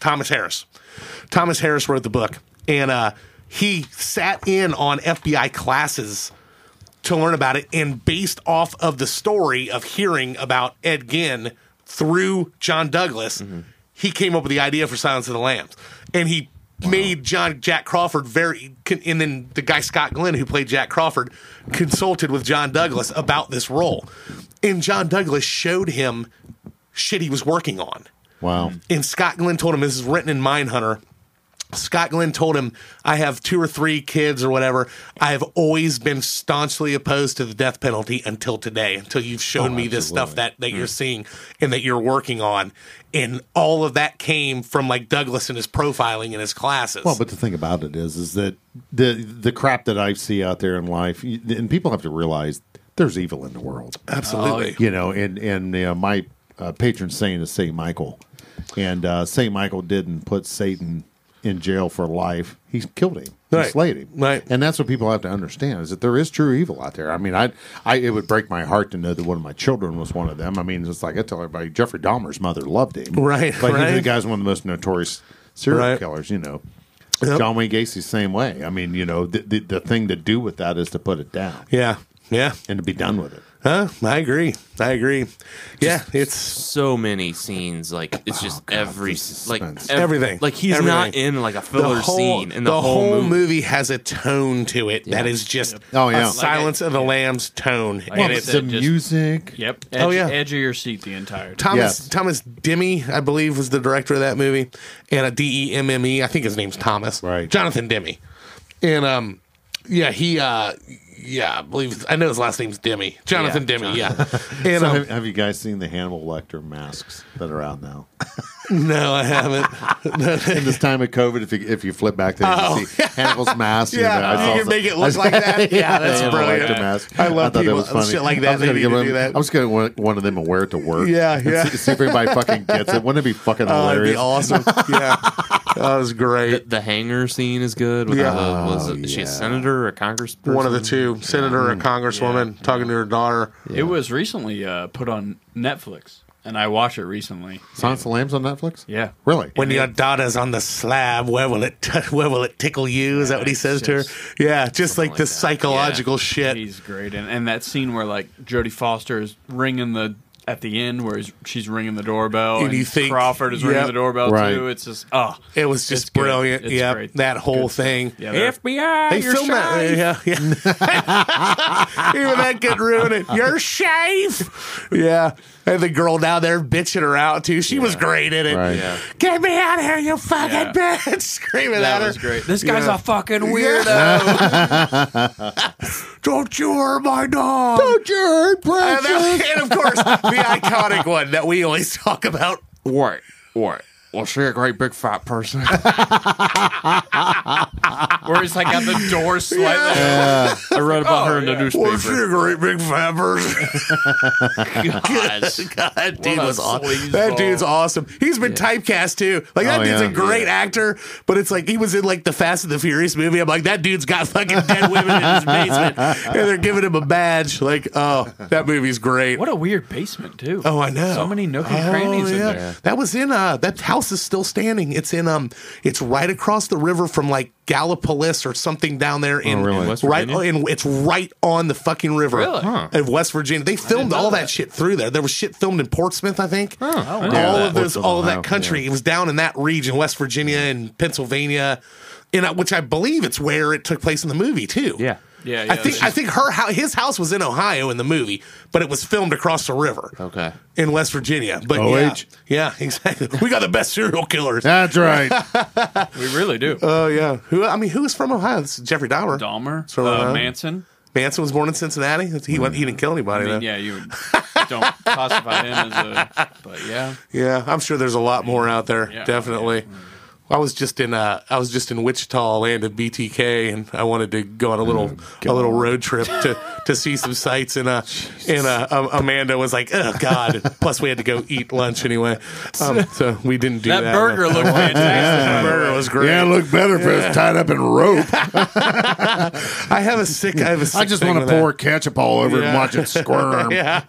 Speaker 1: Thomas Harris. Thomas Harris wrote the book, and uh, he sat in on FBI classes to learn about it and based off of the story of hearing about Ed Gein through John Douglas, he came up with the idea for Silence of the Lambs. And he made John Jack Crawford very con- and then the guy Scott Glenn who played Jack Crawford consulted with John Douglas about this role. And John Douglas showed him shit he was working on.
Speaker 6: Wow.
Speaker 1: And Scott Glenn told him this is written in Mindhunter. Scott Glenn told him, I have two or three kids or whatever. I have always been staunchly opposed to the death penalty until today, until you've
Speaker 6: Oh,
Speaker 1: shown me this stuff that, that you're
Speaker 6: Hmm.
Speaker 1: seeing and that you're working on. And all of that came from like Douglas and his profiling and his classes.
Speaker 6: Well, but the thing about it is, is that the the crap that I see out there in life, y- and people have to realize there's evil in the world.
Speaker 1: Absolutely.
Speaker 6: you know, and and you know, my uh, patron saint is Saint Michael, and uh, Saint Michael didn't put Satan in jail for life. He killed him. He
Speaker 1: Right.
Speaker 6: slayed him.
Speaker 1: Right.
Speaker 6: And that's what people have to understand is that there is true evil out there. I mean, I, I it would break my heart to know that one of my children was one of them. I mean, it's like I tell everybody, Jeffrey Dahmer's mother loved him.
Speaker 1: Right,
Speaker 6: But he- the
Speaker 1: right.
Speaker 6: guy's one of the most notorious serial
Speaker 1: Right.
Speaker 6: killers. You know.
Speaker 1: Yep.
Speaker 6: John Wayne Gacy, same way. I mean, you know, the, the the thing to do with that is to put it down
Speaker 1: Yeah. Yeah.
Speaker 6: and to be done with it.
Speaker 1: Huh? I agree. I agree. Yeah. It's
Speaker 5: so many scenes. Like it's
Speaker 1: Oh,
Speaker 5: just every
Speaker 6: the
Speaker 5: like
Speaker 6: suspense.
Speaker 5: ev-
Speaker 1: Everything.
Speaker 5: Like he's not
Speaker 1: Everything.
Speaker 5: in like a filler scene in the, whole,
Speaker 1: whole
Speaker 5: movie.
Speaker 1: has a tone to it that is just
Speaker 6: Oh, yeah.
Speaker 1: a Silence of the Lambs tone.
Speaker 4: Like
Speaker 1: and
Speaker 4: I
Speaker 1: it's
Speaker 4: said, just-
Speaker 6: music.
Speaker 4: Yep. Edge,
Speaker 1: Oh, yeah.
Speaker 4: Edge of your seat the entire time.
Speaker 1: Thomas
Speaker 6: Yes.
Speaker 1: Thomas Demme, I believe, was the director of that movie, and a D E M M E. I think his name's Thomas.
Speaker 6: Right.
Speaker 1: Jonathan Demme, and um, yeah, he uh, yeah, I believe I know his last name's Demme. Jonathan
Speaker 5: Yeah,
Speaker 1: Demme, yeah. And
Speaker 6: So
Speaker 1: um,
Speaker 6: have, have you guys seen the Hannibal Lecter masks that are out now?
Speaker 1: no, I haven't.
Speaker 6: In this time of COVID, if you if you flip back there, you see Hannibal's mask.
Speaker 1: Oh. Yeah,
Speaker 6: and I saw
Speaker 1: you can
Speaker 6: some-
Speaker 1: make it
Speaker 6: I
Speaker 1: look
Speaker 6: saw-
Speaker 1: like that. Yeah, that's
Speaker 6: Hannibal
Speaker 1: brilliant.
Speaker 6: Lecter mask.
Speaker 1: I love
Speaker 6: thought
Speaker 1: people-
Speaker 6: was funny.
Speaker 1: shit like
Speaker 6: I was
Speaker 1: that, they
Speaker 6: gonna
Speaker 1: need
Speaker 6: give
Speaker 1: to
Speaker 6: him-
Speaker 1: do that.
Speaker 6: I was going to want one of them and wear it to work.
Speaker 1: Yeah,
Speaker 6: and
Speaker 1: yeah.
Speaker 6: See, see if anybody fucking gets it. Wouldn't it be fucking
Speaker 1: Oh, that'd be
Speaker 6: hilarious?
Speaker 1: awesome. yeah, that was great.
Speaker 5: The hanger scene is good. With
Speaker 1: Yeah.
Speaker 5: yeah. the, was it, is she
Speaker 6: Oh, yeah.
Speaker 5: a senator or a congressperson?
Speaker 1: One of the two, senator or congresswoman, talking to her daughter.
Speaker 4: It was recently uh, put on Netflix, and I watched it recently.
Speaker 6: Silence of the Lambs on Netflix.
Speaker 4: Yeah.
Speaker 6: really.
Speaker 1: When your daughter's on the slab, where will it where will it tickle you? Is that what he says to her? Yeah, just like
Speaker 5: like
Speaker 1: the
Speaker 5: that.
Speaker 1: psychological shit.
Speaker 4: He's great, and, and that scene where like Jodie Foster is ringing the at the end where he's, she's ringing the doorbell,
Speaker 1: And
Speaker 4: and,
Speaker 1: you think-
Speaker 4: Crawford is
Speaker 1: yep.
Speaker 4: ringing the doorbell
Speaker 6: Right.
Speaker 4: too. It's just oh,
Speaker 1: It was just
Speaker 4: It's good.
Speaker 1: brilliant.
Speaker 4: It's
Speaker 1: Yeah,
Speaker 4: great.
Speaker 1: that whole
Speaker 4: Good.
Speaker 1: thing.
Speaker 4: yeah, they're-
Speaker 5: FBI,
Speaker 1: They
Speaker 5: you're
Speaker 1: film that.
Speaker 5: shy.
Speaker 1: Yeah, yeah. Even that could ruin it. You're safe. Yeah, and the girl down there bitching her out too. She was great in it.
Speaker 6: Right.
Speaker 5: Yeah.
Speaker 1: Get me out of here, you fucking
Speaker 4: Yeah.
Speaker 1: bitch! Screaming
Speaker 4: that
Speaker 1: at her.
Speaker 4: was great. This guy's
Speaker 1: Yeah.
Speaker 4: a fucking weirdo.
Speaker 1: Don't you hurt my dog. Don't you hurt precious. And, that- and of course, the iconic one that we always talk about.
Speaker 5: What? What? Well, she a great big fat person.
Speaker 4: Where he's like at the door slightly.
Speaker 5: I read
Speaker 4: Oh,
Speaker 5: about her in the
Speaker 1: Well, she
Speaker 5: newspaper.
Speaker 1: a great big fat person.
Speaker 5: Gosh.
Speaker 1: God, that dude
Speaker 4: a
Speaker 1: was awesome.
Speaker 4: sleazeball.
Speaker 1: That dude's awesome. He's been typecast too. Like that
Speaker 6: Oh,
Speaker 1: dude's
Speaker 6: yeah.
Speaker 1: a great actor, but it's like he was in like the Fast and the Furious movie. I'm like, that dude's got fucking dead women in his basement, and they're giving him a badge. Like, oh, that movie's great.
Speaker 4: What a weird basement too.
Speaker 1: Oh, I know.
Speaker 4: So many nook and
Speaker 1: Oh,
Speaker 4: crannies
Speaker 1: yeah.
Speaker 4: in there.
Speaker 1: That was in uh that house is still standing. It's in um it's right across the river from like Gallipolis or something down
Speaker 4: Oh,
Speaker 1: there in
Speaker 6: really? In
Speaker 5: West
Speaker 1: right
Speaker 5: Virginia?
Speaker 1: in it's right on the fucking river
Speaker 4: Really?
Speaker 1: of West Virginia. They filmed
Speaker 4: know
Speaker 1: all that.
Speaker 4: that.
Speaker 1: shit through there. There was shit filmed in Portsmouth, I think.
Speaker 4: Oh,
Speaker 1: all
Speaker 4: wow.
Speaker 1: of those
Speaker 6: Portsmouth,
Speaker 1: all of
Speaker 6: Ohio,
Speaker 1: that country. It was down in that region, West Virginia and Pennsylvania. And uh, which I believe it's where it took place in the movie too.
Speaker 5: Yeah.
Speaker 4: Yeah, yeah.
Speaker 1: I think I think her hou- his house was in Ohio in the movie, but it was filmed across the river
Speaker 5: Okay.
Speaker 1: in West Virginia. But
Speaker 6: OH.
Speaker 1: yeah, yeah, exactly. We got the best serial killers.
Speaker 6: That's right.
Speaker 4: we really do.
Speaker 1: Oh yeah. Who I mean, who is from Ohio? This is Jeffrey Dahmer.
Speaker 4: Dahmer,
Speaker 1: from
Speaker 4: uh,
Speaker 1: Ohio.
Speaker 4: Manson.
Speaker 1: Manson was born in Cincinnati. He went. He didn't kill anybody.
Speaker 4: I mean, yeah, you don't classify him as a. But yeah,
Speaker 1: though. yeah. I'm sure there's a lot more out there.
Speaker 4: Yeah.
Speaker 1: Definitely. I was just in uh, I was just in Wichita, land of BTK, and I wanted to go on a little
Speaker 4: Mm,
Speaker 1: a little road trip to, to see some sights. And uh, and uh, um, Amanda was like, "Oh God!" Plus, we had to go eat lunch anyway, um, so we didn't do that.
Speaker 4: that burger looked fantastic.
Speaker 1: that burger was great.
Speaker 6: yeah, it looked better if it was tied up in rope.
Speaker 1: I have a sick. I have a sick
Speaker 6: I just
Speaker 1: thing
Speaker 6: want
Speaker 1: with
Speaker 6: to
Speaker 1: that.
Speaker 6: pour ketchup all over it
Speaker 1: Yeah.
Speaker 6: and watch it squirm.
Speaker 1: Yeah.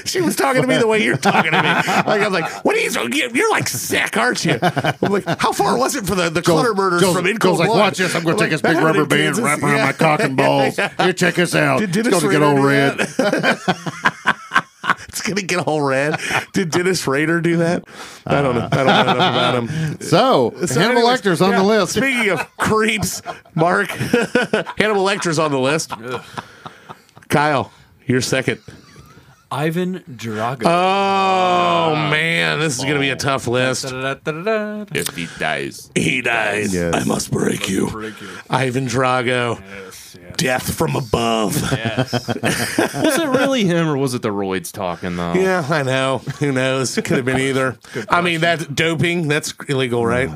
Speaker 1: she was talking to me the way you're talking to me. Like I'm like, what are you? You're like sick, aren't you? I'm like, how far was it for the the Clutter murders
Speaker 6: Joe's-
Speaker 1: from In
Speaker 6: Joe's
Speaker 1: Cold
Speaker 6: like,
Speaker 1: Blood?
Speaker 6: watch this. I'm going to take
Speaker 1: like,
Speaker 6: this big
Speaker 1: that
Speaker 6: rubber
Speaker 1: in
Speaker 6: band,
Speaker 1: Kansas,
Speaker 6: wrap around
Speaker 1: yeah.
Speaker 6: my cock and balls. Here, check this out.
Speaker 1: Did
Speaker 6: it's
Speaker 1: Dennis
Speaker 6: going to
Speaker 1: Rader
Speaker 6: get all
Speaker 1: do
Speaker 6: red.
Speaker 1: It's gonna get all red. Did Dennis Rader do that? I don't know. I don't know enough about him.
Speaker 6: So, Hannibal
Speaker 1: anyways,
Speaker 6: Lecter's on
Speaker 1: yeah,
Speaker 6: the list.
Speaker 1: Speaking of creeps, Mark Hannibal Lecter's on the list. Kyle, you're second.
Speaker 4: Ivan Drago.
Speaker 1: Oh man, this is gonna be a tough list.
Speaker 4: Da-da-da-da-da.
Speaker 5: If he dies,
Speaker 1: He dies.
Speaker 6: Yes.
Speaker 1: I must break you.
Speaker 4: Pretty cute.
Speaker 1: Ivan Drago. Death from above.
Speaker 5: was it really him or was it the roids talking though?
Speaker 1: Yeah, I know. Who knows? Could have been either. I mean, that's doping. That's illegal, right?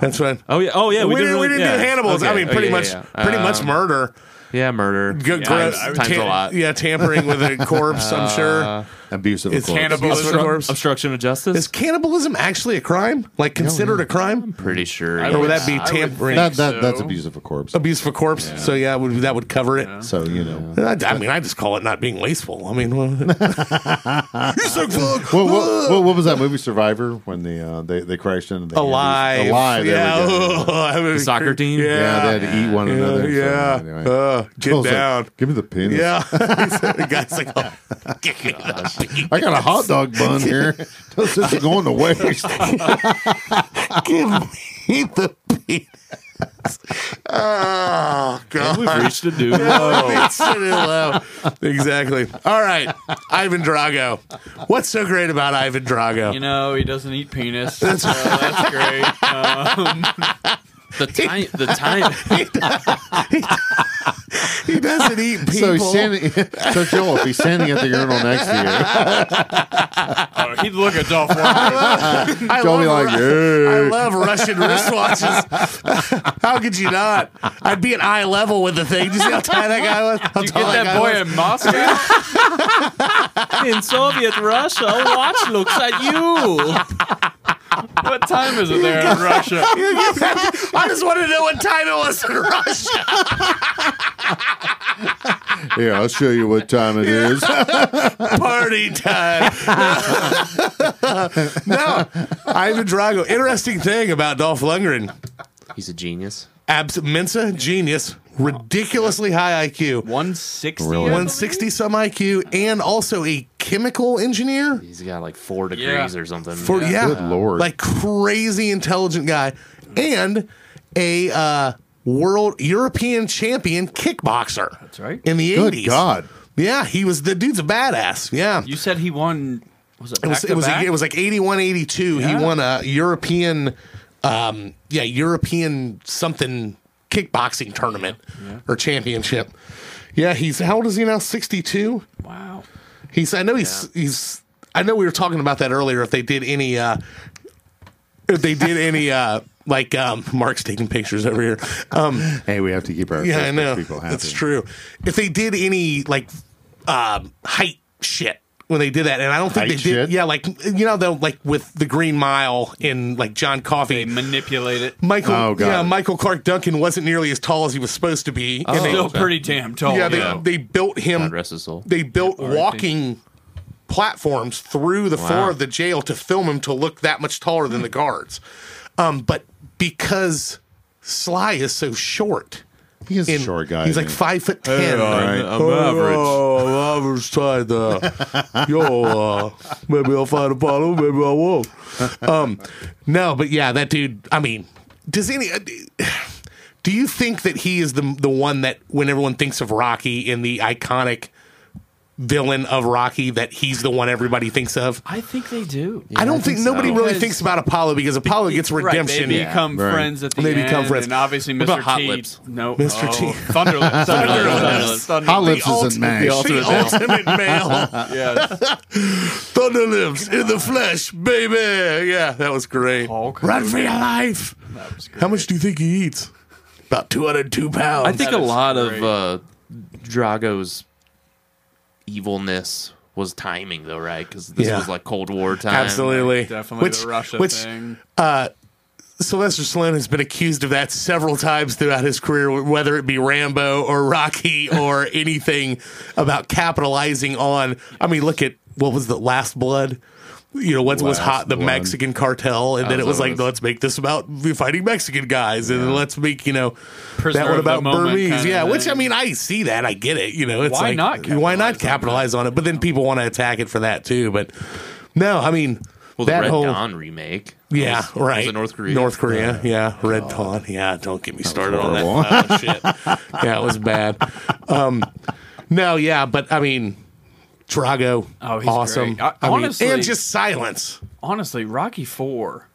Speaker 1: that's what.
Speaker 5: Oh yeah. Oh yeah.
Speaker 1: we, didn't,
Speaker 5: really-
Speaker 1: we didn't
Speaker 5: yeah.
Speaker 1: do Hannibal's. I
Speaker 5: Okay.
Speaker 1: mean,
Speaker 5: Oh,
Speaker 1: pretty
Speaker 5: yeah,
Speaker 1: much,
Speaker 5: yeah, yeah.
Speaker 1: pretty much
Speaker 5: Um,
Speaker 1: murder.
Speaker 5: Yeah, murder.
Speaker 1: Good
Speaker 5: Yeah,
Speaker 1: gross.
Speaker 5: times, times a lot. Uh,
Speaker 1: Yeah, tampering with a corpse. I'm sure.
Speaker 6: Abusive, of
Speaker 1: It's
Speaker 6: course.
Speaker 1: Hannibal.
Speaker 5: Obstru-
Speaker 1: corpse.
Speaker 5: obstruction of justice.
Speaker 1: Is cannibalism actually a crime? Like considered a crime,
Speaker 5: pretty sure.
Speaker 1: or would
Speaker 5: yeah.
Speaker 1: that be
Speaker 4: I would
Speaker 1: tampering?
Speaker 6: That, that,
Speaker 4: So-
Speaker 6: That's abusive of corpse.
Speaker 1: Abuse for corpse. So yeah, would, that would cover it.
Speaker 6: So, you know.
Speaker 1: I, I mean, I just call it not being wasteful. I mean, well, you sick fuck.
Speaker 6: What, what, what, what was that movie Survivor when the uh, they, they crashed into the
Speaker 1: Alive.
Speaker 6: Alive. There
Speaker 1: Yeah. Oh,
Speaker 6: we go.
Speaker 1: I mean,
Speaker 5: soccer team?
Speaker 1: Yeah.
Speaker 6: Oh, Yeah, they had to eat one
Speaker 1: Yeah,
Speaker 6: another. so
Speaker 1: yeah.
Speaker 6: anyway.
Speaker 1: Uh, get
Speaker 6: I was like,
Speaker 1: down.
Speaker 6: Give me the penis.
Speaker 1: yeah. the guy's like, oh, give me the
Speaker 6: I got a hot dog bun here. This isn't going to waste.
Speaker 1: Give me the penis. Oh, God.
Speaker 4: We've reached a new low.
Speaker 1: It's so low. Exactly. All right. Ivan Drago. What's so great about Ivan Drago?
Speaker 4: You know, he doesn't eat penis. so that's great. Uh,
Speaker 5: the time? The time.
Speaker 1: he doesn't eat people.
Speaker 6: so he's standing. So Joel, if he's standing at the urinal next to
Speaker 4: oh, he'd look at Dolph Lundgren.
Speaker 1: I
Speaker 6: you, Joel be
Speaker 1: love
Speaker 6: like, "Yeah."
Speaker 1: I love Russian wristwatches. How could you not? I'd be at eye level with the thing. Do you see how tight that guy was? How
Speaker 4: You
Speaker 1: tall
Speaker 4: get that
Speaker 1: guy
Speaker 4: boy
Speaker 1: was?
Speaker 4: in Moscow?
Speaker 5: in Soviet Russia, watch looks at you.
Speaker 4: What time is it there in Russia?
Speaker 1: I just wanted to know what time it was in Russia.
Speaker 6: "Here, I'll show you what time it is."
Speaker 1: Party time. no, Ivan Drago. Interesting thing about Dolph Lundgren.
Speaker 5: He's a genius.
Speaker 1: Abs- Mensa genius, ridiculously high IQ,
Speaker 4: 160?
Speaker 6: Really?
Speaker 4: I believe?
Speaker 1: 160 some IQ, and also a chemical engineer.
Speaker 5: He's got like four degrees or something.
Speaker 1: For yeah,
Speaker 6: Good lord.
Speaker 1: like crazy intelligent guy, and a uh, world European champion kickboxer. That's
Speaker 4: right.
Speaker 1: In the
Speaker 6: Good
Speaker 1: eighties.
Speaker 6: God.
Speaker 1: Yeah, he was the dude's a badass. Yeah.
Speaker 4: You said he won. Was it
Speaker 1: it was it was,
Speaker 4: back-to-back?
Speaker 1: it was like 81 82
Speaker 4: Yeah.
Speaker 1: he won a European um yeah, European something kickboxing tournament or championship. Yeah, he's how old is he now? 62?
Speaker 4: Wow.
Speaker 1: He's. I know he's. He's. I know we were talking about that earlier. If they did any, uh, if they did any, uh, like um, Mark's taking pictures over here. Um,
Speaker 6: Hey, we have to keep our
Speaker 1: yeah, I
Speaker 6: Facebook
Speaker 1: know.
Speaker 6: people happy.
Speaker 1: That's true. If they did any like um, height shit when they did that, and I don't think
Speaker 6: Height
Speaker 1: they did.
Speaker 6: shit?
Speaker 1: Yeah, like you know, though, like with the Green Mile in like John Coffey.
Speaker 4: They manipulate it.
Speaker 1: Michael,
Speaker 6: Oh, got
Speaker 1: yeah,
Speaker 6: it. Oh,
Speaker 1: Michael Clark Duncan wasn't nearly as tall as he was supposed to be. and they,
Speaker 4: Still pretty damn tall.
Speaker 1: Oh. yeah, they,
Speaker 4: though.
Speaker 1: they built him
Speaker 5: God rest his soul.
Speaker 1: they built walking platforms through the floor of the jail to film him to look that much taller than the guards. Um, but because Sly is so short,
Speaker 6: He is a
Speaker 1: in-
Speaker 6: short guy.
Speaker 1: He's like
Speaker 6: isn't he?
Speaker 1: five foot ten.
Speaker 6: right.
Speaker 1: I'm average. Oh, I'm average tied uh, Yo, uh, maybe I'll find a bottle, maybe I won't. Um, no, but yeah, that dude. I mean, does any? uh, Do you think that he is the the one that when everyone thinks of Rocky in the iconic villain of Rocky, that he's the one everybody thinks of?
Speaker 4: I think they do.
Speaker 1: I don't think, nobody
Speaker 5: so.
Speaker 1: really
Speaker 4: Because-
Speaker 1: thinks about Apollo because Apollo gets redemption.
Speaker 4: Right, they become
Speaker 6: right.
Speaker 4: friends at the
Speaker 1: They
Speaker 4: end.
Speaker 1: become friends.
Speaker 4: And obviously, Mr.
Speaker 5: about
Speaker 4: T.
Speaker 5: Hot Lips?
Speaker 4: No,
Speaker 1: Mr.
Speaker 4: Oh,
Speaker 1: T.
Speaker 4: Thunderlips. Thunderlips. Thunderlips.
Speaker 6: Hot lips
Speaker 1: The
Speaker 6: isn't
Speaker 1: ultimate-
Speaker 6: mashed.
Speaker 1: the ultimate male.
Speaker 4: Yes.
Speaker 1: Thunder lives in the flesh, baby. Yeah, that was great.
Speaker 4: Hulk.
Speaker 1: Run for your life. How much do you think he eats? About 202 pounds.
Speaker 5: I think
Speaker 4: That
Speaker 5: a
Speaker 4: is
Speaker 5: lot
Speaker 4: great.
Speaker 5: of uh, Drago's evilness was timing, though, right? Because this
Speaker 1: Yeah.
Speaker 5: was like Cold War time.
Speaker 1: Absolutely.
Speaker 4: Definitely the Russia
Speaker 1: which
Speaker 4: thing.
Speaker 1: Sylvester Stallone has been accused of that several times throughout his career, whether it be Rambo or Rocky or anything about capitalizing on. I mean, look at what was the last blood? You know, what was
Speaker 6: Last
Speaker 1: hot? The
Speaker 6: Blood.
Speaker 1: Mexican cartel, and then it was
Speaker 5: was on
Speaker 1: like,
Speaker 5: this.
Speaker 1: let's make this about fighting Mexican guys, and then let's make you know
Speaker 4: Prisoner
Speaker 1: that one
Speaker 4: of the
Speaker 1: about
Speaker 4: moment
Speaker 1: Burmese,
Speaker 4: kinda
Speaker 1: yeah. Which I
Speaker 4: thing.
Speaker 1: mean, I see that, I get it. You know, it's
Speaker 4: Why
Speaker 1: like,
Speaker 4: not
Speaker 1: why not capitalize
Speaker 4: capitalize on
Speaker 1: on it? But then people want to attack it for that too. But no, I mean,
Speaker 5: Well, the
Speaker 1: that
Speaker 5: Red
Speaker 1: whole
Speaker 5: Dawn remake.
Speaker 1: yeah,
Speaker 5: was- was
Speaker 1: right.
Speaker 5: in North Korea.
Speaker 1: North Korea, yeah. Red Dawn, yeah. Don't get me started on that
Speaker 6: horrible.
Speaker 1: pile of shit. Yeah, it was bad. Um, no, yeah, but I mean, Drago,
Speaker 4: Oh, he's
Speaker 1: awesome.
Speaker 4: great. I-
Speaker 1: mean,
Speaker 4: honestly-
Speaker 1: and just silence.
Speaker 4: Honestly, Rocky Four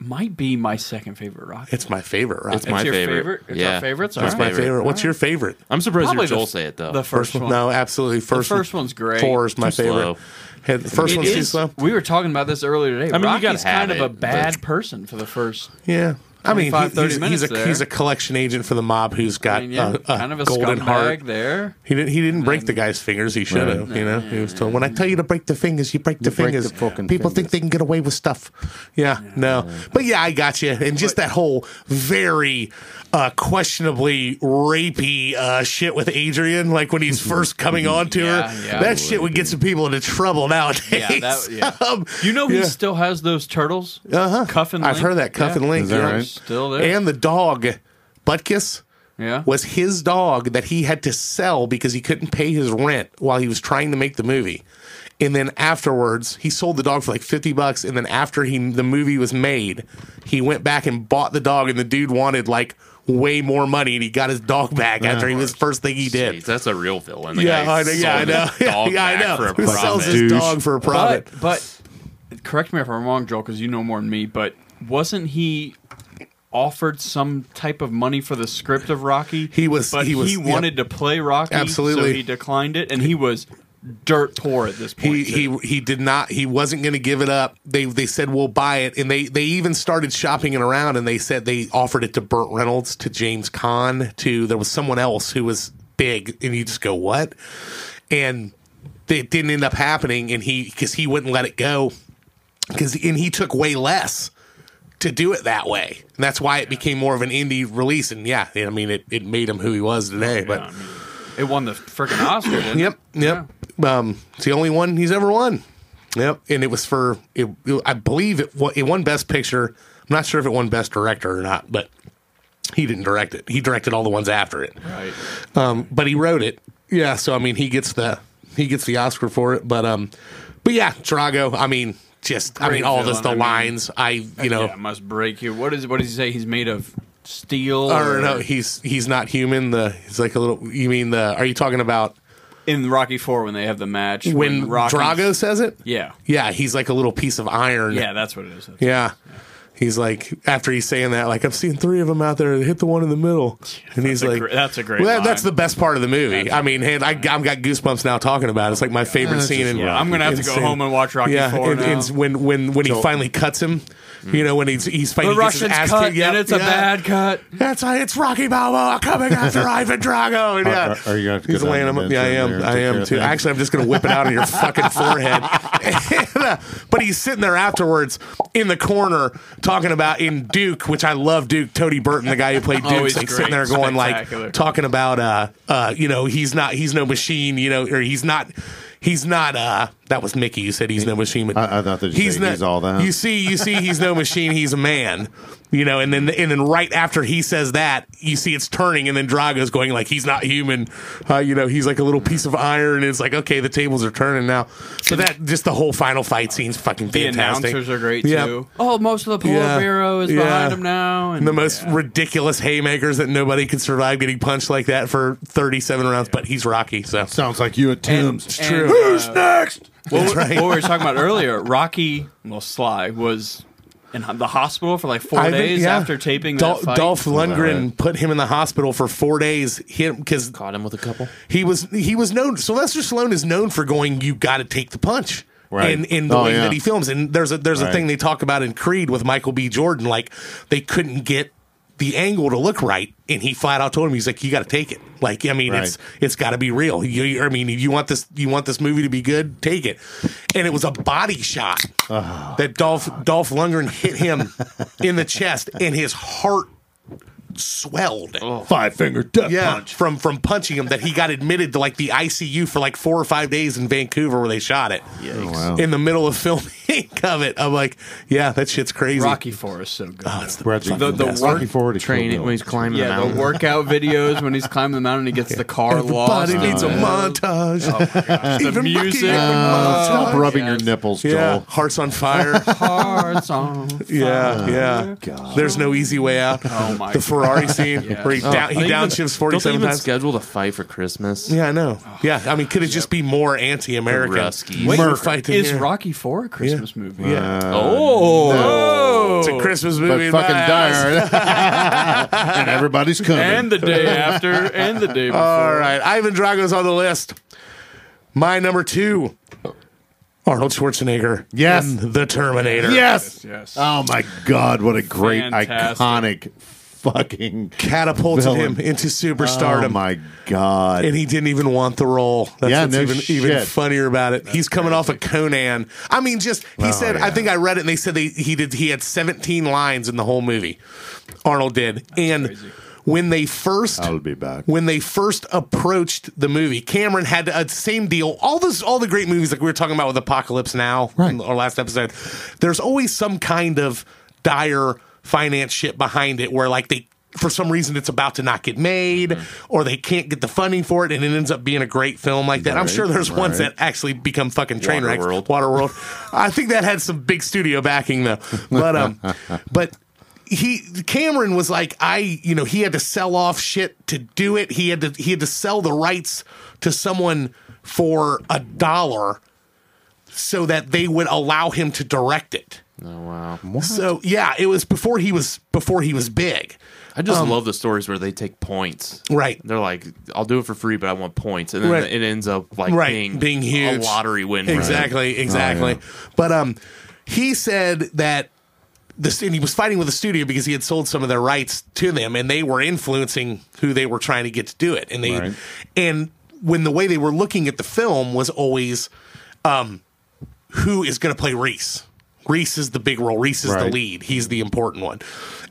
Speaker 4: might be my second favorite Rocky.
Speaker 1: It's my favorite. Right?
Speaker 5: It's my
Speaker 4: your
Speaker 5: favorite.
Speaker 4: favorite? It's
Speaker 5: yeah,
Speaker 4: our favorites?
Speaker 5: It's
Speaker 4: All
Speaker 1: my
Speaker 4: right.
Speaker 1: favorite. What's your favorite?
Speaker 5: I'm surprised you
Speaker 4: Probably
Speaker 5: heard
Speaker 4: the-
Speaker 5: Joel say it though.
Speaker 4: The first, one.
Speaker 1: No, absolutely. First,
Speaker 4: first one's great.
Speaker 1: Four is my
Speaker 5: Too
Speaker 1: favorite.
Speaker 5: slow.
Speaker 1: Hey, the first
Speaker 4: It
Speaker 1: one's too
Speaker 4: is-
Speaker 1: slow.
Speaker 4: We were talking about this earlier today.
Speaker 5: I mean, you
Speaker 4: Rocky's
Speaker 5: gotta have
Speaker 4: kind of a
Speaker 5: it,
Speaker 4: bad
Speaker 5: but-
Speaker 4: person for the first.
Speaker 1: Yeah. I mean,
Speaker 4: 25,
Speaker 1: he-
Speaker 4: 30
Speaker 1: he's, he's
Speaker 4: minutes
Speaker 1: a
Speaker 4: there.
Speaker 1: he's a collection agent for the mob who's got
Speaker 4: I mean, yeah,
Speaker 1: a, a
Speaker 4: kind of a
Speaker 1: Uh, golden
Speaker 4: scumbag
Speaker 1: heart.
Speaker 4: there.
Speaker 1: He didn't. He didn't break the guy's fingers. He should have. You know. He was told, "When I tell you to break the fingers, you break the
Speaker 6: break the
Speaker 1: fingers."
Speaker 6: fucking
Speaker 1: People think
Speaker 6: fingers.
Speaker 1: they can get away with stuff. Yeah. No. But yeah, I got you. And just that whole very uh, questionably rapey uh, shit with Adrian, like when he's first coming on to
Speaker 4: Yeah,
Speaker 1: her,
Speaker 4: yeah.
Speaker 1: that shit would get some people into trouble nowadays.
Speaker 4: Yeah, that- yeah.
Speaker 1: Um,
Speaker 4: You know, he
Speaker 1: Yeah.
Speaker 4: still has those turtles.
Speaker 1: Uh-huh.
Speaker 4: Cuff and
Speaker 1: I've
Speaker 4: Link?
Speaker 1: heard that cuff
Speaker 4: Yeah.
Speaker 1: and link.
Speaker 6: Is that
Speaker 1: yeah.
Speaker 4: They're
Speaker 6: right?
Speaker 4: Still there.
Speaker 1: And the dog, Butkus
Speaker 4: yeah.
Speaker 1: was his dog that he had to sell because he couldn't pay his rent while he was trying to make the movie. And then afterwards, he sold the dog for like 50 bucks and then after he the movie was made, he went back and bought the dog and the dude wanted like way more money and he got his dog back after he was first thing he
Speaker 5: Uh-huh. Jeez,
Speaker 1: did.
Speaker 5: that's a real villain. The
Speaker 1: Yeah,
Speaker 5: guy
Speaker 1: I know, yeah, I
Speaker 5: sold
Speaker 1: know.
Speaker 5: his
Speaker 1: Yeah,
Speaker 5: dog
Speaker 1: yeah, I
Speaker 5: back
Speaker 1: know.
Speaker 5: For a
Speaker 1: Who sells
Speaker 5: profit.
Speaker 1: his
Speaker 6: Douche.
Speaker 1: dog for a profit?
Speaker 4: But, but correct me if I'm wrong, Joel, because you know more than me. But wasn't he offered some type of money for the script of Rocky?
Speaker 1: He was-
Speaker 4: But
Speaker 1: he
Speaker 4: he,
Speaker 1: was- yep.
Speaker 4: wanted to play Rocky.
Speaker 1: Absolutely.
Speaker 4: So he declined it, and he was dirt poor at this point.
Speaker 1: he,
Speaker 4: too.
Speaker 1: he he did not he wasn't going to give it up they they said we'll buy it and they they even started shopping it around and they said they offered it to Burt Reynolds to James Caan to there was someone else who was big and you just go what and it didn't end up happening and he because he wouldn't let it go because and he took way less to do it that way and that's why it became more of an indie release and yeah I mean it, it made him who he was today but
Speaker 4: I mean, it won the freaking Oscar. Didn't
Speaker 1: Yep,
Speaker 4: It?
Speaker 1: yep. Um, it's the only one he's ever won. Yep, and it was for it, it- I believe it, wa- it won Best Picture. I'm not sure if it won Best Director or not, but he didn't direct it. He directed all the ones after it,
Speaker 4: Right.
Speaker 1: um, but he wrote it. Yeah, so I mean, he gets the he gets the Oscar for it. But um, but yeah, Drago. I mean, just I
Speaker 4: Great
Speaker 1: mean, all this the
Speaker 4: villain, I mean,
Speaker 1: lines. I you know.
Speaker 4: Yeah, it must break you. What is? What does he say? He's made of steel.
Speaker 1: Or no, he's he's not human. The he's like a little. You mean the? Are you talking about
Speaker 4: in Rocky Four when they have the match
Speaker 1: when
Speaker 4: Rocky
Speaker 1: Drago says it?
Speaker 4: Yeah.
Speaker 1: Yeah, he's like a little piece of iron.
Speaker 4: Yeah, that's what it is. That's-
Speaker 1: Yeah. He's like, after he's saying that, like, I've seen three of them out there. Hit the one in the middle. And he's
Speaker 4: a
Speaker 1: like,
Speaker 4: gr- that's a great
Speaker 1: Well, that- that's the
Speaker 4: line.
Speaker 1: best part of the movie. I mean, and I, I've got goosebumps now talking about it. It's like my favorite scene. In,
Speaker 4: Yeah, I'm gonna have to go
Speaker 1: insane.
Speaker 4: home and watch uh, Rocky
Speaker 1: yeah,
Speaker 4: Four
Speaker 1: and-
Speaker 4: now.
Speaker 1: and when when when he finally cuts him, you know, when he's he's fighting,
Speaker 4: the
Speaker 1: he gets his
Speaker 4: Russians
Speaker 1: ass
Speaker 4: cut,
Speaker 1: kicked. Yep,
Speaker 4: and it's a
Speaker 1: yeah.
Speaker 4: bad cut.
Speaker 1: That's it's Rocky Balboa coming after Ivan Drago. And
Speaker 6: Are-
Speaker 1: yeah,
Speaker 6: are- are you gonna have to
Speaker 1: He's
Speaker 6: go down
Speaker 1: laying
Speaker 6: and
Speaker 1: him up.
Speaker 6: then
Speaker 1: Yeah, I
Speaker 6: sit
Speaker 1: am.
Speaker 6: there and
Speaker 1: I
Speaker 6: take
Speaker 1: am
Speaker 6: care of
Speaker 1: too.
Speaker 6: things?
Speaker 1: Actually, I'm just gonna whip it out on your fucking forehead. And, uh, but he's sitting there afterwards in the corner talking about in Duke, which I love Duke. Tony Burton, the guy who played Duke,
Speaker 4: Oh, he's
Speaker 1: like
Speaker 4: great.
Speaker 1: sitting there going
Speaker 4: Spectacular.
Speaker 1: like talking about uh uh you know he's not he's no machine you know or he's not. He's not. uh That was Mickey. who said he's no machine. but
Speaker 6: I- I thought that you said he's all that.
Speaker 1: You see, you see, he's no machine. He's a man. You know, and then and then right after he says that, you see it's turning, and then Drago's going like he's not human. Uh, you know, he's like a little piece of iron. It's like okay, the tables are turning now. So that just the whole final fight scene's fucking
Speaker 4: The
Speaker 1: fantastic.
Speaker 4: announcers are great
Speaker 1: Yeah.
Speaker 4: too. Oh, most of the Polar
Speaker 1: Yeah.
Speaker 4: Bureau is
Speaker 1: Yeah.
Speaker 4: behind him now. And
Speaker 1: The most ridiculous haymakers that nobody could survive getting punched like that for 37 rounds, but he's Rocky, so
Speaker 6: Sounds like you and Tim's.
Speaker 4: true.
Speaker 6: Who's next?
Speaker 4: what, we- what we were talking about earlier, Rocky, well, Sly was in the hospital for like four
Speaker 1: I think-
Speaker 4: days
Speaker 1: yeah.
Speaker 4: after taping
Speaker 1: Dol-
Speaker 4: that fight.
Speaker 1: Dolph Lundgren
Speaker 6: right?
Speaker 1: put him in the hospital for four days. Hit because
Speaker 5: Caught him with a couple.
Speaker 1: he was he was known. Sylvester Stallone is known for going. You got to take the punch.
Speaker 6: Right.
Speaker 1: In in the
Speaker 6: Oh,
Speaker 1: way
Speaker 6: yeah.
Speaker 1: that he films, and there's a there's a
Speaker 6: Right.
Speaker 1: thing they talk about in Creed with Michael B. Jordan, like they couldn't get the angle to look right, and he flat out told him he's like, you got to take it. Like I mean, it's it's got to be real. You- You, I mean, if you want this you want this movie to be good, take it. And it was a body shot
Speaker 4: Oh.
Speaker 1: that Dolph Dolph Lundgren hit him in the chest, and his heart swelled.
Speaker 4: Oh.
Speaker 6: Five finger death
Speaker 1: Yeah,
Speaker 6: punch.
Speaker 1: from from punching him that he got admitted to like the ICU for like four or five days in Vancouver where they shot it
Speaker 6: Oh, wow.
Speaker 1: in the middle of filming of it. I'm like, yeah, that shit's crazy.
Speaker 4: Rocky Four is so good.
Speaker 1: Oh,
Speaker 6: Brad's
Speaker 4: The- the
Speaker 6: fucking
Speaker 4: work-
Speaker 6: Rocky Forward is
Speaker 5: Train
Speaker 6: Kill
Speaker 5: it
Speaker 6: Bill.
Speaker 5: when he's climbing
Speaker 4: yeah,
Speaker 5: the
Speaker 4: the
Speaker 5: mountain.
Speaker 4: workout videos when he's climbing the mountain, he gets the car lost.
Speaker 1: Everybody needs a
Speaker 4: Uh,
Speaker 1: montage.
Speaker 4: The
Speaker 1: Even
Speaker 4: music.
Speaker 1: Rocky-
Speaker 6: Uh, stop rubbing your
Speaker 4: yes.
Speaker 6: nipples,
Speaker 1: yeah,
Speaker 6: Joel.
Speaker 1: hearts on fire.
Speaker 4: Hearts on.
Speaker 1: yeah, yeah. There's no easy way out.
Speaker 4: Oh my
Speaker 1: the Ferrari scene
Speaker 4: Yes.
Speaker 1: where he, down, he
Speaker 5: They even-
Speaker 1: downshifts
Speaker 5: Don't they
Speaker 1: 47
Speaker 5: even
Speaker 1: times.
Speaker 5: schedule the fight for Christmas?
Speaker 1: yeah, I know. Yeah, I mean, could it just be more anti-American?
Speaker 5: Ruskies.
Speaker 1: Wait,
Speaker 5: Wait,
Speaker 1: Murph fighting
Speaker 4: Is
Speaker 1: here.
Speaker 4: Rocky Four a Christmas movie?
Speaker 1: Yeah,
Speaker 5: Oh,
Speaker 1: it's a Christmas
Speaker 6: Uh, But
Speaker 1: movie. in my
Speaker 6: fucking
Speaker 1: house.
Speaker 6: dire. and everybody's coming.
Speaker 4: And the day after, and the day before.
Speaker 1: All right, Ivan Drago's on the list. My number two, Arnold Schwarzenegger.
Speaker 6: Yes.
Speaker 1: in the Terminator.
Speaker 6: yes.
Speaker 4: Yes.
Speaker 6: Oh my God! What a great,
Speaker 4: Fantastic.
Speaker 6: iconic, fucking
Speaker 1: catapulted
Speaker 6: Villain.
Speaker 1: him into superstardom.
Speaker 6: Oh my God!
Speaker 1: and he didn't even want the role. That's
Speaker 6: Yeah,
Speaker 1: what's
Speaker 6: no
Speaker 1: even even
Speaker 6: shit.
Speaker 1: funnier about it. He's coming off of Conan. I mean, just he said. I
Speaker 6: yeah.
Speaker 1: think I read it, and they said they, he did. He had 17 lines in the whole movie. Arnold did, and when they first
Speaker 6: I'll be back.
Speaker 1: when they first approached the movie, Cameron had a same deal. All this, all the great movies like we were talking about with Apocalypse Now,
Speaker 6: Right.
Speaker 1: in Our last episode. There's always some kind of dire finance shit behind it, where like they. For some reason, it's about to not get made, or they can't get the funding for it, and it ends up being a great film like that. I'm sure there's ones that actually become fucking train wrecks.
Speaker 5: Waterworld.
Speaker 1: Waterworld. I think that had some big studio backing though. But um, but he Cameron was like, I you know he had to sell off shit to do it. He had to he had to sell the rights to someone for a dollar so that they would allow him to direct it.
Speaker 5: oh wow!
Speaker 1: So yeah, it was before he was before he was big.
Speaker 5: I just love the stories where they take points.
Speaker 1: Um, Right.
Speaker 5: They're like, I'll do it for free, but I want points, and then
Speaker 1: Right.
Speaker 5: it ends up like
Speaker 1: Right,
Speaker 5: being
Speaker 1: being huge.
Speaker 5: a lottery win.
Speaker 1: Exactly, exactly. But um, he said that the and he was fighting with the studio because he had sold some of their rights to them, and they were influencing who they were trying to get to do it. And they
Speaker 6: Right.
Speaker 1: and when the way they were looking at the film was always, um, who is going to play Reese? Reese is the big role. Reese is the
Speaker 6: Right.
Speaker 1: lead. He's the important one,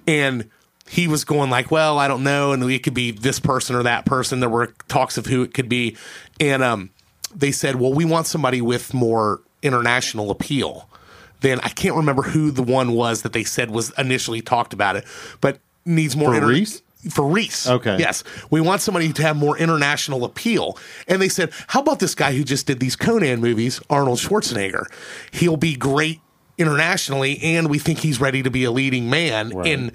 Speaker 1: and. He was going like, well, I don't know, and it could be this person or that person. There were talks of who it could be, and um, they said, well, we want somebody with more international appeal. Then I can't remember who the one was that they said was initially talked about it, but needs more
Speaker 6: For Reese?
Speaker 1: For Reese,
Speaker 6: Okay.
Speaker 1: yes, we want somebody to have more international appeal. And they said, how about this guy who just did these Conan movies, Arnold Schwarzenegger? He'll be great internationally, and we think he's ready to be a leading man. And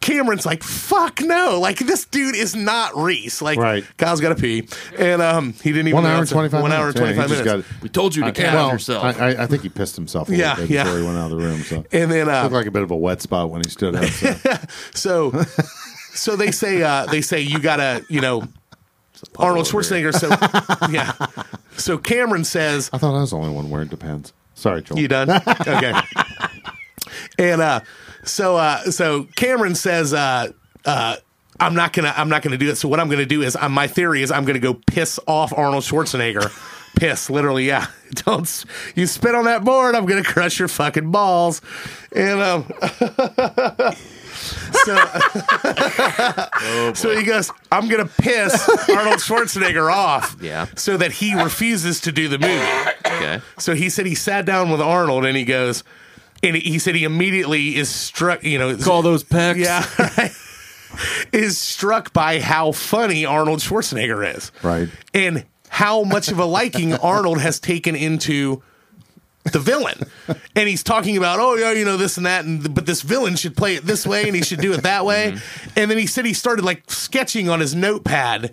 Speaker 1: Cameron's like, fuck no, like this dude is not Reese. Like,
Speaker 6: Right.
Speaker 1: Kyle's got to pee, and um, he didn't even
Speaker 6: One hour and
Speaker 1: announce it.
Speaker 6: twenty five.
Speaker 1: one hour and twenty five minutes.
Speaker 5: We told you to count
Speaker 6: well,
Speaker 5: yourself.
Speaker 6: I, I, I think he pissed himself a
Speaker 1: Yeah,
Speaker 6: little bit
Speaker 1: yeah.
Speaker 6: before he went out of the room. So
Speaker 1: And then uh,
Speaker 6: looked like a bit of a wet spot when he stood up. So.
Speaker 1: So, so they say uh, they say you gotta you know Arnold Schwarzenegger. So yeah, so Cameron says
Speaker 6: I thought I was the only one wearing depends. Sorry, Joel.
Speaker 1: you done okay, and uh, so uh, so Cameron says uh, uh, I'm not gonna I'm not gonna do it. So what I'm gonna do is uh, my theory is I'm gonna go piss off Arnold Schwarzenegger. Piss, literally, yeah. Don't s- you spit on that board? I'm gonna crush your fucking balls, and um, so. So he goes, I'm going to piss Arnold Schwarzenegger off
Speaker 5: Yeah.
Speaker 1: so that he refuses to do the movie.
Speaker 5: okay.
Speaker 1: So he said he sat down with Arnold and he goes, and he said he immediately is struck, you know,
Speaker 5: Call those pecs.
Speaker 1: yeah, right, is struck by how funny Arnold Schwarzenegger is.
Speaker 6: Right.
Speaker 1: And how much of a liking Arnold has taken into the villain. And he's talking about, oh, yeah, you know, this and that, and but this villain should play it this way and he should do it that way.
Speaker 5: Mm-hmm.
Speaker 1: And then he said he started like sketching on his notepad,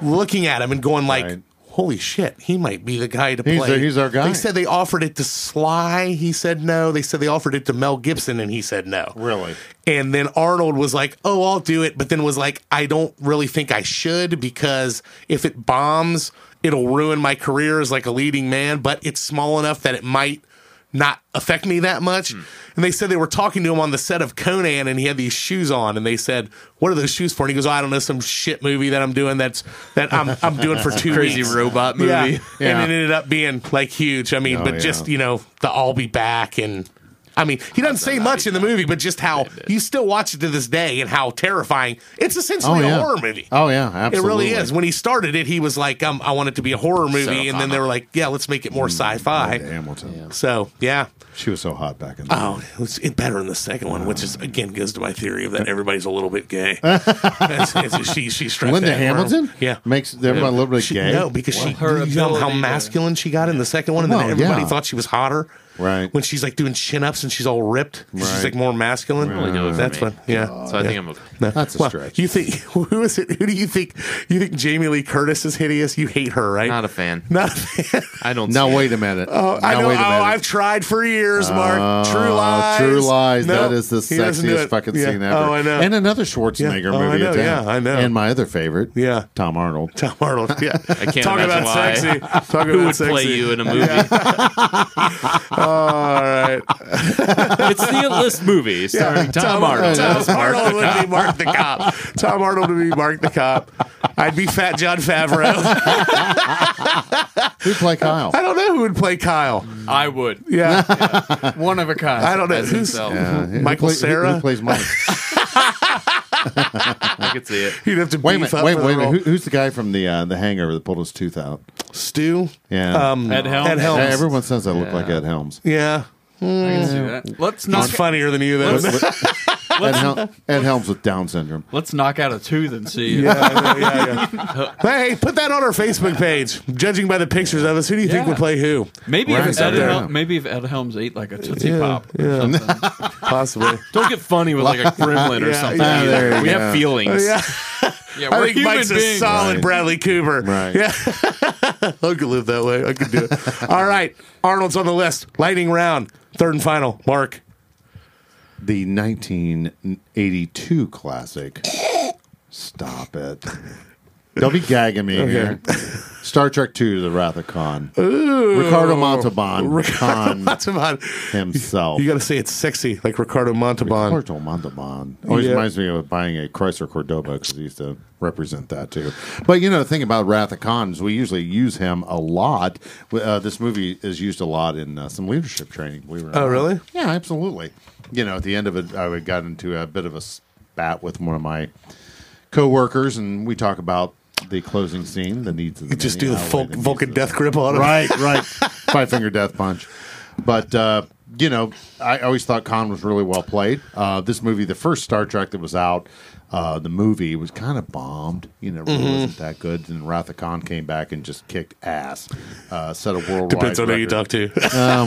Speaker 1: looking at him and going like,
Speaker 6: Right.
Speaker 1: holy shit, he might be the guy to
Speaker 6: He's
Speaker 1: play.
Speaker 6: our- he's our guy.
Speaker 1: They said they offered it to Sly. He said no. They said they offered it to Mel Gibson and he said no.
Speaker 6: Really?
Speaker 1: And then Arnold was like, "Oh, I'll do it," but then was like, "I don't really think I should because if it bombs, it'll ruin my career as like a leading man, but it's small enough that it might not affect me that much."
Speaker 6: Hmm.
Speaker 1: And they said they were talking to him on the set of Conan and he had these shoes on and they said, "What are those shoes for?" And he goes, "Oh, "I don't know, some shit movie that I'm doing that's that I'm I'm doing for 2
Speaker 5: Crazy
Speaker 1: weeks."
Speaker 5: robot movie.
Speaker 1: Yeah. And it ended up being like huge. I mean,
Speaker 6: Oh,
Speaker 1: but
Speaker 6: yeah.
Speaker 1: just, you know, the I'll be back and I mean, he doesn't say much in the movie, but just how you still watch it to this day and how terrifying. It's essentially
Speaker 6: yeah.
Speaker 1: a horror movie.
Speaker 6: Oh yeah, absolutely.
Speaker 1: It really is. When he started it, he was like, um, I want it to be a horror movie. and then they were like, yeah, let's make it more
Speaker 6: Mm,
Speaker 1: sci fi.
Speaker 6: oh, Hamilton.
Speaker 1: So, yeah.
Speaker 6: She was so hot back in the day.
Speaker 1: Oh, it was it better in the second one, which
Speaker 6: Oh.
Speaker 1: is, again, goes to my theory of that everybody's a little bit gay. It's- it's- she, she stressed
Speaker 6: Linda
Speaker 1: that in her-
Speaker 6: Hamilton?
Speaker 1: Yeah.
Speaker 6: Makes everyone a little bit
Speaker 1: She,
Speaker 6: gay.
Speaker 1: No, because she,
Speaker 4: Her
Speaker 1: you know how
Speaker 4: ability to-
Speaker 1: masculine she got in the second one, and
Speaker 6: Well,
Speaker 1: then everybody
Speaker 6: yeah.
Speaker 1: thought she was hotter.
Speaker 6: Right.
Speaker 1: When she's like doing chin ups and she's all ripped, she's
Speaker 6: Right.
Speaker 1: like more masculine.
Speaker 5: Only goes for
Speaker 1: That's
Speaker 5: me.
Speaker 1: what, yeah.
Speaker 5: So I think I'm okay.
Speaker 1: No.
Speaker 6: That's a
Speaker 1: well,
Speaker 6: stretch.
Speaker 1: You think who is it? Who do you think? You think Jamie Lee Curtis is hideous? You hate her, right?
Speaker 5: Not a fan.
Speaker 1: Not a fan.
Speaker 5: I don't.
Speaker 6: Now
Speaker 5: see it.
Speaker 6: wait a minute.
Speaker 1: Oh,
Speaker 6: now
Speaker 1: I know. Oh,
Speaker 6: wait a minute.
Speaker 1: I've tried for years, Mark. true
Speaker 6: Oh,
Speaker 1: lies.
Speaker 6: True lies.
Speaker 1: No,
Speaker 6: that is the
Speaker 1: he doesn't do
Speaker 6: sexiest
Speaker 1: it.
Speaker 6: fucking
Speaker 1: Yeah.
Speaker 6: scene ever.
Speaker 1: Oh, I know.
Speaker 6: And another Schwarzenegger
Speaker 1: Yeah. Oh, I
Speaker 6: movie.
Speaker 1: know.
Speaker 6: it's in.
Speaker 1: Yeah, I know.
Speaker 6: And my other favorite.
Speaker 1: Yeah.
Speaker 6: Tom Arnold.
Speaker 1: Tom Arnold. Yeah.
Speaker 5: I can't
Speaker 1: Talk
Speaker 5: imagine
Speaker 1: about
Speaker 5: why.
Speaker 1: sexy. Talk
Speaker 5: Who
Speaker 1: about
Speaker 5: would
Speaker 1: sexy.
Speaker 5: play you in a movie?
Speaker 1: All right.
Speaker 5: It's the list movie starring Tom, Arnold.
Speaker 1: Tom Arnold would be Mark the cop. Tom Arnold would be Mark the cop. I'd be Fat John Favreau.
Speaker 6: Who'd play Kyle?
Speaker 1: I don't know who would play Kyle.
Speaker 4: I would.
Speaker 1: Yeah.
Speaker 4: One of a kind.
Speaker 1: I don't know
Speaker 5: As
Speaker 1: who's.
Speaker 5: himself.
Speaker 6: Uh, who
Speaker 1: Michael
Speaker 6: play- who-
Speaker 1: Cera?
Speaker 6: Who, plays Mike?
Speaker 5: I could see it.
Speaker 1: He'd have to
Speaker 6: wait a
Speaker 1: beef
Speaker 6: minute.
Speaker 1: up
Speaker 6: Wait,
Speaker 1: for the
Speaker 6: wait a minute.
Speaker 1: role.
Speaker 6: Who, who's the guy from the uh, the hangar that pulled his tooth out?
Speaker 1: Stu.
Speaker 6: Yeah.
Speaker 1: Um,
Speaker 4: Ed Helms.
Speaker 1: Ed
Speaker 6: Yeah,
Speaker 1: Helms.
Speaker 6: everyone says I look like Ed Helms.
Speaker 1: Yeah.
Speaker 4: I can see that. Let's
Speaker 1: He's
Speaker 4: knock.
Speaker 1: funnier than you, though.
Speaker 6: What- what- Ed, Hel- Ed Helms with Down syndrome.
Speaker 4: Let's knock out a tooth and see.
Speaker 1: yeah, I know, yeah, yeah. hey, put that on our Facebook page. Judging by the pictures of us, who do you think
Speaker 4: Yeah.
Speaker 1: would play who?
Speaker 4: Maybe
Speaker 6: Right,
Speaker 4: if Ed
Speaker 6: yeah.
Speaker 4: Hel- maybe if Ed Helms ate like a tootsie
Speaker 1: Yeah,
Speaker 4: pop or
Speaker 1: yeah.
Speaker 4: something.
Speaker 1: Possibly.
Speaker 5: Don't get funny with like a gremlin or
Speaker 1: Yeah,
Speaker 5: something.
Speaker 1: yeah.
Speaker 5: either.
Speaker 6: There you
Speaker 5: we
Speaker 6: go.
Speaker 5: have feelings.
Speaker 1: yeah.
Speaker 4: Yeah,
Speaker 1: I
Speaker 4: we're
Speaker 1: think
Speaker 4: human
Speaker 1: Mike's a
Speaker 4: beings.
Speaker 1: solid
Speaker 6: Right.
Speaker 1: Bradley Cooper.
Speaker 6: Right.
Speaker 1: Yeah. I could live that way. I could do it. All right. Arnold's on the list. Lightning round. Third and final. Mark.
Speaker 6: The 1982 classic. Stop it. Don't be gagging me here. Star Trek II: The Wrath of Khan. Ricardo Montalban. Khan
Speaker 1: Montalban.
Speaker 6: himself.
Speaker 1: You got to say it's sexy, like Ricardo Montalban.
Speaker 6: Ricardo Montalban. Always
Speaker 1: Yeah.
Speaker 6: reminds me of buying a Chrysler Cordoba because he used to represent that too. But you know, the thing about Wrath of Khan is we usually use him a lot. Uh, this movie is used a lot in uh, some leadership training. Believe it or
Speaker 1: Oh,
Speaker 6: not.
Speaker 1: really?
Speaker 6: Yeah, absolutely. You know, at the end of it, I got into a bit of a spat with one of my coworkers, and we talk about the closing scene, the needs of the
Speaker 1: Just
Speaker 6: many
Speaker 1: do the
Speaker 6: outweigh
Speaker 1: Vul-
Speaker 6: needs
Speaker 1: Vulcan
Speaker 6: of the-
Speaker 1: death grip on him.
Speaker 6: Right, right. Five finger death punch. But uh, you know, I always thought Khan was really well played. Uh, this movie, the first Star Trek that was out, uh, the movie was kind of bombed. You know, it really wasn't that good. And Wrath of Khan came back and just kicked ass. Uh, set a worldwide.
Speaker 1: Depends on who you
Speaker 6: record.
Speaker 1: talk to.
Speaker 6: Oh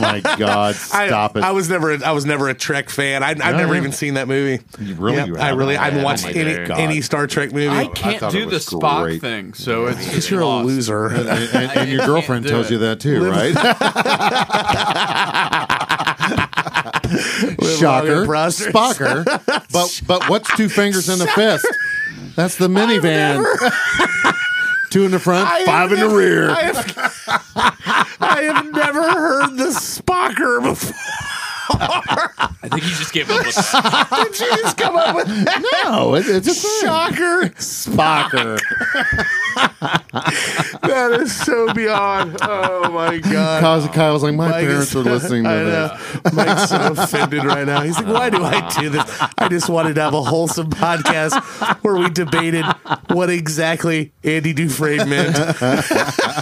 Speaker 6: my God! Stop
Speaker 1: I,
Speaker 6: it!
Speaker 1: I was never. A, I was never a Trek fan. I, I've never
Speaker 6: yeah.
Speaker 1: even seen that movie.
Speaker 6: You really-
Speaker 1: Yeah,
Speaker 6: you
Speaker 1: I really.
Speaker 6: haven't?
Speaker 1: I haven't
Speaker 5: Yeah,
Speaker 1: watched
Speaker 5: oh my
Speaker 1: any,
Speaker 6: God.
Speaker 1: any Star Trek movie.
Speaker 4: I
Speaker 6: I
Speaker 4: can't
Speaker 6: thought
Speaker 4: do
Speaker 6: it
Speaker 4: the
Speaker 6: was
Speaker 4: Spock
Speaker 6: great.
Speaker 4: thing, so it's
Speaker 1: Because you're a
Speaker 4: lost.
Speaker 1: loser.
Speaker 6: and, and- and your
Speaker 4: I
Speaker 6: girlfriend
Speaker 4: can't do
Speaker 6: tells you
Speaker 4: it.
Speaker 6: that too, right? Shocker,
Speaker 1: and prosperous.
Speaker 6: spocker. But but what's two fingers in a fist? That's the minivan. two in the front,
Speaker 1: I have
Speaker 6: five in the
Speaker 1: never-
Speaker 6: rear.
Speaker 1: I have, I have never heard the Spocker before.
Speaker 5: I think you just gave up. with
Speaker 1: Did you just come up with that?
Speaker 6: no, it, it's a thing.
Speaker 1: Shocker.
Speaker 6: spocker.
Speaker 1: That is so beyond. Oh my God.
Speaker 6: Cause Kyle's like, my
Speaker 1: Mike
Speaker 6: parents
Speaker 1: is-
Speaker 6: are listening to
Speaker 1: I
Speaker 6: this.
Speaker 1: know. Mike's so offended right now. He's like, why do I do this? I just wanted to have a wholesome podcast where we debated what exactly Andy Dufresne meant.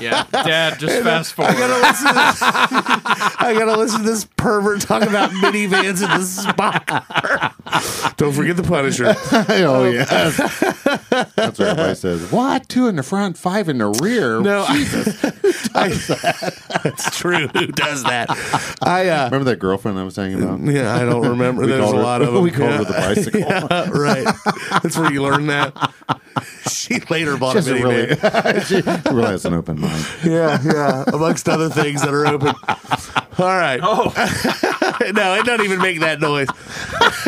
Speaker 4: Yeah, Dad, just fast forward.
Speaker 1: I gotta listen to this, I gotta listen to this pervert talk about minivans in the spot. Don't forget the Punisher.
Speaker 6: Oh yes, that's what everybody says. What? Two in the front, five in the rear.
Speaker 1: No, I, I- that's true. Who does that? I uh,
Speaker 6: Remember that girlfriend I was talking about?
Speaker 1: yeah, I don't remember.
Speaker 6: We
Speaker 1: There's
Speaker 6: called
Speaker 1: a
Speaker 6: her-
Speaker 1: lot of them.
Speaker 6: We called
Speaker 1: yeah.
Speaker 6: her the bicycle.
Speaker 1: Yeah, right. That's where you learn that. She later bought a
Speaker 6: Doesn't
Speaker 1: minivan.
Speaker 6: really, she really has an open mind.
Speaker 1: Yeah, yeah. Amongst other things that are open. All right.
Speaker 4: Oh.
Speaker 1: no, it don't even make that noise.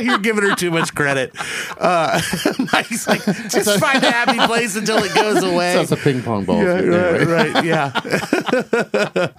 Speaker 1: You're giving her too much credit. Uh, Mike's like, just find a happy place until it goes away.
Speaker 6: That's a ping pong ball.
Speaker 1: Yeah, right,
Speaker 6: field, right?
Speaker 1: right, yeah.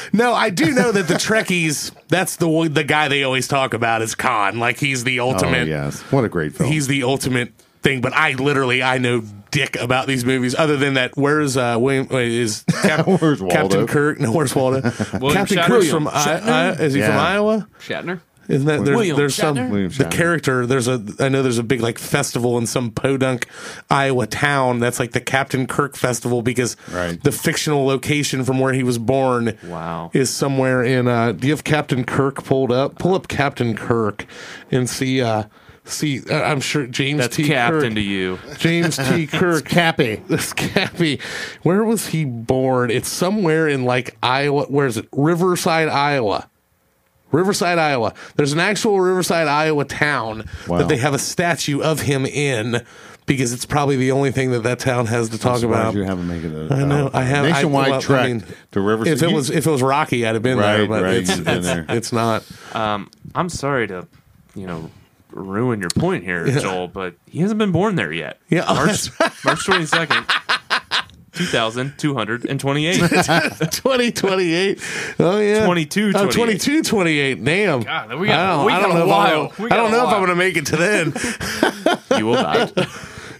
Speaker 1: no, I do know that the Trekkies. That's the one- the guy they always talk about is Khan. Like he's the
Speaker 6: Oh
Speaker 1: ultimate.
Speaker 6: yes, what a great film.
Speaker 1: He's the ultimate thing. But I literally I know dick about these movies other than that. Where's uh, William? Wait, is Cap-
Speaker 6: Where's Waldo?
Speaker 1: Captain Kirk? No, where's Waldo? Captain
Speaker 4: Shatner?
Speaker 1: Kirk's from I, I, is he from
Speaker 6: Yeah.
Speaker 1: Iowa?
Speaker 4: Shatner.
Speaker 1: Isn't that there's,
Speaker 5: William
Speaker 1: there's
Speaker 5: Shatner?
Speaker 1: some
Speaker 6: William
Speaker 1: the
Speaker 6: Shatner.
Speaker 1: character? There's a I know there's a big like festival in some podunk Iowa town that's like the Captain Kirk festival because
Speaker 6: Right.
Speaker 1: the fictional location from where he was born
Speaker 5: Wow.
Speaker 1: is somewhere in. Uh, do you have Captain Kirk pulled up? Pull up Captain Kirk and see. Uh, see, uh, I'm sure James
Speaker 5: That's
Speaker 1: T.
Speaker 5: captain
Speaker 1: Kirk.
Speaker 5: to you.
Speaker 1: James T. Kirk. Cappy. This Cappy. Where was he born? It's somewhere in like Iowa. Where is it? Riverside, Iowa. Riverside, Iowa. There's an actual Riverside, Iowa town
Speaker 6: Wow.
Speaker 1: that they have a statue of him in because it's probably the only thing that that town has to talk
Speaker 6: Surprised
Speaker 1: about.
Speaker 6: You haven't made it. A, uh,
Speaker 1: I know. I have I-
Speaker 6: nationwide
Speaker 1: well, I
Speaker 6: trek
Speaker 1: mean,
Speaker 6: to Riverside.
Speaker 1: If it was if it was rocky, I'd have been there,
Speaker 6: Right,
Speaker 1: but
Speaker 6: right,
Speaker 1: it's,
Speaker 6: you've been
Speaker 1: it's-
Speaker 6: there.
Speaker 1: it's not.
Speaker 5: Um, I'm sorry to, you know, ruin your point here, Joel, but he hasn't been born there yet.
Speaker 1: Yeah, oh,
Speaker 5: March March 22nd, 2228.
Speaker 1: 2028. Oh yeah,
Speaker 5: 22,
Speaker 1: Oh,
Speaker 5: 28.
Speaker 1: 22, 28. Damn.
Speaker 4: God, we got-
Speaker 1: I don't,
Speaker 4: we
Speaker 1: I
Speaker 4: got
Speaker 1: don't
Speaker 4: a
Speaker 1: know if I'm
Speaker 4: while. We
Speaker 1: gonna-
Speaker 4: got
Speaker 1: I don't
Speaker 4: a
Speaker 1: know if I'm
Speaker 4: while.
Speaker 1: going to make it to then.
Speaker 5: you will die.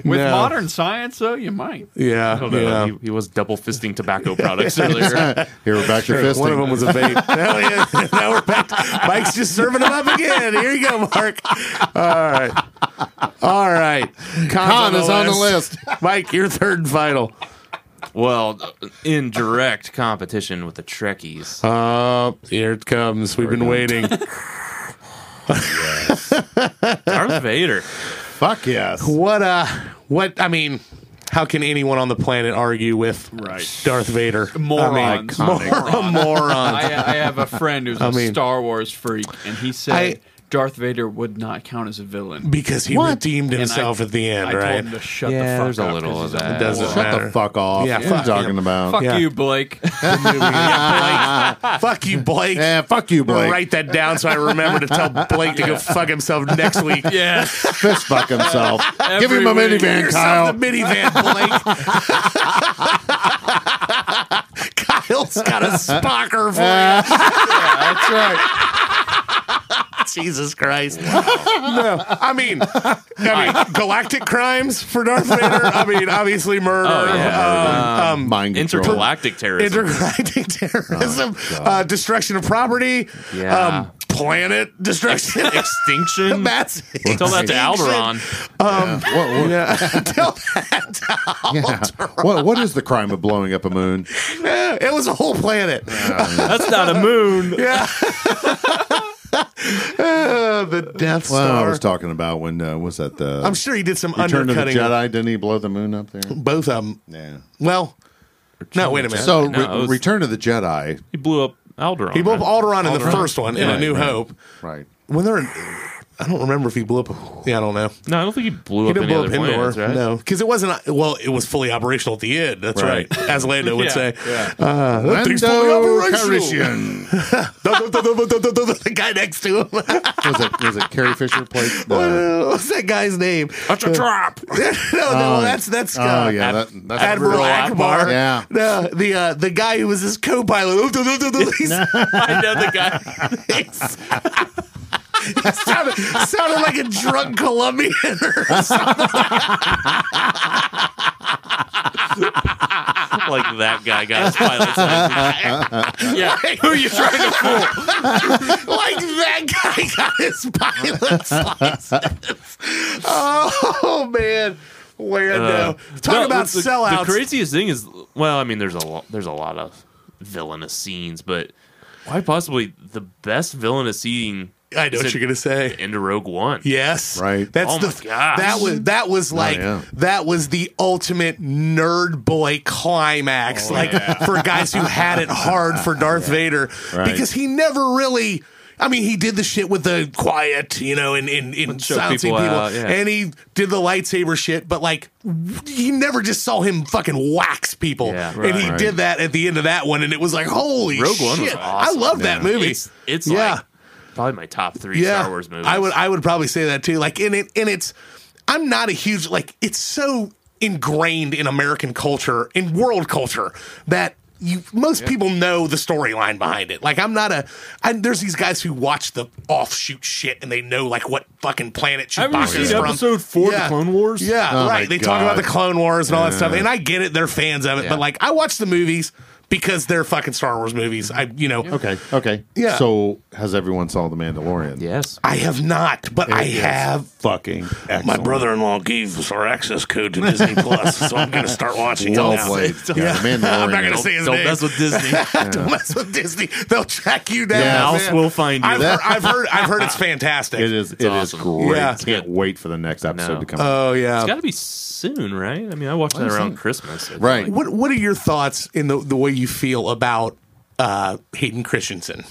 Speaker 4: With
Speaker 1: No.
Speaker 4: modern science, though, you might.
Speaker 1: Yeah,
Speaker 5: Although
Speaker 1: yeah.
Speaker 5: he, he was double fisting tobacco products earlier.
Speaker 6: here, we're back to fisting.
Speaker 1: One of them was a vape. Hell yeah. now we're back. Mike's just serving them up again. Here you go, Mark. All right. All right. Con's
Speaker 6: Con is on the list.
Speaker 1: Mike, your third and final.
Speaker 5: well, in direct competition with the Trekkies.
Speaker 1: Uh, here it comes. We've been waiting.
Speaker 5: Darth Vader.
Speaker 6: Fuck yes.
Speaker 1: what, uh, what, I mean, how can anyone on the planet argue with
Speaker 4: Right.
Speaker 1: Darth Vader?
Speaker 4: Morons.
Speaker 1: I mean, mor- moron.
Speaker 4: I, I have a friend who's a
Speaker 1: mean-
Speaker 4: Star Wars freak, and he said
Speaker 1: I-
Speaker 4: Darth Vader would not count as a villain.
Speaker 1: Because he redeemed
Speaker 4: I-
Speaker 1: himself at the end,
Speaker 4: I
Speaker 1: right?
Speaker 4: told him to shut
Speaker 5: Yeah,
Speaker 4: the fuck
Speaker 5: there's a
Speaker 4: up
Speaker 5: little of
Speaker 4: 'cause he's
Speaker 5: that.
Speaker 1: it doesn't
Speaker 6: Shut
Speaker 1: matter.
Speaker 6: the fuck off.
Speaker 1: Yeah,
Speaker 6: what are you
Speaker 1: fuck
Speaker 6: talking
Speaker 1: him.
Speaker 6: about?
Speaker 4: Fuck
Speaker 1: Yeah.
Speaker 4: you, Blake.
Speaker 1: Fuck you, Blake.
Speaker 6: Yeah, fuck you,
Speaker 1: I'm gonna
Speaker 6: Blake.
Speaker 1: write that down so I remember to tell Blake to go fuck himself next week.
Speaker 4: yeah.
Speaker 6: Fist fuck himself. Give him a
Speaker 4: Every week.
Speaker 6: minivan,
Speaker 1: Yourself
Speaker 6: Kyle.
Speaker 1: the minivan, Blake. Kyle's got a spocker for you.
Speaker 6: That's right.
Speaker 1: Jesus Christ. No, I mean, I mean, galactic crimes for Darth Vader. I mean, obviously murder.
Speaker 5: Oh, yeah.
Speaker 1: um, um,
Speaker 6: Mind control.
Speaker 5: Intergalactic terrorism.
Speaker 1: intergalactic terrorism, uh, destruction of property,
Speaker 5: Oh, Yeah.
Speaker 1: um, planet destruction.
Speaker 5: Extinction.
Speaker 1: That's
Speaker 5: Tell that to Alderon.
Speaker 6: What- what-
Speaker 1: Yeah.
Speaker 6: yeah. What- what is the crime of blowing up a moon?
Speaker 1: Yeah, it was a whole planet.
Speaker 5: That's not a moon.
Speaker 1: Yeah. Uh, the Death
Speaker 6: Well, I
Speaker 1: Star.
Speaker 6: was talking about when uh, was that the
Speaker 1: I'm sure he did some
Speaker 6: Return of the
Speaker 1: undercutting.
Speaker 6: Jedi? Didn't he blow the moon up there?
Speaker 1: Both of them.
Speaker 6: Yeah.
Speaker 1: Well, no, wait a minute.
Speaker 6: So
Speaker 5: No,
Speaker 6: Re-
Speaker 5: it was-
Speaker 6: Return of the Jedi,
Speaker 5: He blew up Alderon.
Speaker 1: he blew up
Speaker 5: right?
Speaker 1: Alderaan in the first one in A
Speaker 6: Right,
Speaker 1: New
Speaker 6: right.
Speaker 1: Hope.
Speaker 6: right?
Speaker 1: When they're in, I don't remember if he blew up. Yeah, I don't know.
Speaker 5: No, I don't think he blew
Speaker 1: He
Speaker 5: up
Speaker 1: didn't
Speaker 5: any
Speaker 1: blow
Speaker 5: other
Speaker 1: up Endor.
Speaker 5: planets, right?
Speaker 1: No, because it wasn't. Well, it was fully operational at the end. That's right.
Speaker 6: Right.
Speaker 1: As Lando would say.
Speaker 4: Yeah, yeah.
Speaker 1: Uh, that thing's fully
Speaker 6: Lando
Speaker 1: operational.
Speaker 6: Calrissian.
Speaker 1: the guy next to him. what
Speaker 6: was it was it Carrie Fisher played? The,
Speaker 1: was that guy's name?
Speaker 5: That's a trap.
Speaker 1: no, no, that's that's uh,
Speaker 6: oh yeah, that, that's
Speaker 1: Admiral Akbar.
Speaker 6: Yeah,
Speaker 1: No, the uh, the guy who was his co-pilot. He's,
Speaker 5: I know the guy.
Speaker 1: he's- he sounded, sounded like a drunk Colombian or something.
Speaker 5: like that guy got his pilot's license.
Speaker 4: Yeah. Who you trying to fool?
Speaker 1: like that guy got his pilot's license. Oh man, Lando! Talk
Speaker 5: Uh, No,
Speaker 1: about
Speaker 5: the,
Speaker 1: sellouts.
Speaker 5: The craziest thing is, well, I mean, there's a lo- there's a lot of villainous scenes, but why possibly the best villainous scene
Speaker 1: I know
Speaker 5: is
Speaker 1: what
Speaker 5: in-
Speaker 1: you're gonna say.
Speaker 5: into Rogue One?
Speaker 1: Yes,
Speaker 6: Right. Oh,
Speaker 1: That's
Speaker 5: Oh
Speaker 1: the
Speaker 5: my gosh.
Speaker 1: that was that was like
Speaker 6: yeah.
Speaker 1: that was the ultimate nerd boy
Speaker 6: Oh,
Speaker 1: climax, like for guys who had it hard for Darth Vader
Speaker 6: Right.
Speaker 1: because he never really. I mean, he did the shit with the quiet, you know, and in, in
Speaker 5: show
Speaker 1: silencing
Speaker 5: people
Speaker 1: people,
Speaker 5: out, yeah.
Speaker 1: and he did the lightsaber shit, but like you never just saw him fucking wax people,
Speaker 5: Yeah.
Speaker 1: and he
Speaker 6: Right.
Speaker 1: did that at the end of that one, and it was like holy
Speaker 5: Rogue
Speaker 1: shit!
Speaker 5: One was
Speaker 1: I
Speaker 5: awesome.
Speaker 1: love that movie.
Speaker 5: It's, it's
Speaker 1: Yeah.
Speaker 5: like probably my top three Star Wars movies.
Speaker 1: I would I would probably say that too. Like in it and it's I'm not a huge like it's so ingrained in American culture, in world culture, that you most people know the storyline behind it. Like I'm not a I, there's these guys who watch the offshoot shit and they know like what fucking planet
Speaker 4: Haven't
Speaker 1: Chewbacca's
Speaker 4: you seen
Speaker 1: from.
Speaker 4: episode four,
Speaker 1: yeah.
Speaker 4: the Clone Wars?
Speaker 1: Yeah,
Speaker 6: Oh my
Speaker 1: right. They talk
Speaker 6: God.
Speaker 1: about the Clone Wars and all that stuff, and I get it. They're fans of it,
Speaker 5: Yeah.
Speaker 1: but like I watch the movies because they're fucking Star Wars movies. I you know
Speaker 6: Okay. Okay.
Speaker 1: Yeah.
Speaker 6: So has everyone saw The Mandalorian?
Speaker 5: Yes.
Speaker 1: I have not, but I
Speaker 6: is
Speaker 1: have.
Speaker 6: Fucking excellent.
Speaker 2: My brother-in-law gave us our access code to Disney Plus, so I'm gonna start watching it
Speaker 6: Well
Speaker 2: now.
Speaker 6: played. Yeah, The Mandalorian.
Speaker 1: I'm not gonna say his
Speaker 5: Don't
Speaker 1: name.
Speaker 5: mess with Disney.
Speaker 1: Don't mess with Disney. They'll track you down.
Speaker 6: Yeah.
Speaker 5: Mouse
Speaker 1: man.
Speaker 5: will find you.
Speaker 1: I've heard, I've heard. I've heard it's fantastic.
Speaker 6: It is. It is
Speaker 5: awesome.
Speaker 6: great.
Speaker 1: Yeah.
Speaker 6: Can't wait for the next episode
Speaker 5: No.
Speaker 6: to come. out.
Speaker 1: Oh yeah.
Speaker 5: It's got to be soon, right? I mean, I watched that around Christmas. I
Speaker 6: Right.
Speaker 5: think.
Speaker 1: What What are your thoughts in the the way you feel about uh, Hayden Christensen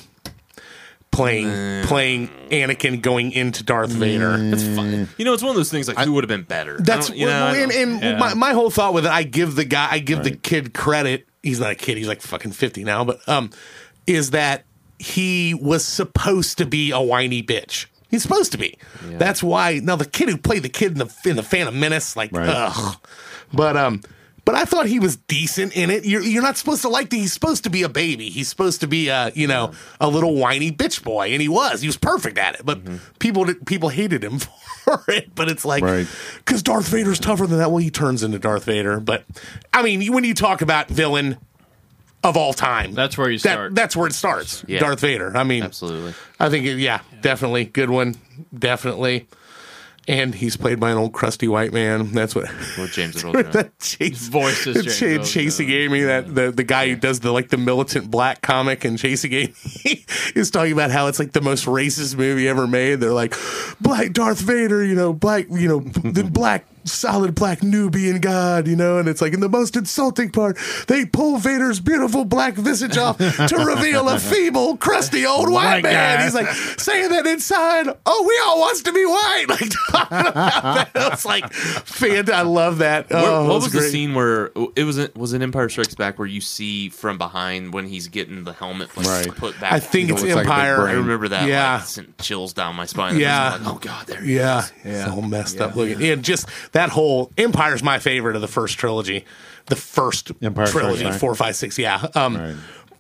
Speaker 1: playing playing Anakin going into Darth Vader?
Speaker 5: It's fun. You know, it's one of those things like who would have been better. I
Speaker 1: Mm. That's
Speaker 5: don't- you know, I
Speaker 1: well, and,
Speaker 5: don't-
Speaker 1: and
Speaker 5: yeah.
Speaker 1: my, my whole thought with it. I give the guy, I give the kid credit. He's not a kid. He's like fucking fifty now, but um, is that he was supposed to be a whiny bitch. He's supposed to be. That's why. Now the kid who played the kid in the in the Phantom Menace, like,
Speaker 6: Right.
Speaker 1: ugh. But um, but I thought he was decent in it. You're you're not supposed to like. The, he's supposed to be a baby. He's supposed to be a you know a little whiny bitch boy, and he was. He was perfect at it. But people did- people hated him for it. But it's like
Speaker 6: Right.
Speaker 1: because Darth Vader's tougher than that. Well, he turns into Darth Vader. But I mean, when you talk about villain of all time,
Speaker 4: That's where you
Speaker 1: that-
Speaker 4: start.
Speaker 1: that's where it starts.
Speaker 5: Yeah.
Speaker 1: Darth Vader. I mean,
Speaker 5: absolutely.
Speaker 1: I think it, yeah, definitely good one, definitely. And he's played by an old crusty white man. That's what
Speaker 5: Well, James Earl Jones.
Speaker 1: that chase
Speaker 4: voice is James
Speaker 1: Ch-
Speaker 4: Earl
Speaker 1: chasing Amy. That the the guy who does the like the militant black comic and chasing Amy is talking about how it's like the most racist movie ever made. They're like black Darth Vader, you know, black, you know, the black. Solid black Nubian god, you know, and it's like, and the most insulting part, they pull Vader's beautiful black visage off to reveal a feeble, crusty old white man.
Speaker 6: God.
Speaker 1: He's like saying that inside, oh, we all wants to be white. Like, talking about that. it's like, fan, I love that.
Speaker 5: Where-
Speaker 1: Oh,
Speaker 5: what
Speaker 1: it's
Speaker 5: was the
Speaker 1: great.
Speaker 5: scene where it was? It was an Empire Strikes Back where you see from behind when he's getting the helmet like,
Speaker 6: Right.
Speaker 5: put back.
Speaker 1: I think
Speaker 5: You
Speaker 1: it's
Speaker 6: like
Speaker 5: know,
Speaker 6: a big
Speaker 1: Empire.
Speaker 5: I remember
Speaker 1: Yeah.
Speaker 5: that. Yeah, like, sent chills down my spine.
Speaker 1: Yeah.
Speaker 5: I'm like, oh god, there. He
Speaker 1: yeah, it's all messed up looking. And just that whole Empire's my favorite of the first trilogy, the first
Speaker 6: Empire Strikes
Speaker 1: trilogy,
Speaker 6: Back.
Speaker 1: four, five, six. Yeah, um,
Speaker 6: Right.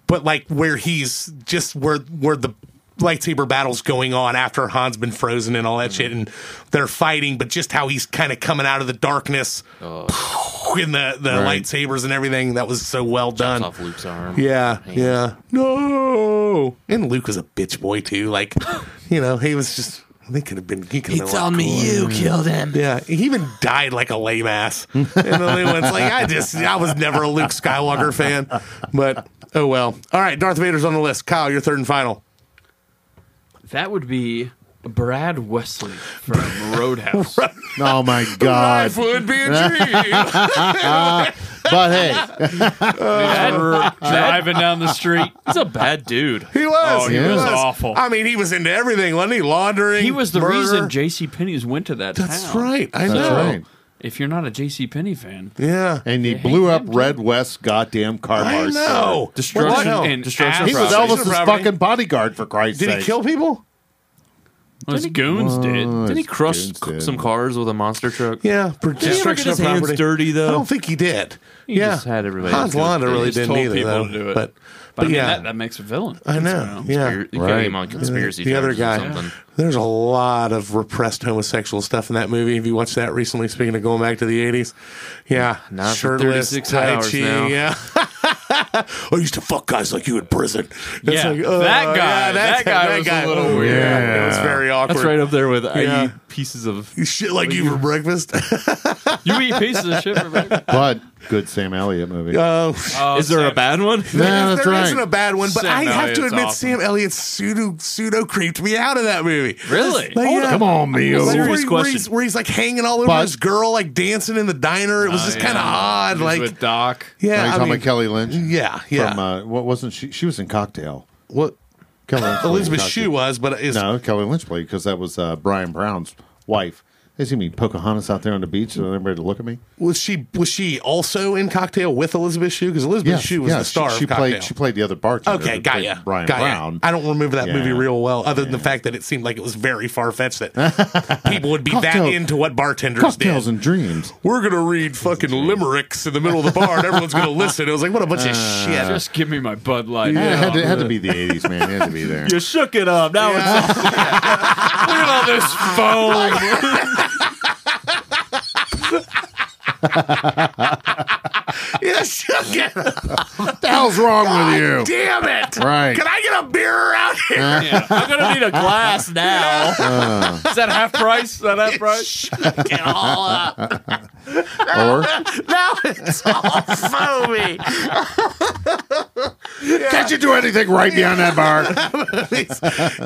Speaker 1: but like where he's just where where the lightsaber battles going on after Han's been frozen and all
Speaker 5: Mm-hmm.
Speaker 1: that shit, and they're fighting, but just how he's kind of coming out of the darkness
Speaker 5: Oh.
Speaker 1: in the the
Speaker 6: Right.
Speaker 1: lightsabers and everything. That was so well
Speaker 5: Cuts
Speaker 1: done.
Speaker 5: off Luke's arm.
Speaker 1: Yeah,
Speaker 5: Man.
Speaker 1: yeah. No. And Luke was a bitch boy too. Like, you know, he was just. They could have been. He could have been. a lot cooler.
Speaker 5: you killed him.
Speaker 1: Yeah, he even died like a lame ass. And the one's like, I just, I was never a Luke Skywalker fan, but oh well. All right, Darth Vader's on the list. Kyle, your third and final.
Speaker 4: That would be Brad Wesley from Roadhouse.
Speaker 6: Oh my god.
Speaker 1: would be a dream.
Speaker 6: But hey,
Speaker 4: That- driving down the street.
Speaker 5: He's a bad dude.
Speaker 1: he was.
Speaker 4: Oh, he
Speaker 6: was
Speaker 4: awful.
Speaker 1: I mean, he was into everything, wasn't he? Laundering.
Speaker 4: He was the
Speaker 1: murder.
Speaker 4: reason J.C. Penney's went to that
Speaker 1: That's
Speaker 4: town.
Speaker 1: right. I know.
Speaker 6: that's right.
Speaker 4: If you're not a J.C. Penney fan,
Speaker 1: Yeah.
Speaker 6: And he blew up Red West's goddamn car
Speaker 1: I
Speaker 6: mart.
Speaker 1: know.
Speaker 4: destruction
Speaker 1: What the hell?
Speaker 4: and
Speaker 5: Destruction
Speaker 4: ass-
Speaker 6: He was
Speaker 1: Property.
Speaker 6: Elvis's
Speaker 1: Property.
Speaker 6: fucking bodyguard for Christ's
Speaker 1: Did
Speaker 6: sake.
Speaker 1: he kill people?
Speaker 4: Well, his goons did.
Speaker 5: Didn't he crush
Speaker 6: Goons did.
Speaker 5: some cars with a monster truck?
Speaker 1: Yeah, for
Speaker 5: Did he ever get
Speaker 1: destruction
Speaker 5: his
Speaker 1: of
Speaker 5: hands
Speaker 1: property.
Speaker 5: dirty
Speaker 1: I
Speaker 5: though?
Speaker 1: don't think he did.
Speaker 5: He
Speaker 1: yeah,
Speaker 5: just had everybody
Speaker 1: Hans
Speaker 5: else do it.
Speaker 1: Landa
Speaker 5: He
Speaker 1: really
Speaker 4: just
Speaker 1: didn't
Speaker 4: told
Speaker 1: either,
Speaker 4: people
Speaker 1: though.
Speaker 4: to do it.
Speaker 1: But,
Speaker 4: But
Speaker 1: but
Speaker 4: I mean,
Speaker 1: yeah,
Speaker 4: that, that makes a villain.
Speaker 1: I know. yeah,
Speaker 5: You could
Speaker 6: Right.
Speaker 5: get him on conspiracy
Speaker 1: the other
Speaker 5: charges or
Speaker 1: guy.
Speaker 5: something.
Speaker 1: There's a lot of repressed homosexual stuff in that movie. Have you watched that recently? Speaking of going back to the '80s, yeah,
Speaker 5: Not for
Speaker 1: shirtless,
Speaker 5: 36
Speaker 1: tai
Speaker 5: hours
Speaker 1: chi,
Speaker 5: now.
Speaker 1: yeah. I used to fuck guys like you in prison. That's
Speaker 4: Yeah,
Speaker 1: like, uh,
Speaker 4: that guy-
Speaker 1: yeah, that,
Speaker 4: that guy was a little
Speaker 1: oh,
Speaker 4: weird.
Speaker 1: Yeah, it was very awkward.
Speaker 5: That's right up there with I
Speaker 1: Yeah.
Speaker 5: eat pieces of.
Speaker 1: Shit like you for breakfast.
Speaker 4: You eat pieces of shit for breakfast.
Speaker 6: But good Sam Elliott movie.
Speaker 1: Oh,
Speaker 4: Oh,
Speaker 5: Is there a
Speaker 4: Sam-
Speaker 5: bad one?
Speaker 6: Yeah, that's
Speaker 1: there
Speaker 6: right.
Speaker 1: not a bad one, but
Speaker 4: Sam
Speaker 1: I have to
Speaker 4: Elliott's
Speaker 1: admit,
Speaker 4: awesome.
Speaker 1: Sam Elliott pseudo pseudo creeped me out of that movie.
Speaker 4: Really?
Speaker 1: Like, yeah.
Speaker 6: Come on, Mio.
Speaker 1: Like,
Speaker 5: Serious
Speaker 1: where, he- where
Speaker 5: question.
Speaker 1: he's, where he's like hanging all over
Speaker 6: But-
Speaker 1: this girl, like dancing in the diner. It was
Speaker 4: Oh,
Speaker 1: just
Speaker 4: yeah.
Speaker 1: kind of odd.
Speaker 4: He's
Speaker 1: Like,
Speaker 4: with Doc.
Speaker 1: yeah,
Speaker 6: Are you
Speaker 1: I
Speaker 6: talking
Speaker 1: mean,
Speaker 6: about Kelly Lynch?
Speaker 1: yeah, yeah.
Speaker 6: From, uh, what wasn't she? She was in Cocktail.
Speaker 1: what
Speaker 6: Kelly Lynch played in
Speaker 1: Elizabeth
Speaker 6: uh, Cocktail.
Speaker 1: Shue was, but it's
Speaker 6: No, Kelly Lynch played because that was uh, Brian Brown's wife. They see me Pocahontas out there on the beach, and everybody to look at me.
Speaker 1: Was she was she also in Cocktail with Elizabeth Shue? Because Elizabeth Shue was
Speaker 6: yeah,
Speaker 1: the star
Speaker 6: She, she
Speaker 1: of Cocktail.
Speaker 6: played. She played the other bartender.
Speaker 1: okay,
Speaker 6: that
Speaker 1: got
Speaker 6: played
Speaker 1: ya.
Speaker 6: Brian
Speaker 1: got ya.
Speaker 6: Brown.
Speaker 1: I don't remember that
Speaker 6: Yeah.
Speaker 1: movie real well, other than the fact that it seemed like it was very far fetched that people would be that
Speaker 6: Cocktail-
Speaker 1: into what bartenders
Speaker 6: Cocktails
Speaker 1: did.
Speaker 6: and dreams.
Speaker 1: We're gonna read fucking limericks in the middle of the bar, and everyone's gonna listen. It was like what a bunch of
Speaker 6: Uh,
Speaker 1: shit.
Speaker 4: Just give me my Bud Light.
Speaker 6: Yeah, it had, to, it had to be the '80s, man. It had to be there.
Speaker 4: You shook it up. Now it's look at all this foam.
Speaker 1: Yeah, shook it.
Speaker 6: What the hell's wrong with you?
Speaker 1: Damn it!
Speaker 6: Right. Uh.
Speaker 1: Can I get a beer out here?
Speaker 5: I'm gonna need a glass now.
Speaker 4: Is that half price? Is that half price?
Speaker 5: Shook it all up.
Speaker 6: Or
Speaker 5: Now it's all foamy.
Speaker 6: can't you do anything right beyond that bar?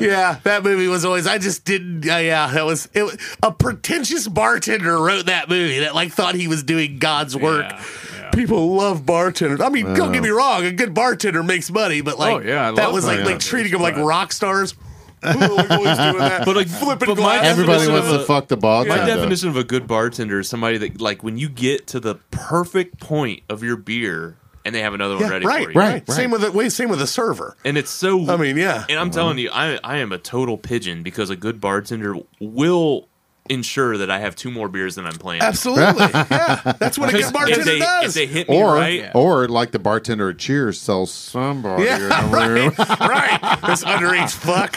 Speaker 1: yeah, that movie was always. I just didn't. Uh, yeah, that was it. was- A pretentious bartender wrote that movie that like thought he was doing God's work.
Speaker 4: Yeah, yeah.
Speaker 1: People love bartenders. I mean, don't get me wrong. A good bartender makes money, but like,
Speaker 4: Oh, yeah, I
Speaker 1: that
Speaker 4: love
Speaker 1: was like like
Speaker 4: bartenders,
Speaker 1: treating them like
Speaker 4: but-
Speaker 1: rock stars. Oh, we're always doing that.
Speaker 5: But, like,
Speaker 1: flipping
Speaker 5: but my-
Speaker 1: glasses.
Speaker 6: Everybody
Speaker 5: Definition
Speaker 6: wants
Speaker 5: of
Speaker 6: to
Speaker 5: a-
Speaker 6: fuck the ball.
Speaker 5: My definition of a good bartender is somebody that, like, when you get to the perfect point of your beer and they have another one
Speaker 1: Yeah,
Speaker 5: ready
Speaker 1: right,
Speaker 5: for
Speaker 1: right,
Speaker 5: you.
Speaker 6: right.
Speaker 1: Same with the wait, same with the server.
Speaker 5: And it's so.
Speaker 1: I mean, yeah.
Speaker 5: And I'm telling you, I, I am a total pigeon because a good bartender will ensure that I have two more beers than I'm playing.
Speaker 1: Absolutely, yeah. That's what a good bartender
Speaker 5: If they, if
Speaker 1: does.
Speaker 5: they hit me
Speaker 6: Or,
Speaker 5: right,
Speaker 6: or like the bartender at Cheers sells somebody
Speaker 1: Yeah,
Speaker 6: in the room
Speaker 1: right, this underage fuck.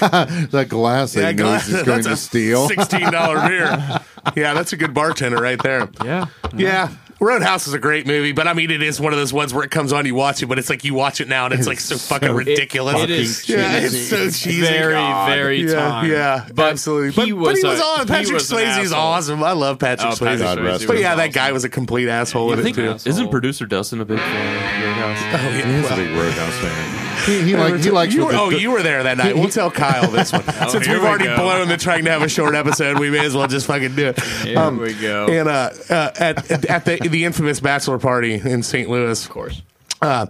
Speaker 6: that glass
Speaker 1: Yeah,
Speaker 6: they know
Speaker 1: glass-
Speaker 6: he's going
Speaker 1: that's a
Speaker 6: to steal.
Speaker 1: Sixteen dollar beer. Yeah, that's a good bartender right there.
Speaker 4: Yeah.
Speaker 1: Yeah. Roadhouse is a great movie, but I mean, it is one of those ones where it comes on, you watch it, but it's like you watch it now and it's like so fucking ridiculous.
Speaker 4: it is
Speaker 1: yeah,
Speaker 4: cheesy.
Speaker 1: it's so cheesy.
Speaker 4: Very,
Speaker 1: God.
Speaker 4: very
Speaker 1: yeah,
Speaker 4: time.
Speaker 1: Yeah,
Speaker 4: But
Speaker 1: absolutely.
Speaker 4: he
Speaker 1: but, but
Speaker 4: was
Speaker 1: he was
Speaker 4: a-
Speaker 1: on.
Speaker 4: he
Speaker 1: Patrick
Speaker 4: was an
Speaker 1: Swayze's
Speaker 4: asshole.
Speaker 1: awesome. I love Patrick
Speaker 4: Oh,
Speaker 1: Swayze.
Speaker 4: Patrick
Speaker 6: God
Speaker 4: Swayze
Speaker 6: rest
Speaker 4: was
Speaker 1: But yeah,
Speaker 4: awesome.
Speaker 1: that guy was a complete asshole
Speaker 5: I
Speaker 1: in it
Speaker 5: think,
Speaker 1: too.
Speaker 5: isn't producer Dustin a big fan of Roadhouse?
Speaker 1: yeah,
Speaker 6: He's
Speaker 1: well,
Speaker 6: a big Roadhouse fan. He, he, like, he likes
Speaker 1: you
Speaker 6: what
Speaker 1: were,
Speaker 6: the
Speaker 1: oh,
Speaker 6: do-
Speaker 1: you were there that night. We'll tell Kyle this one. Since
Speaker 4: here
Speaker 1: we've
Speaker 4: we
Speaker 1: already
Speaker 4: go.
Speaker 1: blown the trying to have a short episode, we may as well just fucking do it.
Speaker 4: Here we go.
Speaker 1: And uh, uh, at at- at the the infamous bachelor party in St. Louis, of course. Uh,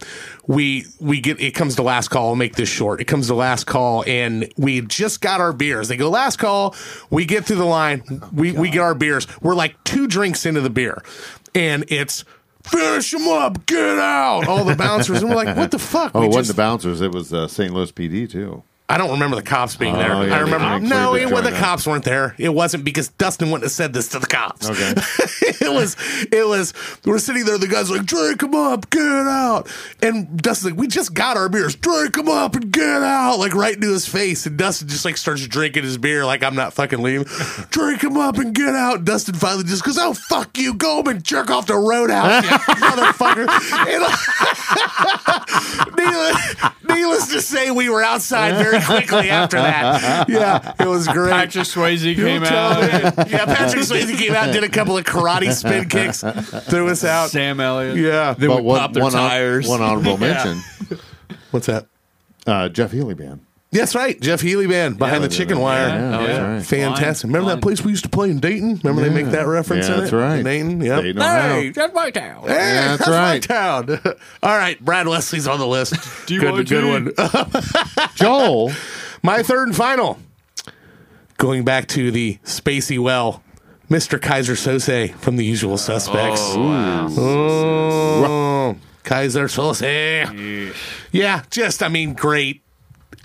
Speaker 1: we we get it comes to last call. I'll make this short. It comes to last call, and we just got our beers. They go last call. We get through the line.
Speaker 6: Oh
Speaker 1: We we get our beers. We're like two drinks into the beer, and it's finish 'em up, get out. All the bouncers, and we're like, what the fuck?
Speaker 6: Oh,
Speaker 1: We
Speaker 6: it wasn't
Speaker 1: just-
Speaker 6: the bouncers. It was uh, St. Louis PD, too.
Speaker 1: I don't remember the cops being there.
Speaker 6: Oh, yeah,
Speaker 1: I
Speaker 6: they
Speaker 1: remember
Speaker 6: didn't
Speaker 1: no,
Speaker 6: include
Speaker 1: it
Speaker 6: the
Speaker 1: was the
Speaker 6: joint up.
Speaker 1: cops weren't there. It wasn't because Dustin wouldn't have said this to the cops.
Speaker 6: Okay.
Speaker 1: it was it was we're sitting there. The guys like drink them up, get out. And Dustin's like, we just got our beers, drink them up and get out. Like right into his face, and Dustin just like starts drinking his beer. Like I'm not fucking leaving. drink them up and get out. Dustin finally just goes, oh fuck you, go home and jerk off to Roadhouse, you motherfucker. And I- Needless, needless to say, we were outside very quickly after that. Yeah, it was great.
Speaker 4: Patrick Swayze came out.
Speaker 1: yeah, Patrick Swayze came out, and did a couple of karate spin kicks, threw us out.
Speaker 4: Sam Elliott.
Speaker 1: Yeah,
Speaker 6: They but one,
Speaker 5: pop their
Speaker 6: one hon-
Speaker 5: tires.
Speaker 6: one honorable mention
Speaker 1: what's that?
Speaker 6: uh, Jeff Healy Band. uh,
Speaker 1: That's right, Jeff Healy band behind the chicken wire.
Speaker 6: Yeah,
Speaker 5: yeah.
Speaker 6: that's right.
Speaker 1: Fantastic.
Speaker 4: Blind-
Speaker 1: Remember that
Speaker 4: blind.
Speaker 1: place we used to play in Dayton? Remember they make that reference
Speaker 6: Yeah,
Speaker 1: in
Speaker 6: that's
Speaker 1: it?
Speaker 6: right.
Speaker 1: Dayton, yeah.
Speaker 6: Dayton, Ohio.
Speaker 7: that's my town.
Speaker 1: Hey,
Speaker 6: Yeah,
Speaker 1: that's,
Speaker 6: that's
Speaker 1: right.
Speaker 6: right.
Speaker 1: town. All right, Brad Leslie's on the list. good,
Speaker 4: DYG.
Speaker 1: good one.
Speaker 6: Joel.
Speaker 1: My third and final. Going back to the spacey well, Mr. Kaiser Sose from The Usual Suspects. Oh, Kaiser Sose. Yeah, just, I mean, great.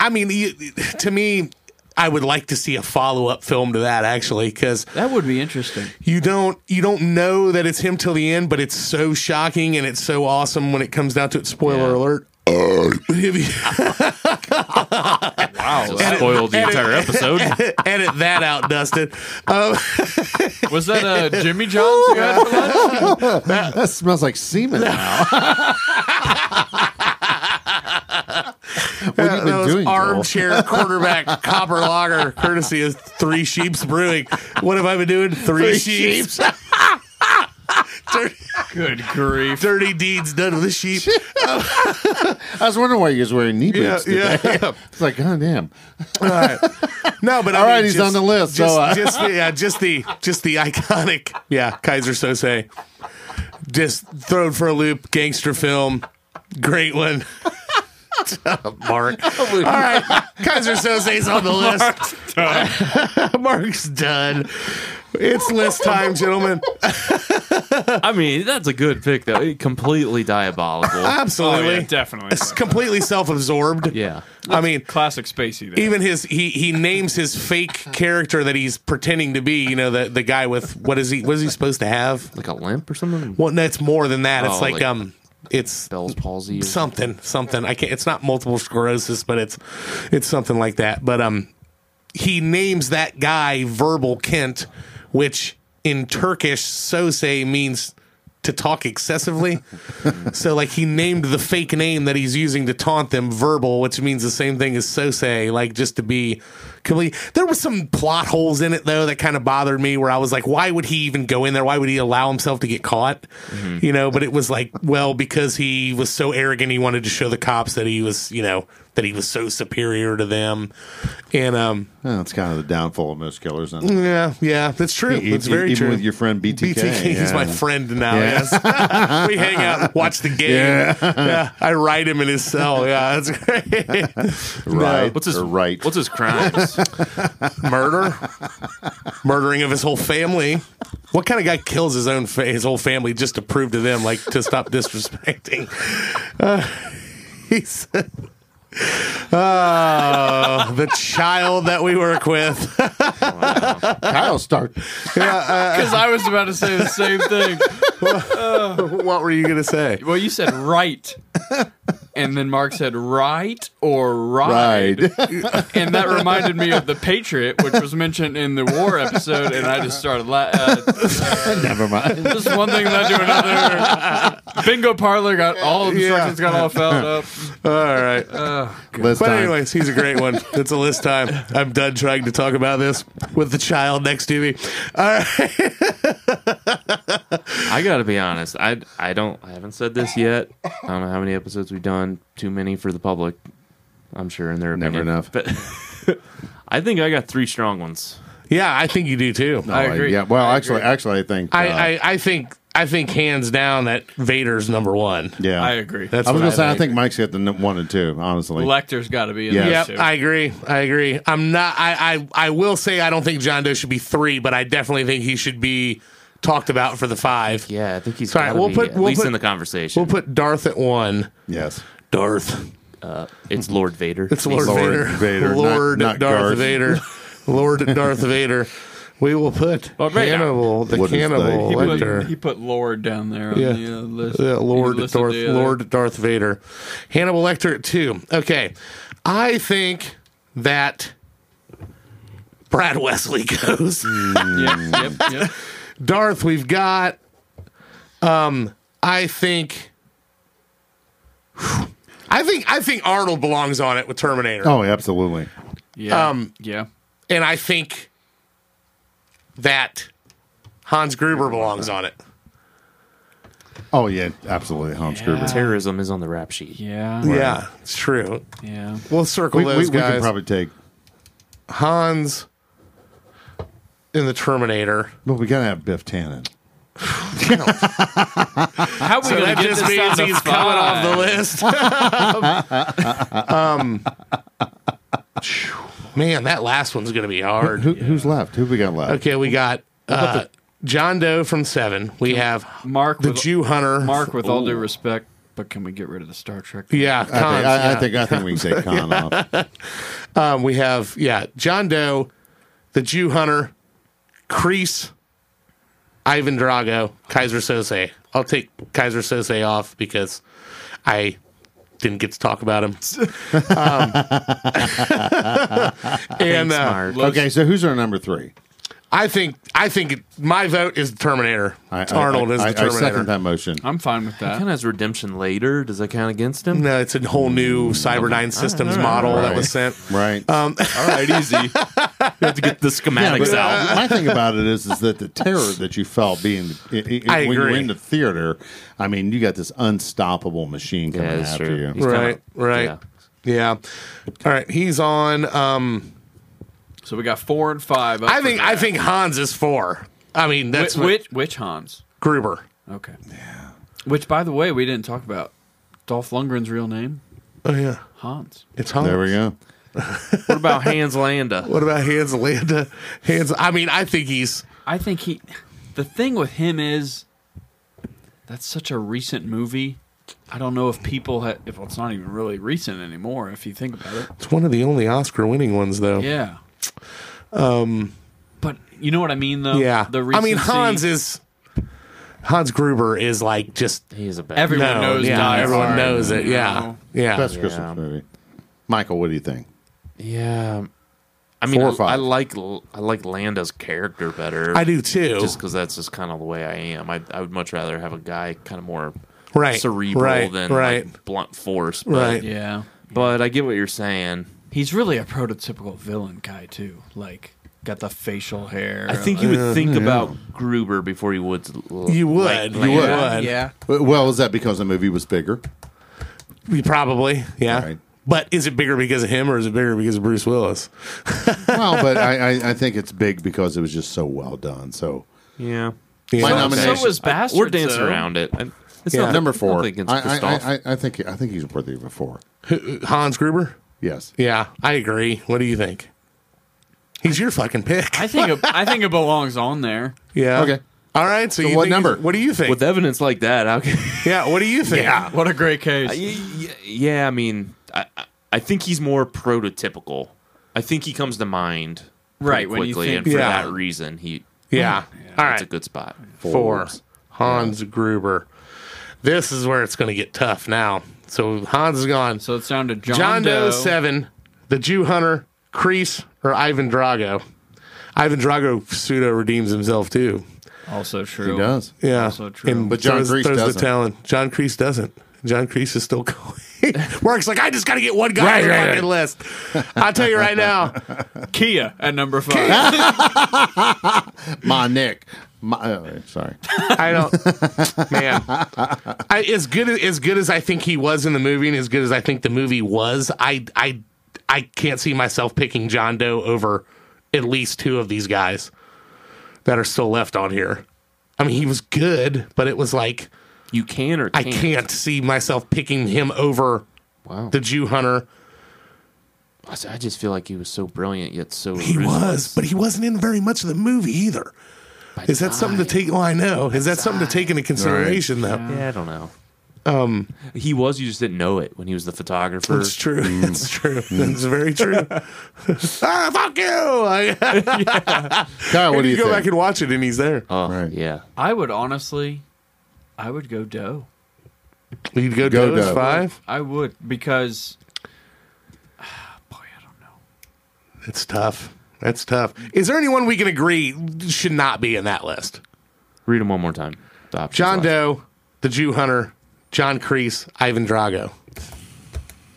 Speaker 1: I mean, you- to me, I would like to see a follow up film to that actually, because
Speaker 4: That would be interesting.
Speaker 1: you don't you don't know that it's him till the end, but it's so shocking and it's so awesome when it comes down to it. Spoiler alert. If you-
Speaker 5: Just Oh, spoiled the entire episode.
Speaker 1: Edit that out, Dustin. Um,
Speaker 4: Was that uh, Jimmy John's you had for lunch?
Speaker 6: That smells like semen now. what have you
Speaker 1: that
Speaker 6: been
Speaker 1: was
Speaker 6: doing, Joel?
Speaker 1: armchair quarterback copper lager, courtesy of Three Sheeps Brewing. What have I been doing? Three, Sheeps. dirty,
Speaker 4: Good grief.
Speaker 1: dirty deeds done with the sheep.
Speaker 6: I was wondering why he was wearing knee
Speaker 1: Yeah,
Speaker 6: boots
Speaker 1: yeah.
Speaker 6: today. it's like, God damn.
Speaker 1: No, but I
Speaker 6: All
Speaker 1: mean,
Speaker 6: right, he's
Speaker 1: just-
Speaker 6: on the list, so,
Speaker 1: Just,
Speaker 6: uh.
Speaker 1: just the, yeah, just the just the iconic, yeah, Kaiser Sose. Just thrown for a loop, gangster film, great one. Mark, all right, Kaiser Sose's on the list. Mark's done. It's list time, gentlemen.
Speaker 5: I mean, that's a good pick though. Completely diabolical.
Speaker 4: Oh,
Speaker 1: Absolutely.
Speaker 4: yeah, definitely.
Speaker 1: It's completely self-absorbed.
Speaker 5: Yeah.
Speaker 1: I mean,
Speaker 4: Classic Spacey. There.
Speaker 1: even his he he names his fake character that he's pretending to be. You know, the the guy with what is he? What is he supposed to have?
Speaker 5: Like a limp or something?
Speaker 1: Well, no, it's more than that. It's
Speaker 5: Oh,
Speaker 1: like,
Speaker 5: like-
Speaker 1: um, it's
Speaker 5: Bell's palsy. or-
Speaker 1: something something. I can't. It's not multiple sclerosis, but it's it's something like that. But um, he names that guy verbal Kent, which in Turkish sose means to talk excessively. so like he named the fake name that he's using to taunt them verbal, which means the same thing as sose, like just to be complete. There were some plot holes in it though that kind of bothered me where I was like, why would he even go in there? Why would he allow himself to get caught? You know, but it was like, well, because he was so arrogant he wanted to show the cops that he was, you know, that he was so superior to them. And um
Speaker 6: Oh, that's kind of the downfall of most killers. Isn't it?
Speaker 1: yeah, yeah, that's true.
Speaker 6: E-
Speaker 1: That's
Speaker 6: e-
Speaker 1: Mm, very
Speaker 6: even
Speaker 1: true.
Speaker 6: with your friend BTK.
Speaker 1: BTK, he's
Speaker 6: yeah.
Speaker 1: my friend now.
Speaker 6: Yeah.
Speaker 1: Yes, we hang out, and watch the game.
Speaker 6: Yeah.
Speaker 1: Yeah, I write him in his cell. Yeah, that's great.
Speaker 6: Right.
Speaker 5: Uh, What's his
Speaker 6: or right?
Speaker 5: What's his crimes?
Speaker 1: Uh, Murder, murdering of his whole family. What kind of guy kills his own fa- his whole family just to prove to them, like to stop disrespecting? Uh, he's. Oh, the child that we work with.
Speaker 6: Kyle start?
Speaker 4: Because I was about to say the same thing.
Speaker 1: what were you going to say?
Speaker 4: Well, you said right. And then Mark said right or
Speaker 6: Right.
Speaker 4: ride. And that reminded me of the Patriot, which was mentioned in the war episode. And I just started la- uh,
Speaker 6: Never mind.
Speaker 4: just one thing led to another. Bingo parlor got all instructions got all fouled up.
Speaker 1: All right.
Speaker 6: List
Speaker 1: But
Speaker 6: time.
Speaker 1: anyways, he's a great one. It's a list time. I'm done trying to talk about this with the child next to me. Uh, All right.
Speaker 5: I gotta be honest. I I don't. I haven't said this yet. I don't know how many episodes we've done. Too many for the public. I'm sure in their
Speaker 6: Never
Speaker 5: opinion.
Speaker 6: enough.
Speaker 5: But I think I got three strong ones.
Speaker 1: Yeah, I think you do too.
Speaker 6: Oh,
Speaker 1: I,
Speaker 4: I agree.
Speaker 6: Yeah. Well,
Speaker 4: I
Speaker 6: actually,
Speaker 4: agree.
Speaker 6: actually, I think. uh,
Speaker 1: I, I think I think hands down that Vader's number one.
Speaker 6: yeah.
Speaker 4: I agree. Uh,
Speaker 1: That's
Speaker 6: I was
Speaker 1: what
Speaker 6: gonna say. I think Mike's got the n- one and two. Honestly.
Speaker 4: Lecter's got to be in
Speaker 6: Yeah.
Speaker 4: there
Speaker 1: Yep,
Speaker 4: too.
Speaker 1: I agree. I agree. I'm not. I, I I will say I don't think John Doe should be three, but I definitely think he should be talked about for the five.
Speaker 5: Yeah, I think he's
Speaker 1: Sorry,
Speaker 5: gotta
Speaker 1: we'll
Speaker 5: be
Speaker 1: put-
Speaker 5: at
Speaker 1: we'll
Speaker 5: least
Speaker 1: put-
Speaker 5: in the conversation.
Speaker 1: We'll put Darth at one.
Speaker 6: yes.
Speaker 1: Darth.
Speaker 5: it's Lord Vader.
Speaker 1: It's Lord,
Speaker 6: Lord
Speaker 1: Vader.
Speaker 6: Vader, not-
Speaker 1: Lord
Speaker 6: not
Speaker 1: Darth
Speaker 6: Garth.
Speaker 1: Vader. Lord Darth Vader. Oh, We will put
Speaker 5: Lord Vader.
Speaker 1: Hannibal, the
Speaker 6: What is
Speaker 1: cannibal,
Speaker 6: that?
Speaker 4: he,
Speaker 1: Lecter.
Speaker 4: put, he put Lord down there on
Speaker 1: Yeah.
Speaker 4: the uh, list.
Speaker 1: Yeah, Lord
Speaker 4: He
Speaker 1: Darth,
Speaker 4: listed the other-
Speaker 1: Lord Darth Vader, Hannibal Lecter at two. Okay, I think that Brad Wesley goes.
Speaker 4: Yeah, yep, yep.
Speaker 1: Darth, we've got. Um, I think. I think I think Arnold belongs on it with Terminator.
Speaker 6: Oh, absolutely.
Speaker 4: Yeah.
Speaker 1: Um,
Speaker 4: yeah.
Speaker 1: and I think that Hans Gruber belongs on it.
Speaker 6: Oh yeah, absolutely. Hans Gruber.
Speaker 5: Terrorism is on the rap sheet.
Speaker 4: Yeah.
Speaker 1: Yeah, it's true.
Speaker 4: Yeah.
Speaker 1: We'll circle
Speaker 6: We, we,
Speaker 1: those
Speaker 6: we
Speaker 1: guys.
Speaker 6: could probably take.
Speaker 1: Hans in the Terminator.
Speaker 6: But we gotta have Biff Tannen.
Speaker 4: How are we
Speaker 1: So
Speaker 4: going
Speaker 1: that
Speaker 4: to get
Speaker 1: just
Speaker 4: this
Speaker 1: means
Speaker 4: down to
Speaker 1: he's coming off the
Speaker 4: five?
Speaker 1: list. um, man, that last one's going to be hard.
Speaker 6: Who, Who's left? Who we got left?
Speaker 1: Okay, we got uh, John Doe from Seven. We have
Speaker 4: Mark
Speaker 1: the
Speaker 4: with-
Speaker 1: Jew Hunter.
Speaker 4: Mark, with all due respect, but can we get rid of the Star Trek?
Speaker 1: Yeah,
Speaker 6: I think,
Speaker 1: Hans,
Speaker 6: I, I
Speaker 1: Oh, yeah.
Speaker 6: think I think we can take Khan off.
Speaker 1: Um, we have yeah, John Doe, the Jew Hunter, Crease, Ivan Drago, Kaiser Sose. I'll take Kaiser Sose off because I didn't get to talk about him. Um, and uh,
Speaker 5: Smart.
Speaker 6: Okay, so who's our number three?
Speaker 1: I think I think it, my vote is the Terminator. It's Arnold is
Speaker 6: I,
Speaker 1: the
Speaker 6: I second
Speaker 1: Terminator. Um,
Speaker 6: that motion.
Speaker 4: I'm fine with
Speaker 5: Kind of
Speaker 4: that.
Speaker 5: has redemption later. Does that count against him?
Speaker 1: No, it's a whole new Cyberdyne Systems
Speaker 5: all right,
Speaker 1: model
Speaker 6: all
Speaker 1: that
Speaker 6: right.
Speaker 1: was sent.
Speaker 6: Right.
Speaker 5: All right, easy. you have to get the schematics
Speaker 6: But
Speaker 1: uh,
Speaker 5: out.
Speaker 6: my thing about it is, is that the terror that you felt being i- i-
Speaker 1: I
Speaker 6: when you were
Speaker 1: agree.
Speaker 6: in the theater, I mean, you got this unstoppable machine coming
Speaker 5: that's
Speaker 6: after
Speaker 5: true.
Speaker 6: you.
Speaker 5: He's kinda-
Speaker 1: Right, right. Yeah. All right, he's on. Um,
Speaker 4: So we got four and five. up
Speaker 1: I
Speaker 4: for
Speaker 1: think I
Speaker 4: grabs.
Speaker 1: think Hans is four. I mean,
Speaker 4: Whi-
Speaker 1: that's what-
Speaker 4: which which Hans?
Speaker 1: Gruber.
Speaker 4: Okay. Yeah. Which, by the way, we didn't talk about Dolph Lundgren's real name,
Speaker 1: Oh yeah,
Speaker 4: Hans.
Speaker 1: it's Hans.
Speaker 6: There we go.
Speaker 5: What about Hans Landa?
Speaker 1: What about Hans Landa? Hans, I mean, I think he's
Speaker 4: I think he. The thing with him is, that's such a recent movie. I don't know if people ha if well, it's not even really recent anymore. If you think about it,
Speaker 1: it's one of the only Oscar-winning ones, though.
Speaker 4: yeah. Um, but you know what I Um, mean, though.
Speaker 1: Yeah.
Speaker 4: The
Speaker 1: I mean,
Speaker 4: recency-
Speaker 1: Hans is Hans Gruber is like just
Speaker 5: He's a bad.
Speaker 4: Everyone
Speaker 1: no,
Speaker 4: knows.
Speaker 1: yeah,
Speaker 4: Die
Speaker 1: everyone
Speaker 4: Hard,
Speaker 1: knows it.
Speaker 4: you
Speaker 1: Yeah,
Speaker 4: know.
Speaker 1: yeah.
Speaker 6: Best
Speaker 5: Yeah.
Speaker 6: Christmas movie. Michael, what do you think?
Speaker 5: yeah. I mean,
Speaker 6: Four
Speaker 5: I,
Speaker 6: or five.
Speaker 5: I like I like Landa's character better.
Speaker 1: I do too.
Speaker 5: just because that's just kind of the way I am. I, I would much rather have a guy kind of more
Speaker 1: right,
Speaker 5: cerebral
Speaker 1: right,
Speaker 5: than
Speaker 1: right,
Speaker 5: like, blunt force. But,
Speaker 1: right.
Speaker 4: Yeah.
Speaker 5: But I get what you're saying.
Speaker 4: He's really a prototypical villain guy too. Like got the facial hair.
Speaker 5: I think
Speaker 4: like-
Speaker 5: you would think about Gruber before you would. L-
Speaker 1: You would,
Speaker 5: like
Speaker 1: you
Speaker 5: Landa.
Speaker 1: would,
Speaker 4: yeah.
Speaker 6: Well, is that because the movie was bigger?
Speaker 1: You probably, yeah.
Speaker 6: Right.
Speaker 1: But is it bigger because of him, or is it bigger because of Bruce Willis?
Speaker 6: well, but I, I, I think it's big because it was just so well done. So
Speaker 5: Yeah.
Speaker 1: You
Speaker 6: My
Speaker 1: know?
Speaker 6: nomination-
Speaker 4: So was Bastard.
Speaker 5: We're dancing
Speaker 4: though.
Speaker 5: around it. I, it's
Speaker 1: Yeah.
Speaker 5: not
Speaker 6: number
Speaker 5: I
Speaker 6: four,
Speaker 5: don't
Speaker 6: I,
Speaker 5: think it's Christoph.
Speaker 6: I, I, I think I think he's worthy of a four.
Speaker 1: Hans Gruber.
Speaker 6: Yes.
Speaker 1: Yeah, I agree. What do you think? He's your fucking pick.
Speaker 4: I think it, I think it belongs on there.
Speaker 1: Yeah.
Speaker 6: Okay.
Speaker 1: All right. So, you
Speaker 6: what
Speaker 1: think-
Speaker 6: number?
Speaker 1: What do you think?
Speaker 5: With evidence like that, how can,
Speaker 1: yeah. What do you think? Yeah.
Speaker 4: What a great case.
Speaker 5: Y- y- yeah, I mean, I, I- I think he's more prototypical. I think he comes to mind pretty
Speaker 4: Right, when you
Speaker 5: quickly,
Speaker 4: think-
Speaker 5: and for
Speaker 1: Yeah.
Speaker 5: that reason, he
Speaker 1: Yeah. All
Speaker 5: it's
Speaker 1: right.
Speaker 5: a good spot.
Speaker 1: Four. Hans Gruber. This is where it's going to get tough now. So Hans is gone.
Speaker 4: So it's down to John,
Speaker 1: John Doe
Speaker 4: Doe.
Speaker 1: seven, the Jew hunter, Crease, or Ivan Drago. Ivan Drago pseudo redeems himself too.
Speaker 4: Also true.
Speaker 6: He does.
Speaker 1: Yeah,
Speaker 4: Also true.
Speaker 6: But John
Speaker 1: throws,
Speaker 6: Kreese
Speaker 1: throws
Speaker 6: doesn't.
Speaker 1: the talent. John Crease doesn't. John Crease is still going. Mark's like, I just got to get one guy on the fucking list. I'll tell you right now,
Speaker 4: Kia at number five.
Speaker 6: My Nick. My, oh, sorry.
Speaker 1: I don't, man. I, as good as, as good as I think he was in the movie, and as good as I think the movie was, I I I can't see myself picking John Doe over at least two of these guys that are still left on here. I mean, he was good, but it was like
Speaker 5: You can or
Speaker 1: I
Speaker 5: can't.
Speaker 1: can't see myself picking him over
Speaker 5: Wow.
Speaker 1: the Jew hunter.
Speaker 5: I s- I just feel like he was so brilliant yet so
Speaker 1: He was, but he wasn't in very much of the movie either. Is that something to take? Well, I know. Is that something to take into consideration, though?
Speaker 5: Yeah, I don't know. Um, he was. You just didn't know it when he was the photographer.
Speaker 1: That's true.
Speaker 6: mm.
Speaker 1: That's true. That's very true. ah, fuck you! I,
Speaker 6: Kyle, what do you,
Speaker 1: go
Speaker 6: think? Uh,
Speaker 1: back and watch it, and he's there.
Speaker 5: Oh,
Speaker 6: Right.
Speaker 5: yeah.
Speaker 4: I would honestly, I would go Doe.
Speaker 1: You'd go, go
Speaker 6: Go Doe.
Speaker 1: five.
Speaker 4: I would because, boy, I don't know.
Speaker 1: It's tough. That's tough. Is there anyone we can agree should not be in that list?
Speaker 5: Read him one more time. The options
Speaker 1: John
Speaker 5: left.
Speaker 1: Doe, the Jew Hunter, John Kreese, Ivan Drago.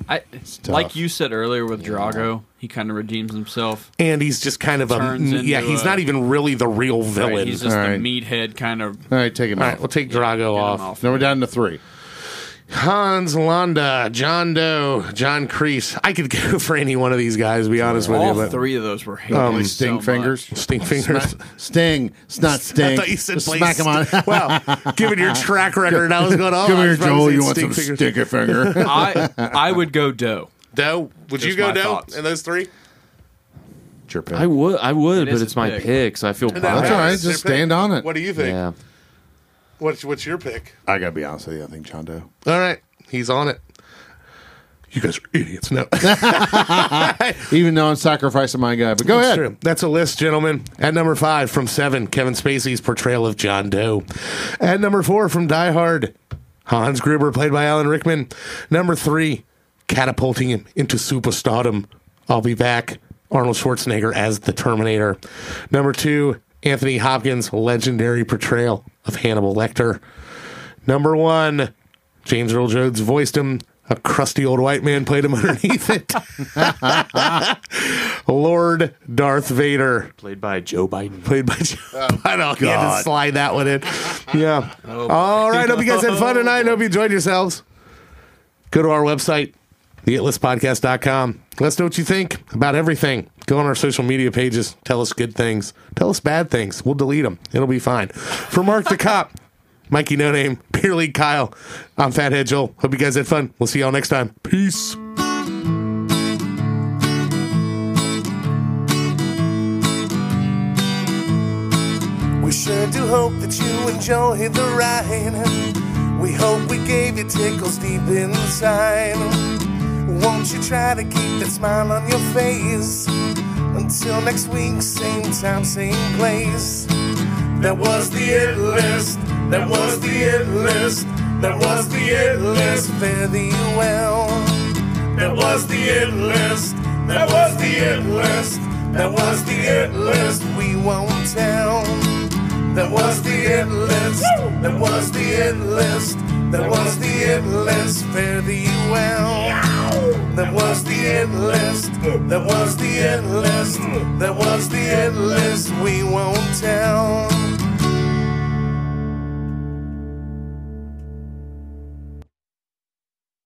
Speaker 4: I like you said earlier with Drago, he kind of redeems himself.
Speaker 1: And he's just kind of a
Speaker 4: Turns into
Speaker 1: yeah. He's
Speaker 4: a-
Speaker 1: not even really the real
Speaker 4: Right?
Speaker 1: villain.
Speaker 4: He's just
Speaker 6: All right.
Speaker 4: the meathead kind of. Get
Speaker 6: All right, take him
Speaker 1: All
Speaker 6: out.
Speaker 1: right, we'll take Drago
Speaker 4: him
Speaker 1: off.
Speaker 4: off.
Speaker 6: Now we're down to three.
Speaker 1: Hans Landa, John Doe, John Kreese. I could go for any one of these guys. To be honest with you,
Speaker 4: All
Speaker 1: but Um,
Speaker 4: three of those were hated
Speaker 6: Like
Speaker 4: so
Speaker 6: sting
Speaker 4: much.
Speaker 6: fingers.
Speaker 1: stink fingers.
Speaker 6: Sting. It's not
Speaker 1: I
Speaker 6: sting.
Speaker 1: thought you said
Speaker 6: Just
Speaker 1: please.
Speaker 6: smack him on. Come
Speaker 1: Well, given your track record, I was going. Oh, I
Speaker 6: here,
Speaker 1: was probably
Speaker 6: Joel.
Speaker 1: saying
Speaker 6: You want some
Speaker 1: stink fingers.
Speaker 6: sticker finger?
Speaker 4: I I would go Doe.
Speaker 1: Doe? Would you
Speaker 4: Just
Speaker 1: go
Speaker 4: my
Speaker 1: Doe
Speaker 4: thoughts.
Speaker 1: in those three?
Speaker 6: It's your pick.
Speaker 5: I would. I would,
Speaker 4: It
Speaker 5: but
Speaker 4: is a
Speaker 5: it's my
Speaker 4: pick.
Speaker 5: pick. so I feel.
Speaker 6: That's
Speaker 5: bad.
Speaker 6: all right.
Speaker 1: It's their
Speaker 6: Just
Speaker 1: pick.
Speaker 6: stand on it.
Speaker 1: What do you think?
Speaker 5: Yeah.
Speaker 1: What's what's your pick?
Speaker 6: I gotta be honest with you. I think John Doe.
Speaker 1: All right, he's on it. You guys are idiots. No,
Speaker 6: Even though I'm sacrificing my guy, but go
Speaker 1: That's
Speaker 6: ahead.
Speaker 1: true. That's a list, gentlemen. At number five from Seven, Kevin Spacey's portrayal of John Doe. At number four from Die Hard, Hans Gruber, played by Alan Rickman. Number three, catapulting him into superstardom. I'll be back. Arnold Schwarzenegger as the Terminator. Number two, Anthony Hopkins' legendary portrayal of Hannibal Lecter. Number one, James Earl Jones voiced him. A crusty old white man played him underneath it. Lord Darth Vader
Speaker 5: Played by Joe Biden.
Speaker 1: played by Joe. I don't you Oh, had to slide that one in. Oh, Yeah. All right. Hope you guys had fun tonight. Hope you enjoyed yourselves. Go to our website, theitlistpodcast.com. Let us know what you think about everything. Go on our social media pages. Tell us good things. Tell us bad things. We'll delete them. It'll be fine. For Mark the Cop, Mikey No Name, Beer League Kyle, I'm Fathead Joel. Hope you guys had fun. We'll see y'all next time. Peace.
Speaker 2: hope that you enjoy the ride. We hope we gave you tickles deep inside. Won't you try to keep that smile on your face? Until next week, same time, same place. That was the it list. That was the it list. That was the it list. Fare thee well. That was the it list. That was the it list. That was the it list. We won't tell. That was the it list. That was the it list. That was the it list. Fare thee well. That was the it list. That was the it list. That was the it list. We won't tell.